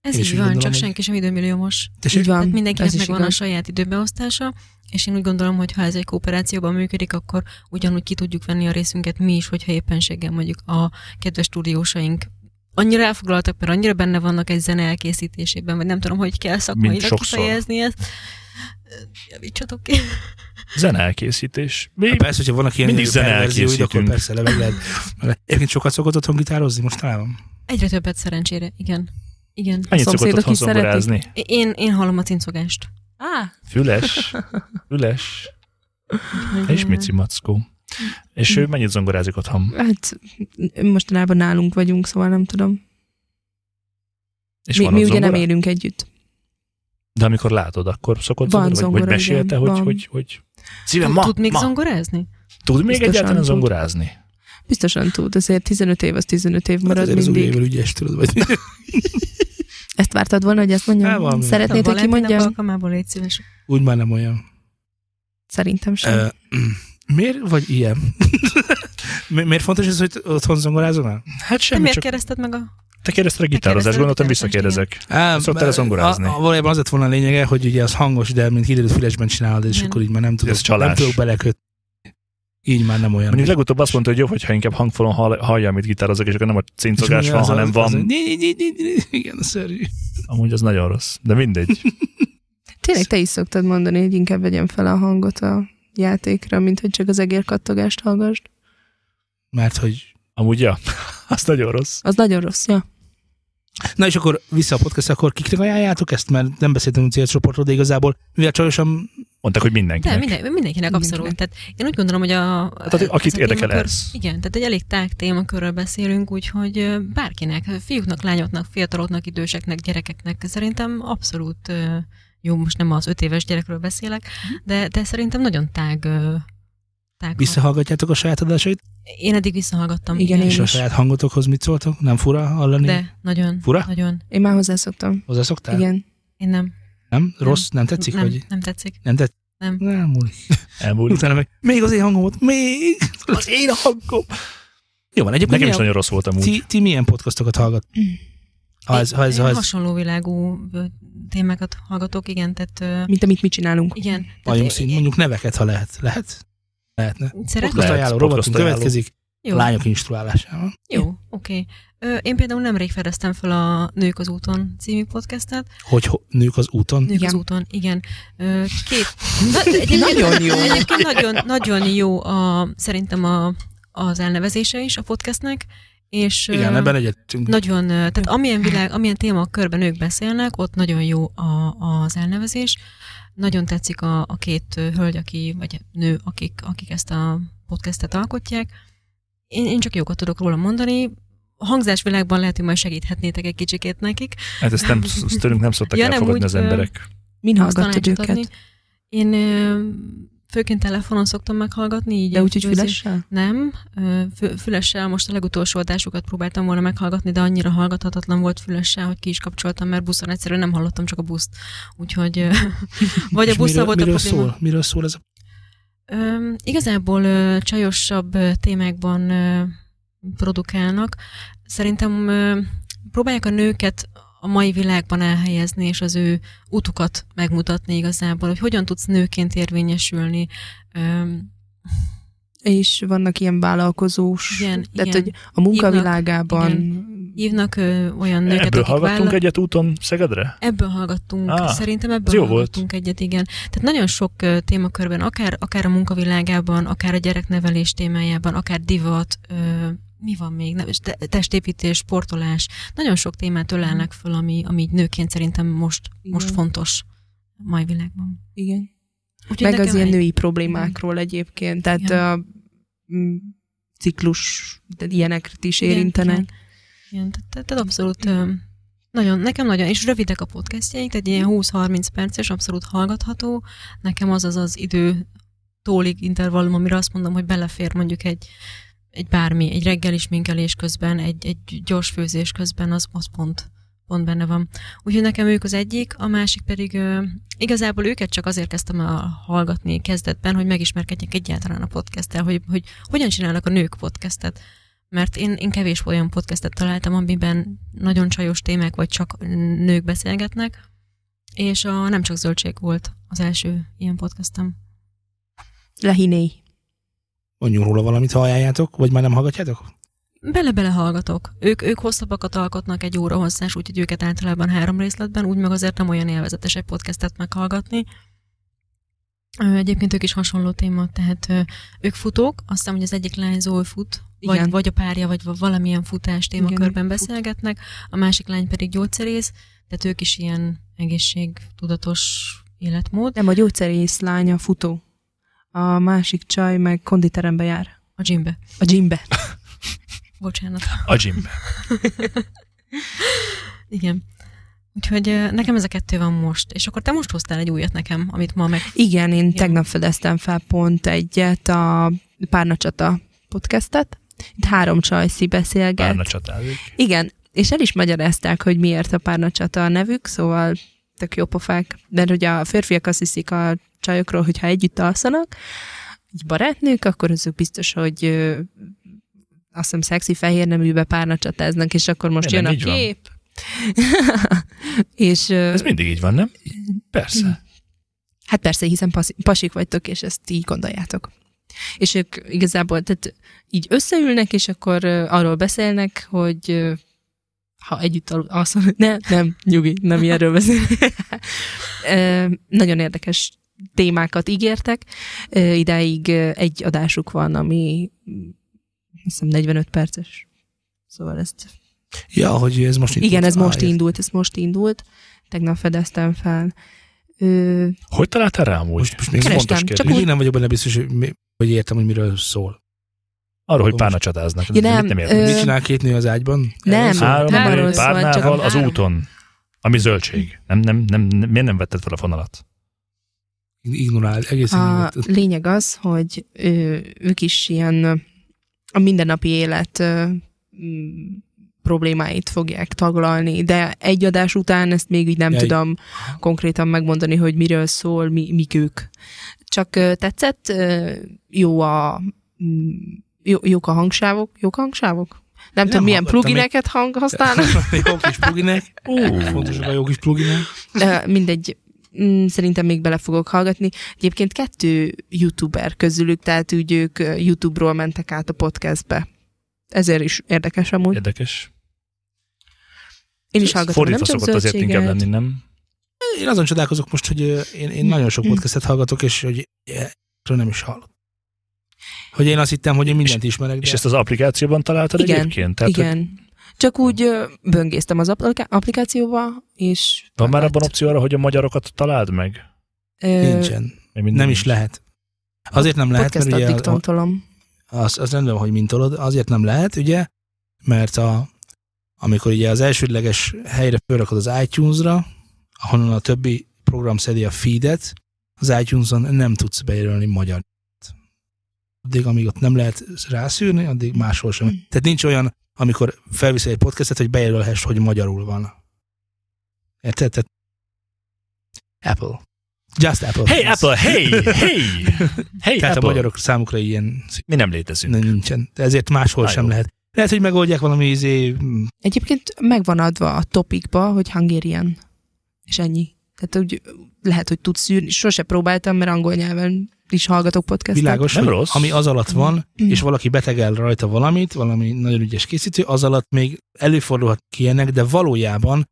Speaker 3: Ez
Speaker 1: én is
Speaker 3: így
Speaker 1: úgy
Speaker 3: van,
Speaker 1: gondolom,
Speaker 3: csak
Speaker 1: hogy-
Speaker 3: senki sem időmilliómos.
Speaker 4: Így
Speaker 1: Tessék,
Speaker 4: van.
Speaker 3: Tehát Hát mindenkinek
Speaker 4: ez is
Speaker 3: megvan
Speaker 4: igaz.
Speaker 3: a saját időbeosztása, és én úgy gondolom, hogy ha ez egy kooperációban működik, akkor ugyanúgy ki tudjuk venni a részünket mi is, hogyha éppenséggel mondjuk a kedves stúdiósaink annyira elfoglaltak, mert annyira benne vannak egy zene elkészítésében, vagy nem tudom, hogy kell
Speaker 2: Mint
Speaker 3: szakmailag
Speaker 2: sokszor.
Speaker 3: kifejezni ezt. Javítsatok ki.
Speaker 2: zene elkészítés. Mi?
Speaker 1: Hát Persze, hogyha vannak ilyen
Speaker 2: Mindig zene
Speaker 1: perverzióid, akkor
Speaker 2: elkészítünk.
Speaker 1: persze le meg lehet. Egyébként sokat szokott otthon gitározni mostanában?
Speaker 3: Egyre többet szerencsére, igen. Igen.
Speaker 2: Mennyit szokott
Speaker 4: szomszédok
Speaker 2: otthon
Speaker 4: is szeretik.
Speaker 2: zongorázni?
Speaker 3: Én, én hallom a cincogást.
Speaker 4: Á,
Speaker 2: Füles, füles, és Mici Mackó. És ő mennyit zongorázik otthon?
Speaker 4: hát mostanában nálunk vagyunk, szóval nem tudom.
Speaker 2: És
Speaker 4: mi
Speaker 2: van
Speaker 4: mi
Speaker 2: ott
Speaker 4: ugye nem
Speaker 2: zongora?
Speaker 4: élünk együtt.
Speaker 2: De amikor látod, akkor
Speaker 4: Van
Speaker 2: szokott zongora, vagy-
Speaker 4: zongora,
Speaker 2: vagy mesélte,
Speaker 4: igen,
Speaker 2: hogy,
Speaker 4: van.
Speaker 2: hogy, hogy Szívem,
Speaker 3: Tud-
Speaker 2: ma,
Speaker 3: Tud még
Speaker 2: ma.
Speaker 3: zongorázni?
Speaker 2: Tud még
Speaker 4: Biztosan
Speaker 2: egyáltalán
Speaker 4: tud.
Speaker 2: zongorázni?
Speaker 4: Biztosan tud, azért 15 év az 15 év
Speaker 1: Hát
Speaker 4: marad
Speaker 1: azért az
Speaker 4: mindig.
Speaker 1: újjával ügyes, tudod, vagy
Speaker 4: Ezt vártad volna, hogy ezt
Speaker 1: Hát
Speaker 4: mondjam?
Speaker 1: valami.
Speaker 4: Szeretnéd, hogy
Speaker 3: Valentin nap
Speaker 4: kimondjam?
Speaker 3: alkalmából légy szíves.
Speaker 1: úgy már nem olyan.
Speaker 4: Szerintem sem.
Speaker 1: Ö, miért vagy ilyen? Mi- miért fontos ez, hogy otthon zongorázol
Speaker 3: Te
Speaker 2: Hát semmi,
Speaker 3: miért
Speaker 2: csak
Speaker 3: kereszted meg a...
Speaker 2: te kérdezted a gitározást,
Speaker 3: Megkérdezted a
Speaker 2: gondoltam
Speaker 3: gitározást,
Speaker 2: visszakérdezek.
Speaker 1: el?
Speaker 2: Szoktál zongorázni?
Speaker 1: A, a, valójában az lett volna a lényege, hogy ugye az hangos, de mint kiderült fülesben csinálod, és
Speaker 3: Igen.
Speaker 1: akkor így már nem tudok,
Speaker 2: Ez csalás.
Speaker 1: nem tudok belekötni. Így már nem olyan.
Speaker 2: Mondjuk legutóbb azt mondta, hogy jobb, hogyha inkább hangfalon hall- hallja, amit gitározok, és akkor nem a
Speaker 1: És
Speaker 2: cincogás
Speaker 1: mi
Speaker 2: van,
Speaker 1: az-
Speaker 2: hanem
Speaker 1: az-
Speaker 2: van.
Speaker 1: az- Ni- ni- ni- ni- ni- Igen, szörnyű.
Speaker 2: Amúgy az nagyon rossz, de mindegy.
Speaker 4: Tényleg te is szoktad mondani, hogy inkább vegyem fel a hangot a játékra, mint hogy csak az egérkattogást hallgassd.
Speaker 1: Mert hogy...
Speaker 2: Amúgy, ja, az nagyon rossz.
Speaker 4: Az nagyon rossz, ja.
Speaker 1: Na és akkor vissza a podcast, akkor kiknek ajánljátok ezt? Mert nem beszéltünk célcsoportról, de igazából mivel csajosan...
Speaker 2: Mondták, hogy
Speaker 3: De
Speaker 2: mindenkinek.
Speaker 3: minden, mindenkinek abszolút. Tehát én úgy gondolom, hogy a...
Speaker 2: Tehát, akit
Speaker 3: ez a
Speaker 2: érdekel
Speaker 3: témakör-
Speaker 2: ez.
Speaker 3: Igen, tehát egy elég tág témakörről beszélünk, úgyhogy ö, bárkinek, fiúknak, lányoknak, fiataloknak, időseknek, gyerekeknek szerintem abszolút ö, jó, most nem az öt éves gyerekről beszélek, de, de szerintem nagyon tág, ö, tág
Speaker 1: Visszahallgatjátok a saját adásait?
Speaker 3: Én eddig visszahallgattam.
Speaker 4: Igen, én
Speaker 1: és a
Speaker 4: is.
Speaker 1: saját hangotokhoz mit szóltok? Nem fura hallani?
Speaker 3: De nagyon.
Speaker 1: Fura?
Speaker 3: Nagyon.
Speaker 4: Én már hozzászoktam.
Speaker 1: Hozzászoktál?
Speaker 4: Igen.
Speaker 3: Én nem.
Speaker 1: Nem? Rossz? Nem tetszik?
Speaker 3: nem,
Speaker 1: Hogy
Speaker 3: nem tetszik.
Speaker 1: nem tetszik?
Speaker 3: Nem.
Speaker 1: Nem, múlik.
Speaker 2: Elmúlt.
Speaker 1: Utána meg, még az én hangomot, még az én hangom. Jó van, egyébként
Speaker 2: Nekem is
Speaker 1: milyen,
Speaker 2: nagyon rossz volt amúgy.
Speaker 1: ti, ti, milyen podcastokat hallgat? Ha ez, ha ez, ha
Speaker 3: Én
Speaker 1: ez
Speaker 3: Hasonló világú ö, témákat hallgatok, igen, tehát... ö,
Speaker 4: Mint amit mi csinálunk.
Speaker 3: Igen. Tehát
Speaker 1: bajunk
Speaker 3: é-
Speaker 1: szint, mondjuk neveket, ha lehet. Lehet? Lehetne.
Speaker 3: Szeretnél?
Speaker 1: Podcast
Speaker 2: Lehet,
Speaker 1: ajánló,
Speaker 2: podcast
Speaker 1: rovatunk
Speaker 2: ajánló.
Speaker 1: következik,
Speaker 3: Jó,
Speaker 1: lányok instruálásával.
Speaker 3: jó, oké. Ö, Én például nemrég fedeztem fel a Nők az úton című podcastet.
Speaker 1: Hogy ho- nők az úton.
Speaker 3: Nők
Speaker 4: Igen.
Speaker 3: az úton, igen. Ö, Két... Na, egyébként-
Speaker 4: Nagyon jó.
Speaker 3: Egyébként nagyon, nagyon jó a, szerintem a, az elnevezése is a podcastnek, és ö,
Speaker 1: Igen, ebben egyetünk.
Speaker 3: nagyon, ö, tehát amilyen, világ, amilyen témakörben ők beszélnek, ott nagyon jó a, az elnevezés. Nagyon tetszik a, a két ö, hölgy, aki, vagy nő, akik, akik ezt a podcastet alkotják. Én, én csak jókat tudok róla mondani. A hangzásvilágban lehet, hogy majd segíthetnétek egy kicsikét nekik.
Speaker 2: Hát ezt, nem, ezt tőlünk nem szoktak
Speaker 3: Ja, nem,
Speaker 2: elfogadni
Speaker 3: úgy,
Speaker 2: az
Speaker 3: ö,
Speaker 2: emberek.
Speaker 4: Min
Speaker 3: Azt
Speaker 4: hallgattad
Speaker 3: tanácsot adni.
Speaker 4: őket?
Speaker 3: Én ö, főként telefonon szoktam meghallgatni. Így
Speaker 4: De úgy, hogy
Speaker 3: főzés-
Speaker 4: fülessel?
Speaker 3: Nem, ö, fü- fülessel most a legutolsó adásukat próbáltam volna meghallgatni, de annyira hallgathatatlan volt fülessel, hogy ki is kapcsoltam, mert buszon egyszerűen nem hallottam csak a buszt. Úgyhogy, ö, vagy a
Speaker 1: És miről,
Speaker 3: busszal volt a
Speaker 1: miről
Speaker 3: probléma.
Speaker 1: szól? Miről szól ez a
Speaker 3: Ö, igazából ö, csajosabb ö, témákban ö, produkálnak. Szerintem ö, próbálják a nőket a mai világban elhelyezni, és az ő utukat megmutatni igazából, hogy hogyan tudsz nőként érvényesülni. Ö,
Speaker 4: És vannak ilyen vállalkozós.
Speaker 3: Igen,
Speaker 4: Tehát,
Speaker 3: igen.
Speaker 4: hogy a munkavilágában.
Speaker 3: hívnak ö, olyan nőket,
Speaker 2: Ebből
Speaker 3: akik
Speaker 2: hallgattunk egyet úton Szegedre?
Speaker 3: Ebből hallgattunk,
Speaker 2: Á,
Speaker 3: ah, szerintem
Speaker 2: az
Speaker 3: ebből
Speaker 2: jó
Speaker 3: hallgattunk volt. egyet, igen. Tehát nagyon sok ö, témakörben, akár, akár a munkavilágában, akár a gyereknevelés témájában, akár divat, ö, mi van még, nem, és te- testépítés, sportolás, nagyon sok témát ölelnek föl, ami, ami így nőként szerintem most, most
Speaker 4: Mhm. Igen.
Speaker 3: fontos a mai világban.
Speaker 4: Igen.
Speaker 3: Úgyhogy
Speaker 4: Meg az
Speaker 3: nekem
Speaker 4: ilyen
Speaker 3: egy-
Speaker 4: női problémákról egyébként, tehát
Speaker 3: Igen.
Speaker 4: a mm, ciklus, tehát ilyeneket is
Speaker 3: igen,
Speaker 4: érintenek.
Speaker 3: igen. Igen, tehát- tehát tehát abszolút ö, nagyon, nekem nagyon, és rövidek a podcastjaik, tehát ilyen 20-30 perces, abszolút hallgatható. Nekem az az az idő tólig intervallum, amire azt mondom, hogy belefér mondjuk egy, egy bármi, egy reggelis minkelés közben, egy, egy gyors főzés közben, az, az pont, pont benne van. Úgyhogy nekem ők az egyik, a másik pedig ö, igazából őket csak azért kezdtem el hallgatni kezdetben, hogy megismerkedjek egyáltalán a podcasttel, hogy, hogy hogyan csinálnak a nők podcastet. Mert én, én kevés olyan podcastet találtam, amiben nagyon csajos témák, vagy csak nők beszélgetnek, és a Nem csak zöldség volt az első ilyen podcastem.
Speaker 4: Lehiné.
Speaker 1: Mondjunk róla valamit, ha ajánljátok, vagy már nem hallgatjátok?
Speaker 3: Bele-bele hallgatok. Ők, ők hosszabbakat alkotnak egy óra hosszás, úgyhogy őket általában három részletben, úgy meg azért nem olyan élvezetes egy podcastet meghallgatni. Ö, Egyébként ők is hasonló téma, tehát ö, ők futók, azt hiszem, hogy az egyik lányzó ő fut,
Speaker 4: Igen.
Speaker 3: vagy, vagy a párja, vagy va- valamilyen futás
Speaker 4: Igen,
Speaker 3: témakörben
Speaker 4: fut.
Speaker 3: beszélgetnek, a másik lány pedig gyógyszerész, tehát ők is ilyen egészségtudatos életmód.
Speaker 4: Nem, a gyógyszerész lánya futó. A másik csaj meg konditerembe jár.
Speaker 3: A gymbe.
Speaker 4: A gymbe.
Speaker 3: Bocsánat.
Speaker 2: A gymben.
Speaker 3: Igen. Úgyhogy ö, nekem ez a kettő van most. És akkor te most hoztál egy újat nekem, amit ma meg...
Speaker 4: Igen, én tegnap fedeztem fel pont egyet, a Párnacsata podcastet. Itt három csajszi beszélget.
Speaker 2: Párna csatázik.
Speaker 4: Igen, és el is magyarázták, hogy miért a párnacsata a nevük, szóval tök jó pofák, mert ugye a férfiak azt hiszik a csajokról, hogyha együtt alszanak, így barátnők, akkor azok biztos, hogy ö, azt hiszem szexi fehér neműbe párnacsatáznak, és akkor most jön
Speaker 2: Nem, nem,
Speaker 4: a
Speaker 2: így van.
Speaker 4: kép. és ö,
Speaker 2: Ez mindig így van, nem? Persze.
Speaker 4: Hát persze, hiszen paszi- pasik vagytok, és ezt így gondoljátok. És ők igazából tehát így összeülnek, és akkor ö, arról beszélnek, hogy ö, ha együtt alud, alszol, nem, nem, nyugi, nem ilyenről beszélünk. Ö, Nagyon érdekes témákat ígértek. Ö, Idáig ö, egy adásuk van, ami mm, azt hiszem 45 perces. Szóval ezt
Speaker 1: Ja, hogy ez most
Speaker 4: igen, ez most
Speaker 1: Ah, értem.
Speaker 4: indult, ez most indult. Tegnap fedeztem fel. Ö,
Speaker 2: Hogy találtál rá amúgy?
Speaker 1: Most- most még
Speaker 2: Ez fontos
Speaker 4: kerestem,
Speaker 2: kérdés.
Speaker 4: csak
Speaker 1: Mindig nem vagyok benne biztos, hogy, mi, hogy értem, hogy miről szól.
Speaker 2: Arról, hogy
Speaker 1: Most-
Speaker 2: párna csatáznak.
Speaker 4: Ja, nem,
Speaker 2: Mit nem
Speaker 4: ö,
Speaker 2: értem.
Speaker 1: Mit csinál két nő az ágyban?
Speaker 4: Nem.
Speaker 1: Erről szól?
Speaker 2: Három
Speaker 4: nem
Speaker 2: ember
Speaker 4: arról
Speaker 2: egy
Speaker 4: szól, csak
Speaker 2: párnával
Speaker 4: a
Speaker 2: az
Speaker 4: három.
Speaker 2: úton, ami zöldség. Nem, nem, nem, nem, miért nem vetted fel a fonalat?
Speaker 1: Ignorál, egészen
Speaker 4: a
Speaker 1: ignorál.
Speaker 4: lényeg az, hogy ő, ők is ilyen ö, a mindennapi élet ö, m, problémáit fogják taglalni, de egy adás után ezt még így nem
Speaker 1: Jaj.
Speaker 4: tudom konkrétan megmondani, hogy miről szól, mi, mik ők. Csak ö, tetszett, ö, jó a m, jó, jók a hangsávok, jók a hangsávok? Nem, nem tudom, milyen
Speaker 1: hallgattam még.
Speaker 4: plugineket hang használnak.
Speaker 1: Jó kis pluginek.
Speaker 2: Hm.
Speaker 1: Fontosak a jó kis pluginek.
Speaker 4: Ö, mindegy, Mm, szerintem még bele fogok hallgatni. Egyébként kettő youtuber közülük, tehát úgy ők ö, YouTube-ról mentek át a podcastbe. Ezért is érdekes amúgy.
Speaker 2: Érdekes.
Speaker 4: Én is hallgatom, nem
Speaker 2: Fordítva
Speaker 4: csak
Speaker 2: szokott azért
Speaker 4: zöldséget.
Speaker 2: inkább lenni, nem?
Speaker 1: Én azon csodálkozok most, hogy ö, én, én nagyon sok podcastet hallgatok, és hogy erről nem is hallottam. Hogy én azt hittem, hogy én mindent ismerek, de
Speaker 2: És ezt az applikációban találtad
Speaker 4: Igen,
Speaker 2: egyébként? Tehát, hogy
Speaker 4: Igen. Csak úgy ö, böngésztem az aplika- applikációba, és...
Speaker 2: van már
Speaker 4: lett.
Speaker 2: abban opció arra, hogy a magyarokat találd meg?
Speaker 4: Ö,
Speaker 1: nincsen.
Speaker 2: Még mindig
Speaker 1: Nem is
Speaker 2: nincs.
Speaker 1: lehet. Azért nem lehet, mert
Speaker 4: Podcast
Speaker 1: ugye a-
Speaker 4: addikton tolom.
Speaker 1: az, az rendben, van, hogy mintolod, azért nem lehet, ugye, mert a, amikor ugye az elsődleges helyre felrakod az iTunes-ra, ahonnan a többi program szedi a feedet, az iTunes-on nem tudsz bejelölni magyar. Addig, amíg ott nem lehet rászűrni, addig máshol sem.
Speaker 2: Hmm.
Speaker 1: Tehát nincs olyan, amikor felviszel egy podcastet, hogy bejelölhess, hogy magyarul van. Érted? Tehát Apple. Just Apple.
Speaker 2: Hey Apple, hey, hey! Hey
Speaker 1: Tehát
Speaker 2: Apple!
Speaker 1: a magyarok számukra ilyen
Speaker 2: Mi nem létezünk.
Speaker 1: Ne, nincsen. De ezért máshol
Speaker 2: Á,
Speaker 1: sem
Speaker 2: jó.
Speaker 1: lehet. Lehet, hogy megoldják valami izé, mm,
Speaker 4: Egyébként meg van adva a topikba, hogy Hungarian. És ennyi. Tehát úgy lehet, hogy tudsz szűrni. Sose próbáltam, mert angol nyelven is hallgatok podcastet.
Speaker 1: világos,
Speaker 2: nem
Speaker 1: hogy
Speaker 2: rossz.
Speaker 1: ami az alatt van,
Speaker 4: Mm.
Speaker 1: és valaki betegel rajta valamit, valami nagyon ügyes készítő, az alatt még előfordulhat ki ilyenek, de valójában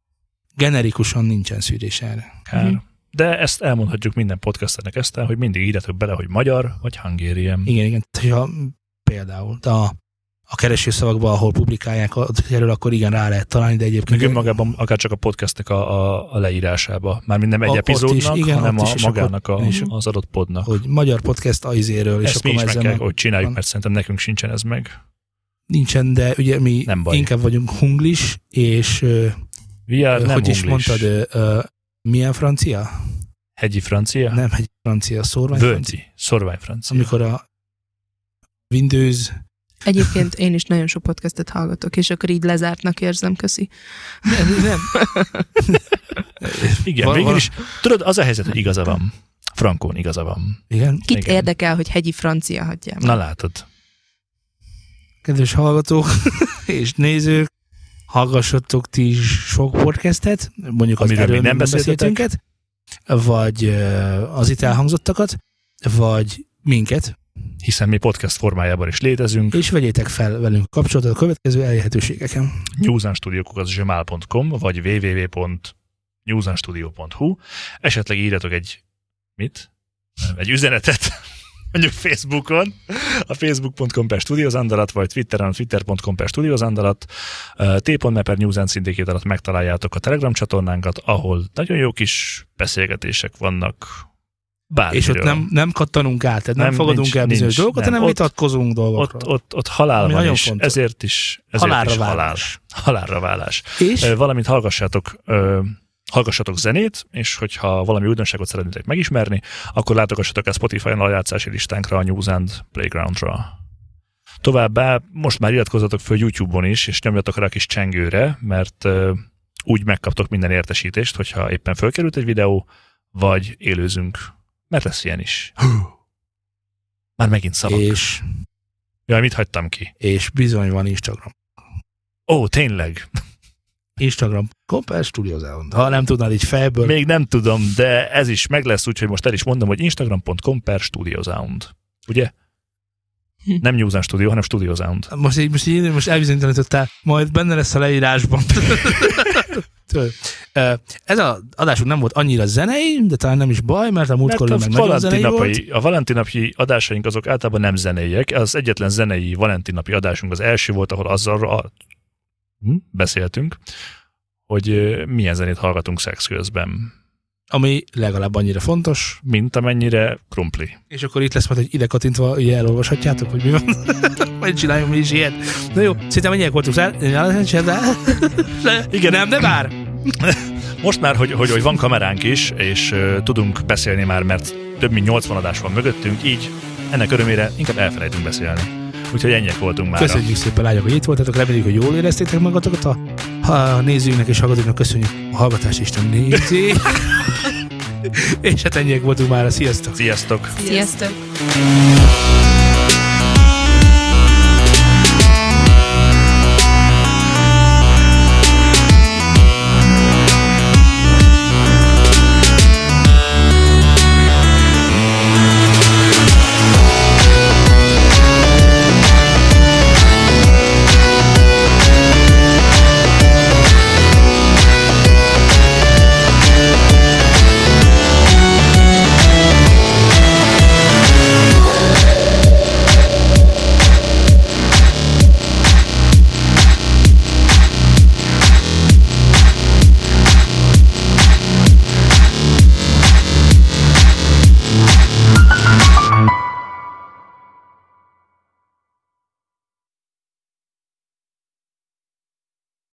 Speaker 1: generikusan nincsen szűrés erre.
Speaker 2: Kár. mhm. De ezt elmondhatjuk minden podcasternek ezt el, hogy mindig írjatok bele, hogy magyar vagy hungarian.
Speaker 1: Igen, igen. Tehát, hogyha mm, például de a, a keresőszavakban, ahol publikálják, ott erről akkor igen rá lehet találni, de
Speaker 2: Meg
Speaker 1: egyébként
Speaker 2: önmagában akár csak a podcastnek a, a, a leírásába. Mármint nem egy
Speaker 1: A- ott
Speaker 2: epizódnak,
Speaker 1: is, igen,
Speaker 2: hanem
Speaker 1: ott
Speaker 2: a
Speaker 1: is, és
Speaker 2: magának a,
Speaker 1: akkor- és-
Speaker 2: az adott podnak.
Speaker 1: hogy magyar podcast a izéről, és
Speaker 2: Ezt mi
Speaker 1: akkor
Speaker 2: is meg
Speaker 1: ezzel
Speaker 2: kell,
Speaker 1: meg-
Speaker 2: hogy csináljuk,
Speaker 1: van.
Speaker 2: mert szerintem nekünk sincsen ez meg.
Speaker 1: nincsen, de ugye mi
Speaker 2: Nem baj.
Speaker 1: inkább vagyunk hunglis, és ö,
Speaker 2: We are
Speaker 1: Ö,
Speaker 2: nem
Speaker 1: hogy is
Speaker 2: English.
Speaker 1: mondtad, ö, ö, milyen francia?
Speaker 2: Hegyi francia?
Speaker 1: Nem egy francia, szorvány francia.
Speaker 2: Völgyi. Szorvány francia.
Speaker 1: Amikor a Windows,
Speaker 4: Egyébként én is nagyon sok podcastet hallgatok, és akkor így lezártnak érzem, köszi.
Speaker 1: nem, nem,
Speaker 2: Igen,
Speaker 1: Val-
Speaker 2: végül
Speaker 1: val-
Speaker 2: is. Tudod, az a helyzet, hogy igaza van. Frankón igaza van.
Speaker 1: igen,
Speaker 4: Kit
Speaker 2: Igen.
Speaker 4: Igen. érdekel, hogy hegyi francia hagyjam?
Speaker 2: Na látod.
Speaker 1: kedves hallgatók és nézők, hallgassatok ti is sok podcastet, mondjuk az
Speaker 2: Amiről
Speaker 1: erről
Speaker 2: még nem
Speaker 1: nem beszéltünket, vagy ö, az itt elhangzottakat, vagy minket,
Speaker 2: Hiszen mi podcast formájában is létezünk.
Speaker 1: és vegyétek fel velünk kapcsolatot a következő elérhetőségeken.
Speaker 2: newsanstudio.com vagy www.newsanstudio.hu Esetleg írjatok egy mit? Nem, Egy üzenetet mondjuk Facebookon, a facebook.com per studiozandalat, vagy Twitteren, a twitter.com per Eh, studiozandalat, t.me per News and Syndicate alatt megtaláljátok a Telegram csatornánkat, ahol nagyon jó kis beszélgetések vannak bármiről.
Speaker 1: És ott nem, nem kattanunk át, tehát nem,
Speaker 2: Hát, Nem,
Speaker 1: nem fogadunk
Speaker 2: nincs,
Speaker 1: el bizonyos
Speaker 2: nincs,
Speaker 1: dolgokat,
Speaker 2: nem.
Speaker 1: hanem
Speaker 2: Ott-
Speaker 1: vitatkozunk dolgokról.
Speaker 2: ott, ott, ott halál
Speaker 1: Ami
Speaker 2: van,
Speaker 1: nagyon
Speaker 2: és
Speaker 1: fontos.
Speaker 2: ezért is, ezért
Speaker 1: Halálra
Speaker 2: halálra is halál,
Speaker 1: válás.
Speaker 2: halálra válás.
Speaker 1: És
Speaker 2: Ö, Valamint hallgassátok, ö, hallgassatok zenét, és hogyha valami újdonságot szeretnétek megismerni, akkor látogassatok el Spotify-on a játszási listánkra, a News and Playground-ra. Továbbá most már iratkozzatok föl YouTube-on is, és nyomjatok rá a kis csengőre, mert ö, úgy megkaptok minden értesítést, hogyha éppen fölkerült egy videó, vagy élőzünk, mert lesz ilyen is. Hú! Már megint szavak.
Speaker 1: és,
Speaker 2: Jaj, mit hagytam ki?
Speaker 1: és bizony van Instagram.
Speaker 2: Ó, tényleg.
Speaker 1: Instagram Kompár Studio Zeon. Ha nem tudnál így fejből,
Speaker 2: Még nem tudom, de ez is meg lesz, úgyhogy most el is mondom, hogy instagram.com per studiosound. Ugye?
Speaker 1: Hm.
Speaker 2: Nem New Zealand Studio, hanem Studio Sound.
Speaker 1: Most így, most így, most elbizonyítanotottál, majd benne lesz a leírásban. Tudod, ö, Ez az adásunk nem volt annyira zenei, de talán nem is baj, mert a múltkor
Speaker 2: Mert
Speaker 1: meg
Speaker 2: a
Speaker 1: nagyon zenei volt.
Speaker 2: valentinapi, a valentinapi adásaink azok általában nem zenéjek. Az egyetlen zenei valentinapi adásunk az első volt, ahol azzal a, hm? beszéltünk, hogy ö, milyen zenét hallgatunk szex közben,
Speaker 1: Ami legalább annyira fontos.
Speaker 2: mint amennyire krumpli.
Speaker 1: És akkor itt lesz majd, hogy ide kattintva így elolvashatjátok, hogy mi van. Majd csináljunk mi is ilyet. Na jó, szerintem ennyiek voltunk el.
Speaker 2: Igen.
Speaker 1: Igen. Nem, de bár.
Speaker 2: Most már, hogy, hogy, hogy van kameránk is, és uh, tudunk beszélni már, mert több mint 80 adás van mögöttünk, így ennek örömére inkább elfelejtünk beszélni. Úgyhogy ennyiek voltunk már.
Speaker 1: Köszönjük szépen, lányok, hogy itt voltatok. Reméljük, hogy jól éreztétek magatokat. A, a nézőinknek és hallgatóinknak köszönjük a hallgatást, Isten nézi. és hát ennyiek voltunk már. Sziasztok!
Speaker 2: Sziasztok!
Speaker 4: Sziasztok!